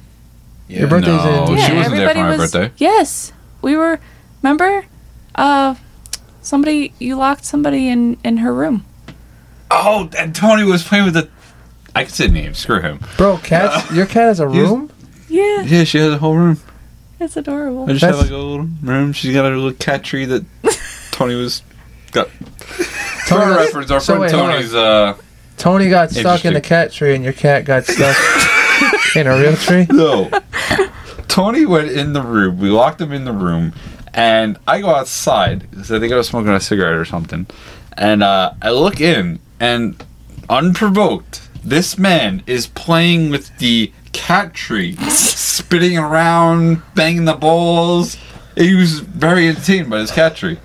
S4: Yeah.
S3: Your birth- Birthday's
S1: no,
S3: in-
S2: yeah.
S1: she wasn't there for my birthday.
S2: Yes, we were. Remember, uh, somebody you locked somebody in in her room.
S1: Oh, and Tony was playing with the. I can say names. Screw him.
S3: Bro, cats. Your cat has a
S1: He's-
S3: room.
S2: Yeah,
S1: Yeah, she has a whole room.
S2: it's adorable.
S1: I just
S3: That's-
S1: have like a little room. She's got a little cat tree that Tony was. Got.
S3: Tony-
S1: For reference, our
S3: so
S1: friend
S3: wait, hold on.
S1: Tony's. Uh,
S3: Tony got stuck
S1: Interesting.
S3: in the cat tree, and your cat got stuck in a real tree.
S1: No. Tony went in the room. We locked him in the room, and I go outside because I think I was smoking a cigarette or something. And uh, I look in, and unprovoked, this man is playing with the cat tree, spitting around, banging the balls. He was very entertained by this cat tree.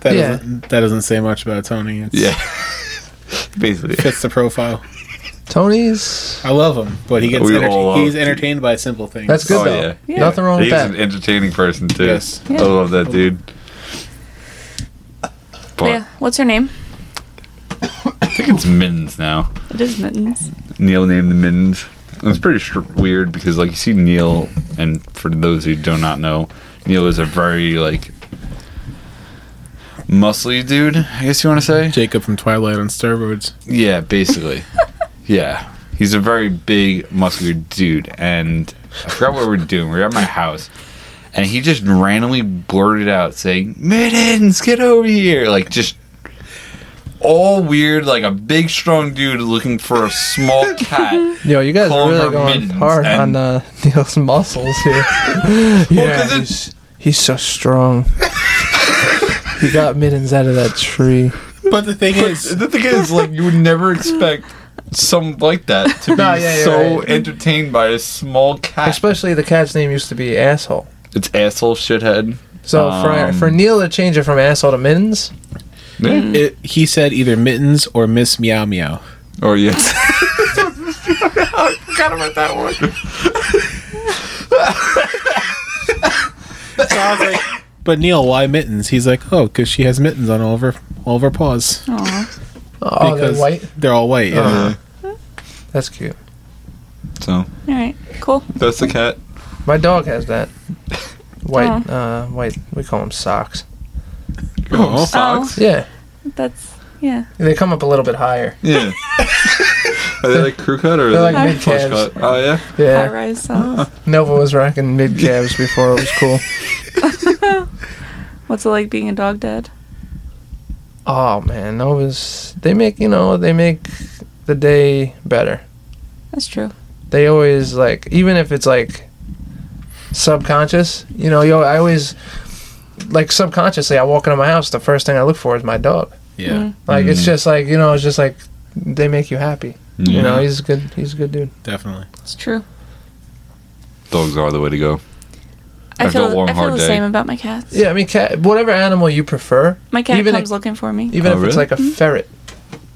S4: That,
S3: Yeah.
S4: doesn't, that doesn't say much about Tony. It's,
S1: basically.
S4: Fits the profile.
S3: Tony's.
S4: I love him, but he gets
S1: We
S4: enter-
S1: all love
S4: he's
S1: you.
S4: entertained by simple things.
S3: That's good
S1: Oh,
S3: though.
S1: yeah.
S2: Yeah.
S3: Nothing wrong with
S1: He's an
S3: that.
S1: entertaining person too.
S4: Yes.
S1: I love that dude. But
S2: yeah, what's her name?
S1: I think it's Mittens now.
S2: It is Mittens.
S1: Neil named the Mittens. It was pretty str- weird because, like, you see Neil, and for those who do not know, Neil is a very like muscly dude. I guess you want to say,
S4: Oh. Jacob from Twilight on steroids.
S1: yeah, basically, yeah. He's a very big, muscular dude, and I forgot what we were doing. We were at my house, and he just randomly blurted out saying, "Mittens, get over here!" Like just all weird, like a big, strong dude looking for a small cat.
S3: Yo, you guys are
S1: Calling
S3: really
S1: her
S3: going
S1: mittens
S3: hard on
S1: and-
S3: uh, Neil's muscles here. yeah,
S1: 'cause it's-
S3: he's, he's so strong. he got mittens out of that tree.
S4: But the thing is,
S1: The thing is, like, you would never expect someone like that to be
S3: No, yeah, you're
S1: so
S3: right.
S1: entertained by a small cat.
S3: Especially the cat's name used to be asshole.
S1: it's asshole shithead.
S3: So for
S1: Um,
S3: for Neil to change it from asshole to mittens,
S1: Mm.
S4: it, he said either mittens or Miss Meow Meow.
S1: Or yes. I forgot about that one.
S4: So I was like, but Neil, why mittens? He's like, oh, because she has mittens on all of her all of her paws.
S2: Aw.
S3: oh, they're
S4: Because-
S3: white.
S4: They're all white. Yeah.
S3: Uh, that's cute.
S1: So
S2: All right, cool.
S1: that's the cat.
S3: My dog has that. White, uh, white. We call them socks. Uh-huh.
S4: Oh.
S1: socks.
S3: Yeah,
S2: That's yeah.
S3: they come up a little bit higher.
S1: Yeah. Are they like crew cut or
S3: They're
S1: are
S3: like
S1: they
S3: mid
S1: flush
S3: calves.
S1: cut? Oh yeah.
S2: High
S3: Yeah,
S2: rise socks.
S3: Nova was rocking mid calves before it was cool.
S2: What's it like being a dog dad?
S3: Oh man, Nova's. They make you know they make the day better.
S2: That's true.
S3: they always like even if it's like subconscious you know yo i always like subconsciously i walk into my house the first thing i look for is my dog
S4: Yeah.
S2: Mm-hmm.
S3: like it's
S1: Mm.
S3: just like you know it's just like they make you happy you know he's a good he's a good dude
S4: Definitely.
S2: It's true.
S1: Dogs are the way to go.
S2: I
S1: After a
S2: feel
S1: long,
S2: I feel
S1: hard
S2: the
S1: day.
S2: same about my cats.
S3: yeah i mean cat whatever animal you prefer
S2: My cat
S3: Even
S2: comes
S3: if-
S2: looking for me.
S3: even
S1: Oh,
S3: if
S1: really?
S3: it's like a ferret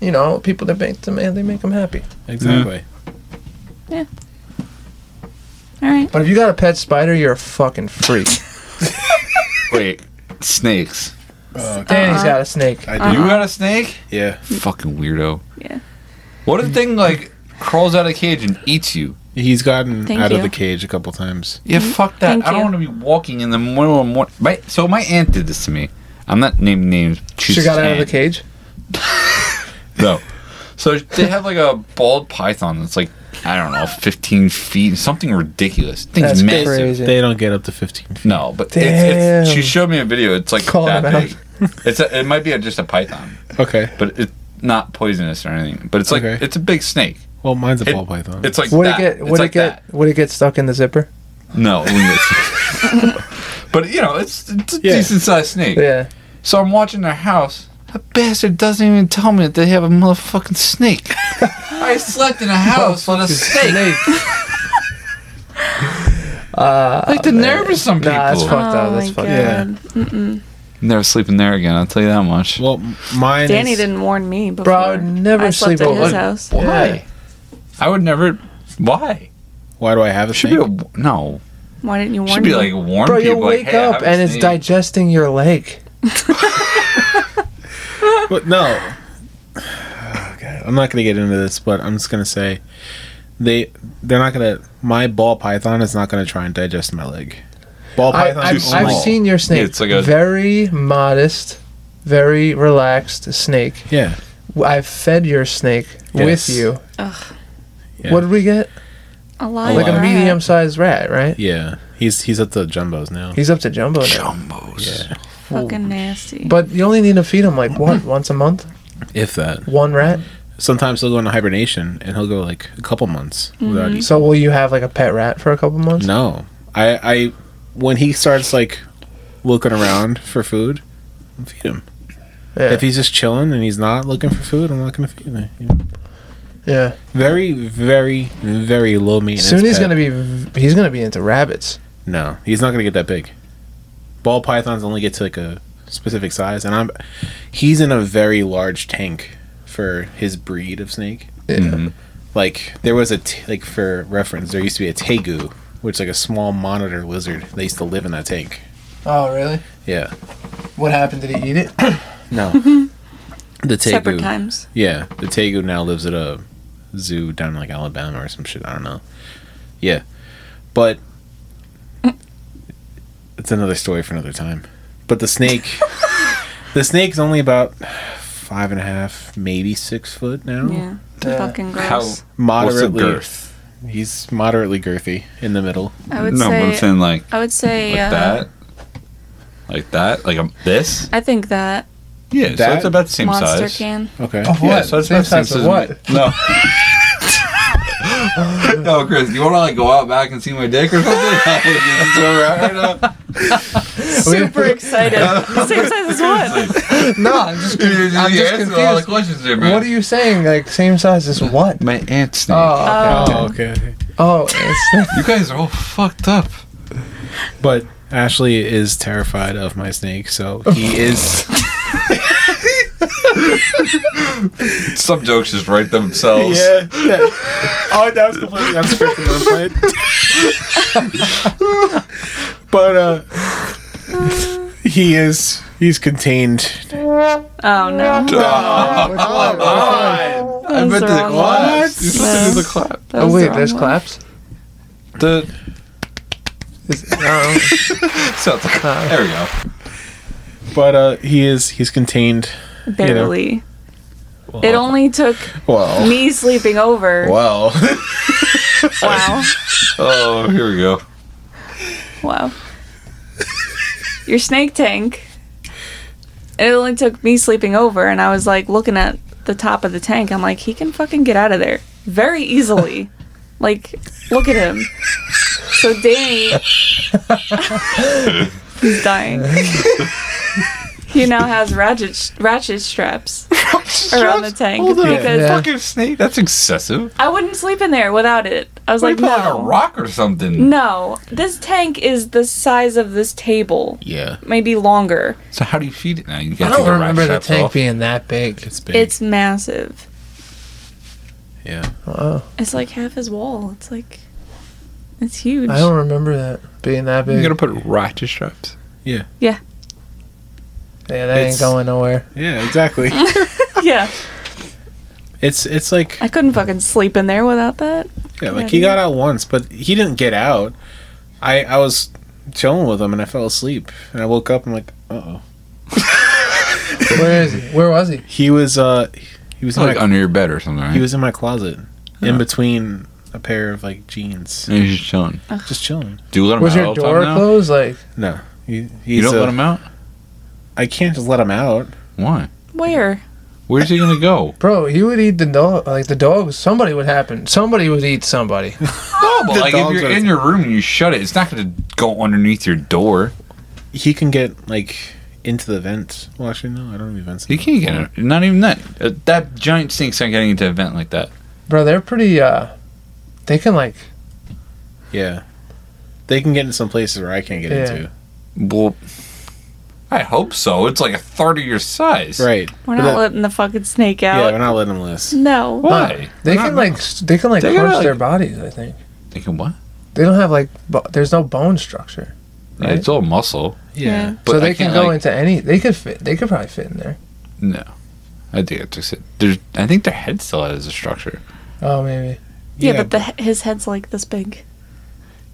S3: you know people that make them they make them happy
S4: Exactly.
S2: All right.
S3: but if you got a pet spider you're a fucking freak
S1: Wait, snakes.
S4: Oh, okay.
S3: danny's
S2: Uh-uh.
S3: got a snake
S4: I do.
S1: You got a snake?
S4: Yeah.
S1: Fucking weirdo.
S2: Yeah.
S1: What if the thing like crawls out of the cage and eats you?
S4: He's gotten
S2: Thank
S4: out of
S2: you.
S4: the cage a couple times.
S1: Yeah, fuck that.
S2: Mm-hmm. Thank
S1: I don't
S2: you.
S1: want to be walking in the middle of the morning. My, so my aunt did this to me. I'm not naming names.
S3: She
S1: She's
S3: got out of the
S1: aunt.
S3: cage.
S1: No. So they have like a bald python that's like I don't know, 15 feet, something ridiculous. Things
S3: That's
S1: massive.
S3: crazy.
S4: They don't get up to 15 feet.
S1: No, but it's, it's,
S3: Damn.
S1: she showed me a video. It's like
S3: Call
S1: that
S3: him out.
S1: big. It's a, it might be a, just a python,
S4: Okay.
S1: but it's not poisonous or anything. But it's like
S4: Okay.
S1: it's a big snake.
S4: Well, mine's a
S1: It-
S4: ball python.
S1: It's like
S3: Would
S1: that.
S3: it get?
S1: It's
S3: Would
S1: like
S3: it get? Would it get stuck in the zipper?
S1: that. No. it wouldn't get- but you know, it's, it's a
S4: Yeah.
S1: decent sized snake.
S3: Yeah.
S1: So I'm watching their house. That bastard doesn't even tell me that they have a motherfucking snake. I slept in a house with a snake. like the nerve of some people.
S3: Nah, it's fun. Fucked up,
S2: Oh
S3: that's fucked
S4: up.
S2: Mm-mm.
S1: Never sleeping there again. I'll tell you that much.
S4: well, m- mine
S2: Danny
S4: is,
S2: didn't warn me before.
S3: Bro, I would never
S2: I slept
S3: sleep
S2: at
S3: over.
S2: his house.
S1: Why?
S3: Yeah.
S1: I would never. Why?
S4: Why do I have a
S1: It should be
S4: snake?
S1: a no.
S2: Why didn't you warn
S1: Should
S2: me?
S1: be like warn
S3: Bro,
S1: people.
S3: you'll
S1: like,
S3: wake
S1: "Hey, I
S3: up
S1: have a
S3: and it's
S1: snake."
S3: digesting your leg.
S4: But no. Oh, God. I'm not going to get into this, but I'm just going to say they they're not going to my ball python is not going to try and digest my leg. Ball
S3: I,
S4: python
S3: I've,
S1: too
S3: I've
S1: small.
S3: seen your snake.
S1: Yeah, it's like a-
S3: very modest, very relaxed snake.
S4: Yeah.
S3: I've fed your snake
S4: Yes.
S3: with you.
S2: Ugh,
S4: Yeah.
S3: What did we get?
S2: a lot.
S4: Like
S3: Like a
S4: Rat.
S3: medium sized rat, right?
S4: Yeah. He's he's at the jumbos now.
S3: He's up to jumbo now.
S1: Jumbos.
S4: yeah.
S2: Fucking nasty.
S3: But you only need to feed him like what, once a month?
S4: If that.
S3: One rat?
S4: Sometimes he'll go into hibernation and he'll go like a couple months
S2: Mm-hmm.
S4: without eating.
S3: So will you have like a pet rat for a couple months?
S4: No, I, I when he starts like looking around for food, I'll feed him.
S3: Yeah.
S4: If he's just chilling and he's not looking for food, I'm not gonna feed him. You know?
S3: yeah.
S4: Very, very, very low maintenance.
S3: Soon he's
S4: pet.
S3: gonna be v- he's gonna be into rabbits.
S4: No, he's not gonna get that big. Ball pythons only get to like a specific size, and I'm he's in a very large tank for his breed of snake.
S3: Yeah.
S1: Mhm.
S4: Like there was a t- like for reference, there used to be a tegu, which is like a small monitor lizard. They used to live in that tank.
S3: Oh really?
S4: Yeah.
S3: What happened? Did he eat it?
S4: No. the tegu.
S2: Separate times.
S4: Yeah, the tegu now lives at a zoo down in like Alabama or some shit. I don't know. Yeah, but it's another story for another time. But the snake, the snake's only about five and a half, maybe six foot now.
S2: Yeah.
S3: Yeah.
S2: Fucking
S1: How?
S2: gross.
S1: What's the
S4: Moderately,
S1: girth?
S4: he's moderately girthy in the middle.
S2: I would
S1: no, but I'm
S2: say.
S1: saying like
S2: I would say.
S1: like
S2: uh,
S1: that, like that, like um, this.
S2: I think that
S1: Yeah, so
S4: That
S1: it's about the same
S2: monster
S1: size.
S2: can.
S4: Okay.
S1: Yeah, so it's
S3: Same
S1: about the same
S3: size
S1: size.
S3: as
S1: as
S3: what?
S1: me. No. no, Chris, you want to like go out back and see my dick or something? It's all right now.
S2: Super excited. Same size as what?
S3: no, I'm just
S1: You're, you're
S3: I'm just
S1: answering all the
S3: confused.
S1: questions there, man.
S3: What are you saying? Like same size as what?
S1: My aunt's snake.
S3: Oh,
S4: Oh, okay. okay.
S3: oh, it's
S1: You guys are all fucked up.
S4: But Ashley is terrified of my snake, so he is.
S1: Some jokes just write themselves.
S4: Oh, that was completely unscripted and unplanned. but uh, he is he's contained.
S2: Oh no.
S1: Oh, come on. I
S2: That
S1: meant
S2: was the
S1: to
S2: wrong
S1: clap.
S2: one.
S1: You meant to
S2: No.
S1: the clap.
S2: That
S3: oh
S2: was the
S3: wait,
S2: wrong
S3: there's
S2: one.
S3: claps.
S1: The
S3: Is- no.
S1: sounds like, there we go.
S4: But uh, he is he's contained.
S2: Barely. It only took
S4: Well,
S2: me sleeping over.
S4: well.
S2: Wow.
S1: Oh, here we go.
S2: Wow. Your snake tank. It only took me sleeping over, and I was like looking at the top of the tank. I'm like, he can fucking get out of there very easily. like, look at him. So Danny, he's dying. he now has ratchet ratchet straps around the tank because
S3: Yeah.
S1: Fucking snake. That's excessive.
S2: I wouldn't sleep in there without it. I was
S1: What
S2: like,
S1: if you put, like
S2: no,
S1: a rock or something?
S2: no. This tank is the size of this table,
S4: yeah,
S2: maybe longer.
S1: So how do you feed it now? You
S3: I
S1: got
S3: don't remember the tank being that big.
S4: it's big.
S2: It's massive.
S4: yeah.
S3: Wow.
S2: It's like half his wall. It's like it's huge.
S3: I don't remember that being that
S1: You're
S3: big.
S1: gonna put ratchet straps.
S3: yeah, that
S4: it's-
S3: ain't going nowhere.
S4: Yeah, exactly.
S2: yeah,
S4: it's it's like
S2: I couldn't fucking sleep in there without that.
S4: Yeah, like he got out once, but he didn't get out. I I was chilling with him and I fell asleep and I woke up and I'm like, uh oh.
S3: Where is he? Where was he?
S4: He was uh he was
S1: It's
S4: in
S1: Oh, like
S4: my,
S1: under Oh. your bed or something, right?
S4: he was in my closet
S1: Yeah.
S4: in between a pair of like jeans,
S1: And he's just chilling.
S4: just chilling.
S1: Do you let him
S3: Was
S1: out
S3: your
S1: all the
S3: door
S1: time now?
S3: closed? Like,
S4: No, he, he's
S1: You don't
S4: uh,
S1: let him out?
S4: I can't just let him out.
S1: Why?
S2: Where?
S1: Where's he gonna go?
S3: bro, he would eat the dog. Like the dog. Somebody would happen. Somebody would eat somebody.
S1: No, but
S4: The
S1: like if
S4: dogs
S1: you're
S4: are-
S1: in your room and you shut it, it's not gonna go underneath your door.
S4: He can get like into the vents. Well, actually, no, I don't have any vents.
S1: You can't get it. Not even that. Uh, that giant stink's not getting into a vent like that.
S3: bro, they're pretty. uh They can like.
S4: Yeah, they can get in some places where I can't get
S3: Yeah.
S4: into.
S1: Well, I hope so. It's like a third of your size.
S4: Right?
S2: We're
S4: But
S2: not
S4: that-
S2: letting the fucking snake
S4: yeah,
S2: out.
S4: we're not letting him loose.
S2: no.
S1: Why?
S3: They
S1: They're not-
S3: can like. s- They can like
S1: They gotta,
S3: crush their
S1: like-
S3: bodies. I think
S1: They can what?
S3: they don't have like. Bo- there's no bone structure.
S1: Yeah,
S3: Right?
S1: It's all muscle.
S4: Yeah.
S2: Yeah.
S1: But
S3: so
S1: I
S3: they can
S1: can't,
S3: go
S1: like-
S3: into any. They could fit. They could probably fit in there.
S1: No, I think it just there's. I think their head still has a structure.
S3: Oh, maybe.
S2: Yeah, but the, he- his head's like this big.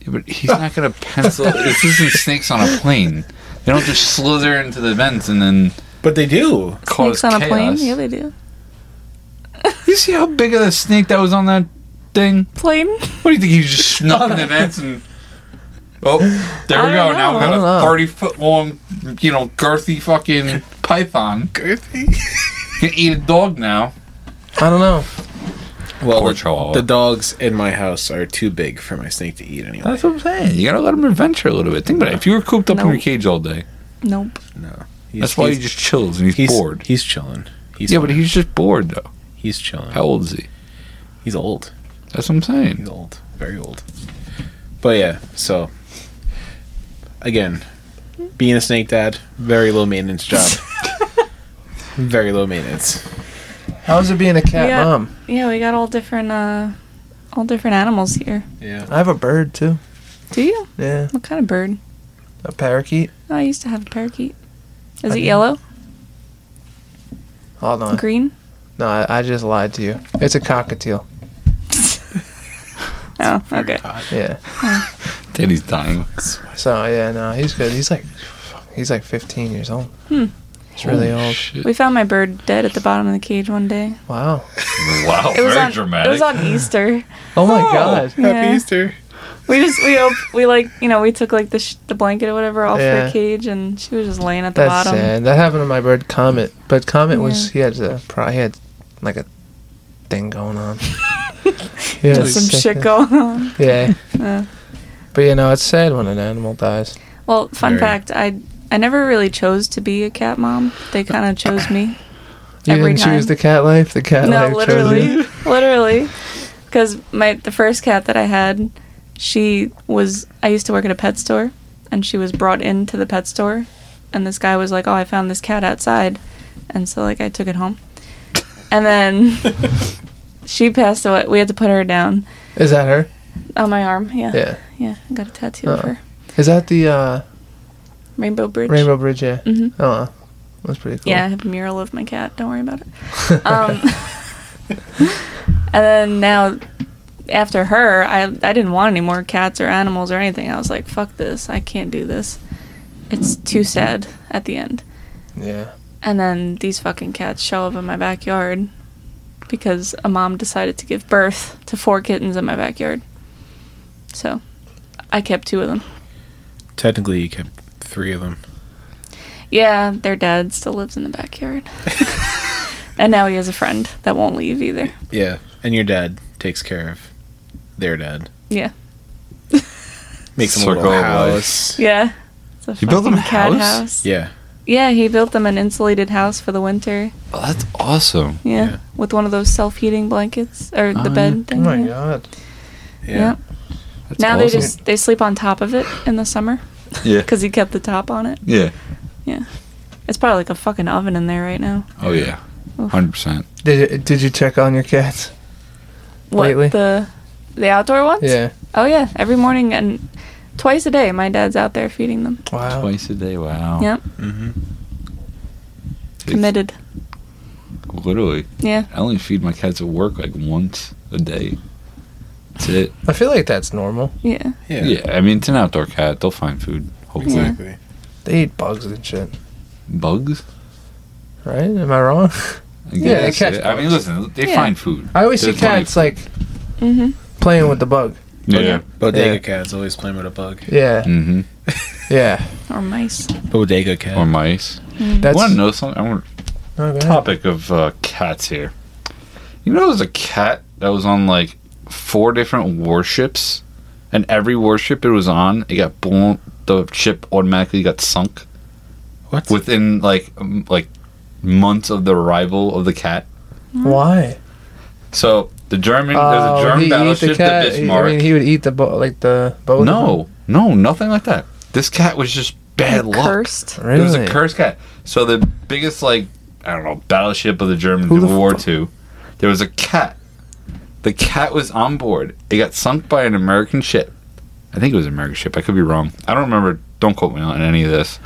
S1: Yeah, but he's not gonna pencil. this isn't snakes on a plane. They don't just slither into the vents and then
S4: but they do.
S1: cause
S2: Snakes on a plane?
S1: chaos.
S2: Yeah, they do.
S1: You see how big of a snake that was on that thing?
S2: Plane?
S1: What do you think? He was just snuck in the vents and. Oh, there we
S2: I
S1: go. Now
S2: don't know.
S1: we got
S3: I don't know.
S1: a 30 foot long, you know, girthy fucking python. Can eat a dog now.
S3: I don't know.
S4: Well,
S1: Poor
S4: the,
S1: chihuahua.
S4: the dogs in my house are too big for my snake to eat anyway.
S1: That's what I'm saying. You gotta let him adventure a little bit. Think about it. If you were cooped up in
S2: No.
S1: your cage all day,
S2: Nope.
S4: He's-
S1: that's why he
S4: he's-
S1: just chills and he's,
S4: he's
S1: bored.
S4: He's chilling. He's
S1: yeah, but
S4: fine.
S1: he's just bored though.
S4: he's chilling.
S1: How old is he?
S4: He's old.
S1: That's what I'm saying.
S4: He's old. Very old. But yeah, so again, being a snake dad, very low maintenance job. very low maintenance.
S3: How's it being a cat
S2: Yeah.
S3: mom?
S2: Yeah, we got all different, uh, all different animals here.
S4: Yeah.
S3: I have a bird too.
S2: Do you?
S3: Yeah,
S2: What kind of bird?
S3: a parakeet.
S2: Oh, I used to have a parakeet. Is
S3: I
S2: it
S3: do.
S2: yellow?
S3: Hold on.
S2: Green?
S3: No, I, I just lied to you. It's a cockatiel.
S2: Oh, okay.
S3: Yeah.
S1: Daddy's dying.
S3: So yeah, no, he's good. He's like, he's like 15 years old.
S2: Hmm.
S3: It's really
S1: Holy
S3: old.
S1: Shit.
S2: We found my bird dead at the bottom of the cage one day.
S3: Wow.
S1: Wow,
S2: It was
S1: very
S2: on,
S1: dramatic.
S2: It was on Easter.
S3: Oh my
S1: Oh.
S3: god.
S4: Happy
S2: Yeah.
S4: Easter.
S2: We just we op- we like you know we took like the sh- the blanket or whatever off
S3: Yeah.
S2: her cage and she was just laying at the
S3: That's
S2: bottom.
S3: sad. That happened to my bird Comet, but Comet was he had a pro- he had like a thing going on. He had
S2: Just
S3: a
S2: some shit
S3: sickness.
S2: going on.
S3: Yeah.
S2: Yeah.
S3: But you know, it's sad when an animal dies.
S2: Well, fun
S4: Very.
S2: fact, I I never really chose to be a cat mom. They kind of chose me.
S3: You
S2: Every
S3: didn't
S2: time.
S3: choose the cat life. The cat
S2: no,
S3: life chose
S2: literally,
S3: you.
S2: literally, because my the first cat that I had, she was I used to work at a pet store, and she was brought into the pet store, and this guy was like, "Oh, I found this cat outside," and so like I took it home, and then she passed away. We had to put her down
S3: Is that her?
S2: on my arm. Yeah, yeah,
S3: Yeah.
S2: I got a tattoo of
S3: Uh-oh.
S2: her,
S3: Is that the uh,
S2: Rainbow Bridge.
S3: Rainbow Bridge? Yeah.
S2: hmm
S3: Oh, uh, that's pretty cool.
S2: Yeah, I have a mural of my cat. Don't worry about it. Um, and then now, after her, I I didn't want any more cats or animals or anything. I was like, fuck this. I can't do this. It's too sad at the end.
S3: Yeah.
S2: And then these fucking cats show up in my backyard because a mom decided to give birth to four kittens in my backyard. So I kept two of them.
S4: Technically, you kept three of them.
S2: Yeah, their dad still lives in the backyard. and now he has a friend that won't leave either.
S4: Yeah, and your dad takes care of their dad.
S2: Yeah.
S4: Makes them a
S1: Circle
S4: little
S1: of life.
S4: house.
S2: Yeah. It's a
S1: You built them
S2: fucking
S1: a
S2: cat
S1: house?
S4: Yeah,
S2: Yeah, he built them an insulated house for the winter.
S1: oh, that's awesome.
S2: Yeah.
S4: Yeah.
S2: With one of those self heating blankets or
S1: Oh,
S2: the
S1: yeah.
S2: bed
S3: Oh
S2: thing.
S3: my
S2: yeah.
S3: god.
S4: yeah.
S2: Yeah.
S1: That's
S2: Now
S1: awesome.
S2: they just they sleep on top of it in the summer
S1: yeah
S2: because he kept the top on it.
S1: yeah
S2: It's probably like a fucking oven in there right now.
S1: oh yeah,
S2: Oof.
S1: hundred percent.
S3: Did you, did you check on your cats?
S2: What
S3: Lately?
S2: the the outdoor ones?
S3: Yeah.
S2: Oh yeah, every morning and twice a day. My dad's out there feeding them.
S3: Wow.
S1: Twice a day. Wow.
S2: Yeah,
S4: Mm-hmm.
S1: It's
S2: committed.
S1: Literally,
S2: Yeah.
S1: I only feed my cats at work like once a day. That's it.
S3: I feel like that's normal.
S2: Yeah.
S1: Yeah. I mean, it's an outdoor cat. They'll find food. Hopefully,
S4: Exactly.
S3: They eat bugs and shit,
S1: bugs.
S3: right? Am I wrong?
S1: I
S3: Yeah, they
S1: guess.
S3: catch
S1: I mean,
S3: bugs.
S1: listen, they
S2: Yeah.
S1: find food.
S3: I always see
S1: There's plenty
S3: cats like
S2: Mm-hmm.
S3: playing with the bug.
S1: Yeah.
S4: Bodega
S3: Yeah.
S4: cat's always playing with a bug.
S3: Yeah,
S1: Mm-hmm.
S3: yeah.
S2: Or mice.
S4: Bodega cat.
S1: Or mice.
S2: Mm.
S3: That's
S1: I want to know something. I want
S3: Oh, go ahead.
S1: topic of uh, cats here. You know, there was a cat that was on like four different warships, and every warship it was on, it got blown. The ship automatically got sunk
S4: what?
S1: within like um, like months of the arrival of the cat.
S3: Why?
S1: So the German,
S3: Oh,
S1: there's a
S3: he
S1: German
S3: eat
S1: battleship, the,
S3: He-
S1: Bismarck.
S3: I mean, he would eat the bo- like the boat.
S1: no, no, nothing like that. This cat was just bad luck.
S2: Cursed.
S3: really.
S1: It was a cursed cat. So the biggest like I don't know battleship of the German
S3: Who the
S1: World War
S3: fuck-
S1: II, there was a cat. The cat was on board. It got sunk by an American ship. I think it was an American ship. I could be wrong. I don't remember. Don't quote me on any of this.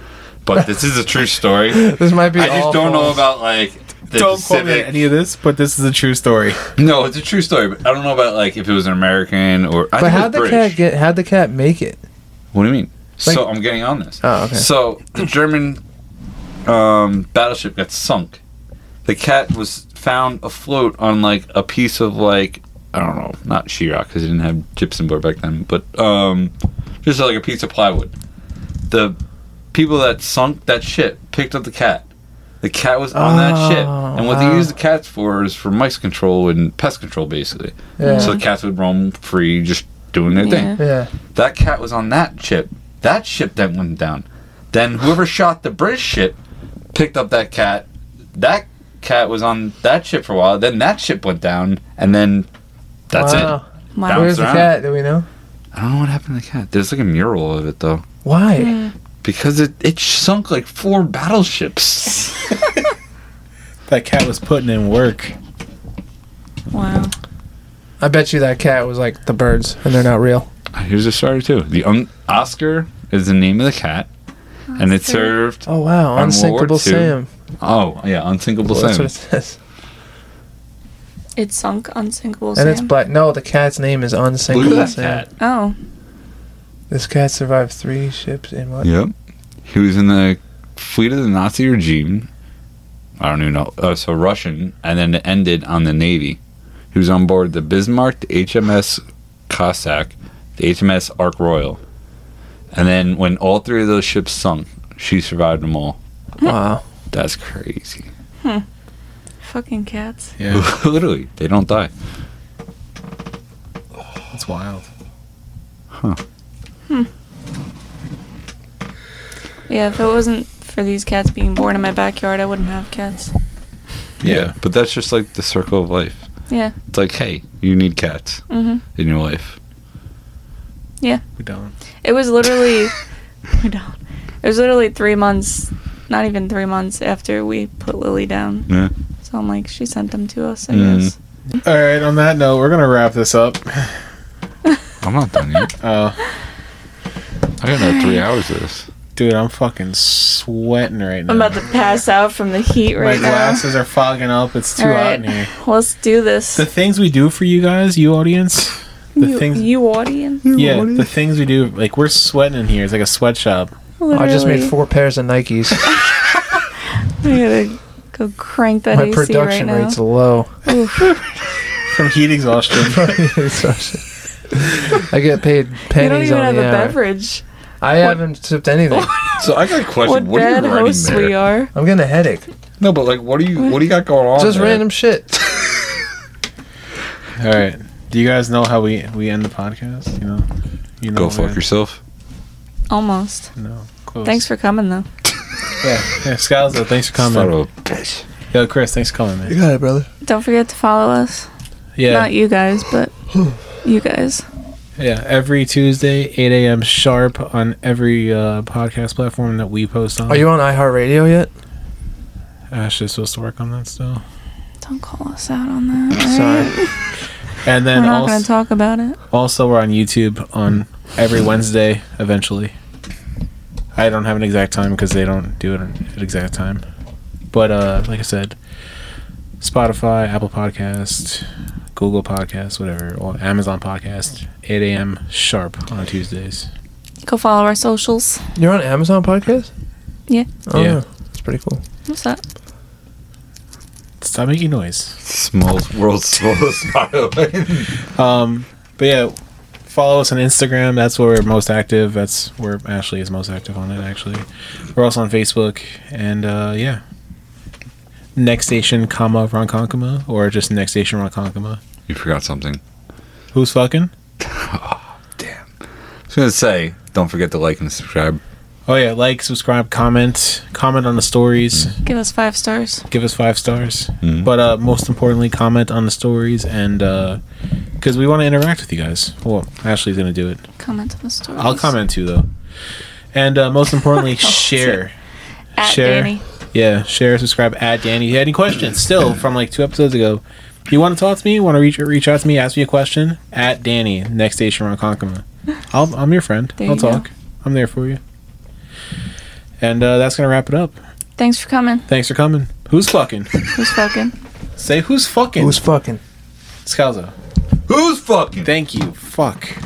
S1: But this is a true story. I
S3: This might be.
S1: just
S3: all
S1: don't know
S3: false.
S1: about like the
S4: Don't quote me on
S1: Pacific.
S4: any of this, but this is a true story.
S1: No, it's a true story. But I don't know about like if it was an American or. I
S3: But
S1: think it
S3: how'd
S1: was
S3: the
S1: British.
S3: cat get? How'd the cat make it?
S1: What do you mean?
S3: Like-
S1: so I'm getting on this.
S3: Oh, okay.
S1: So the German um, battleship got sunk. The cat was found afloat on like a piece of like I don't know, not sheetrock because it didn't have gypsum board back then, but um, just like a piece of plywood. The people that sunk that ship picked up the cat. The cat was on that ship,
S3: Oh,
S1: and what
S3: wow.
S1: they used the cats for is for mice control and pest control, basically.
S3: Yeah.
S1: So the cats would roam free, just doing their thing.
S2: Yeah.
S3: Yeah.
S1: That cat was on that ship. That ship then went down. Then whoever shot the British ship picked up that cat. That cat was on that ship for a while. Then that ship went down, and then that's it.
S3: wow.
S1: Bounce
S2: Wow.
S3: Where's the
S1: around.
S3: cat? Do we know?
S1: I don't know what happened to the cat. There's like a mural of it though,
S3: Why?
S1: because it it sunk like four battleships.
S4: That cat was putting in work.
S2: Wow.
S3: I bet you that cat was like the birds, and they're not real.
S1: Here's a story too. The un- Oscar is the name of the cat, and it
S2: Oscar.
S1: served.
S3: Oh wow,
S1: On World
S3: unsinkable
S1: War II,
S3: Sam.
S1: Oh yeah, unsinkable
S3: Well, that's what
S1: Sam.
S3: it says.
S2: It sunk unsinkable
S3: And
S2: sand.
S3: it's black. No, the cat's name is
S1: Look
S3: unsinkable
S1: at that
S3: Sam.
S1: cat.
S2: oh.
S3: This cat survived three ships in what?
S1: Yep. He was in the fleet of the Nazi regime. I don't even know. Uh, so Russian, and then it ended on the Navy. He was on board the Bismarck, the HMS Cossack, the HMS Ark Royal. And then when all three of those ships sunk, she survived them all.
S3: Wow.
S1: That's crazy.
S2: Fucking cats.
S4: Yeah,
S1: Literally, they don't die.
S4: it's wild.
S2: Yeah, if it wasn't for these cats being born in my backyard, I wouldn't have cats.
S4: Yeah.
S1: But that's just like the circle of life.
S2: Yeah.
S1: It's like, hey, you need cats
S2: Mm-hmm.
S1: in your life.
S4: We don't.
S2: It was literally. we don't. It was literally three months, not even three months after we put Lily down.
S1: Yeah.
S2: So I'm like, she sent them to us, I
S1: Mm.
S2: guess.
S4: All right. On that note, we're gonna wrap this up.
S1: I'm not done yet.
S4: Oh,
S1: I got another three hours of this.
S4: dude, I'm fucking sweating right now.
S2: I'm about to pass out from the heat
S4: My
S2: right now.
S4: glasses are fogging up. It's too
S2: All
S4: hot
S2: right,
S4: in here.
S2: let's do this.
S4: The things we do for you guys, you audience. The
S2: you,
S4: things.
S2: you audience.
S4: yeah, the things we do. Like we're sweating in here. It's like a sweatshop.
S3: I just made
S2: Literally.
S3: four pairs of Nikes.
S2: I gotta go crank that
S3: My
S2: AC
S3: production
S2: right now.
S3: rate's low.
S4: From heat exhaustion.
S3: I get paid
S2: you don't
S3: pennies
S2: even
S3: on
S2: have
S3: the
S2: a
S3: hour.
S2: beverage.
S3: I haven't sipped anything.
S1: So I got a
S2: What,
S1: question. What, are
S2: bad
S1: you writing
S2: hosts
S1: there?
S2: we are.
S3: I'm getting a headache.
S1: No, but like, what do you what do you got going on?
S3: Just
S1: there?
S3: random shit.
S4: All right. Do you guys know how we we end the podcast? You know. You know.
S1: Go
S4: we
S1: fuck
S4: end-
S1: yourself.
S2: Almost.
S4: No. Close.
S2: Thanks for coming, though.
S4: Yeah. yeah Scalzo, thanks for
S1: Son
S4: coming.
S1: of a bitch.
S4: Yo, Chris, thanks for coming, man.
S3: got it, brother.
S2: Don't forget to follow us.
S4: Yeah.
S2: Not you guys, but you guys.
S4: Yeah. Every Tuesday, 8 a.m. sharp on every uh, podcast platform that we post on.
S3: Are you on iHeartRadio yet?
S4: Ash is supposed to work on that still.
S2: Don't call us out on that. all right?
S3: Sorry.
S4: And
S2: We're
S4: then
S2: not going to
S4: also,
S2: talk about it.
S4: also, we're on YouTube on every Wednesday eventually. I don't have an exact time because they don't do it at an exact time. But uh, like I said, Spotify, Apple Podcast, Google Podcasts, whatever, or Amazon Podcast, 8 a.m. sharp on Tuesdays.
S2: Go follow our socials.
S3: You're on Amazon podcast?
S2: Yeah.
S3: Oh,
S4: Yeah.
S3: yeah. It's pretty cool.
S2: What's that?
S4: Stop making noise.
S1: Smallest world's smallest spider.
S4: Um, but yeah, follow us on Instagram. That's where we're most active. That's where Ashley is most active on it. Actually, we're also on Facebook, and uh, yeah, Next Station, comma Ronkonkoma, or just Next Station Ronkonkoma.
S1: you forgot something.
S4: Who's fucking?
S1: Damn. I was gonna say, don't forget to like and subscribe.
S4: Oh yeah, like, subscribe, comment, comment on the stories.
S2: Give us five stars.
S4: give us five stars
S1: Mhm.
S4: but uh most importantly comment on the stories and uh because we want to interact with you guys well ashley's gonna do it
S2: Comment on the story.
S4: i'll comment too though and uh most importantly
S2: Oh,
S4: share
S2: At
S4: share.
S2: Danny.
S4: yeah share subscribe at danny If you had any questions still from like two episodes ago if you want to talk to me want to reach reach out to me ask me a question at danny next station around Concoma. I'll, i'm your friend
S2: There
S4: i'll
S2: you go.
S4: talk i'm there for you and uh that's gonna wrap it up
S2: Thanks for coming.
S4: thanks for coming who's fucking
S2: Who's fucking?
S4: say who's fucking
S3: Who's fucking?
S4: Scalzo.
S1: Who's fucking?
S4: Thank you. Fuck.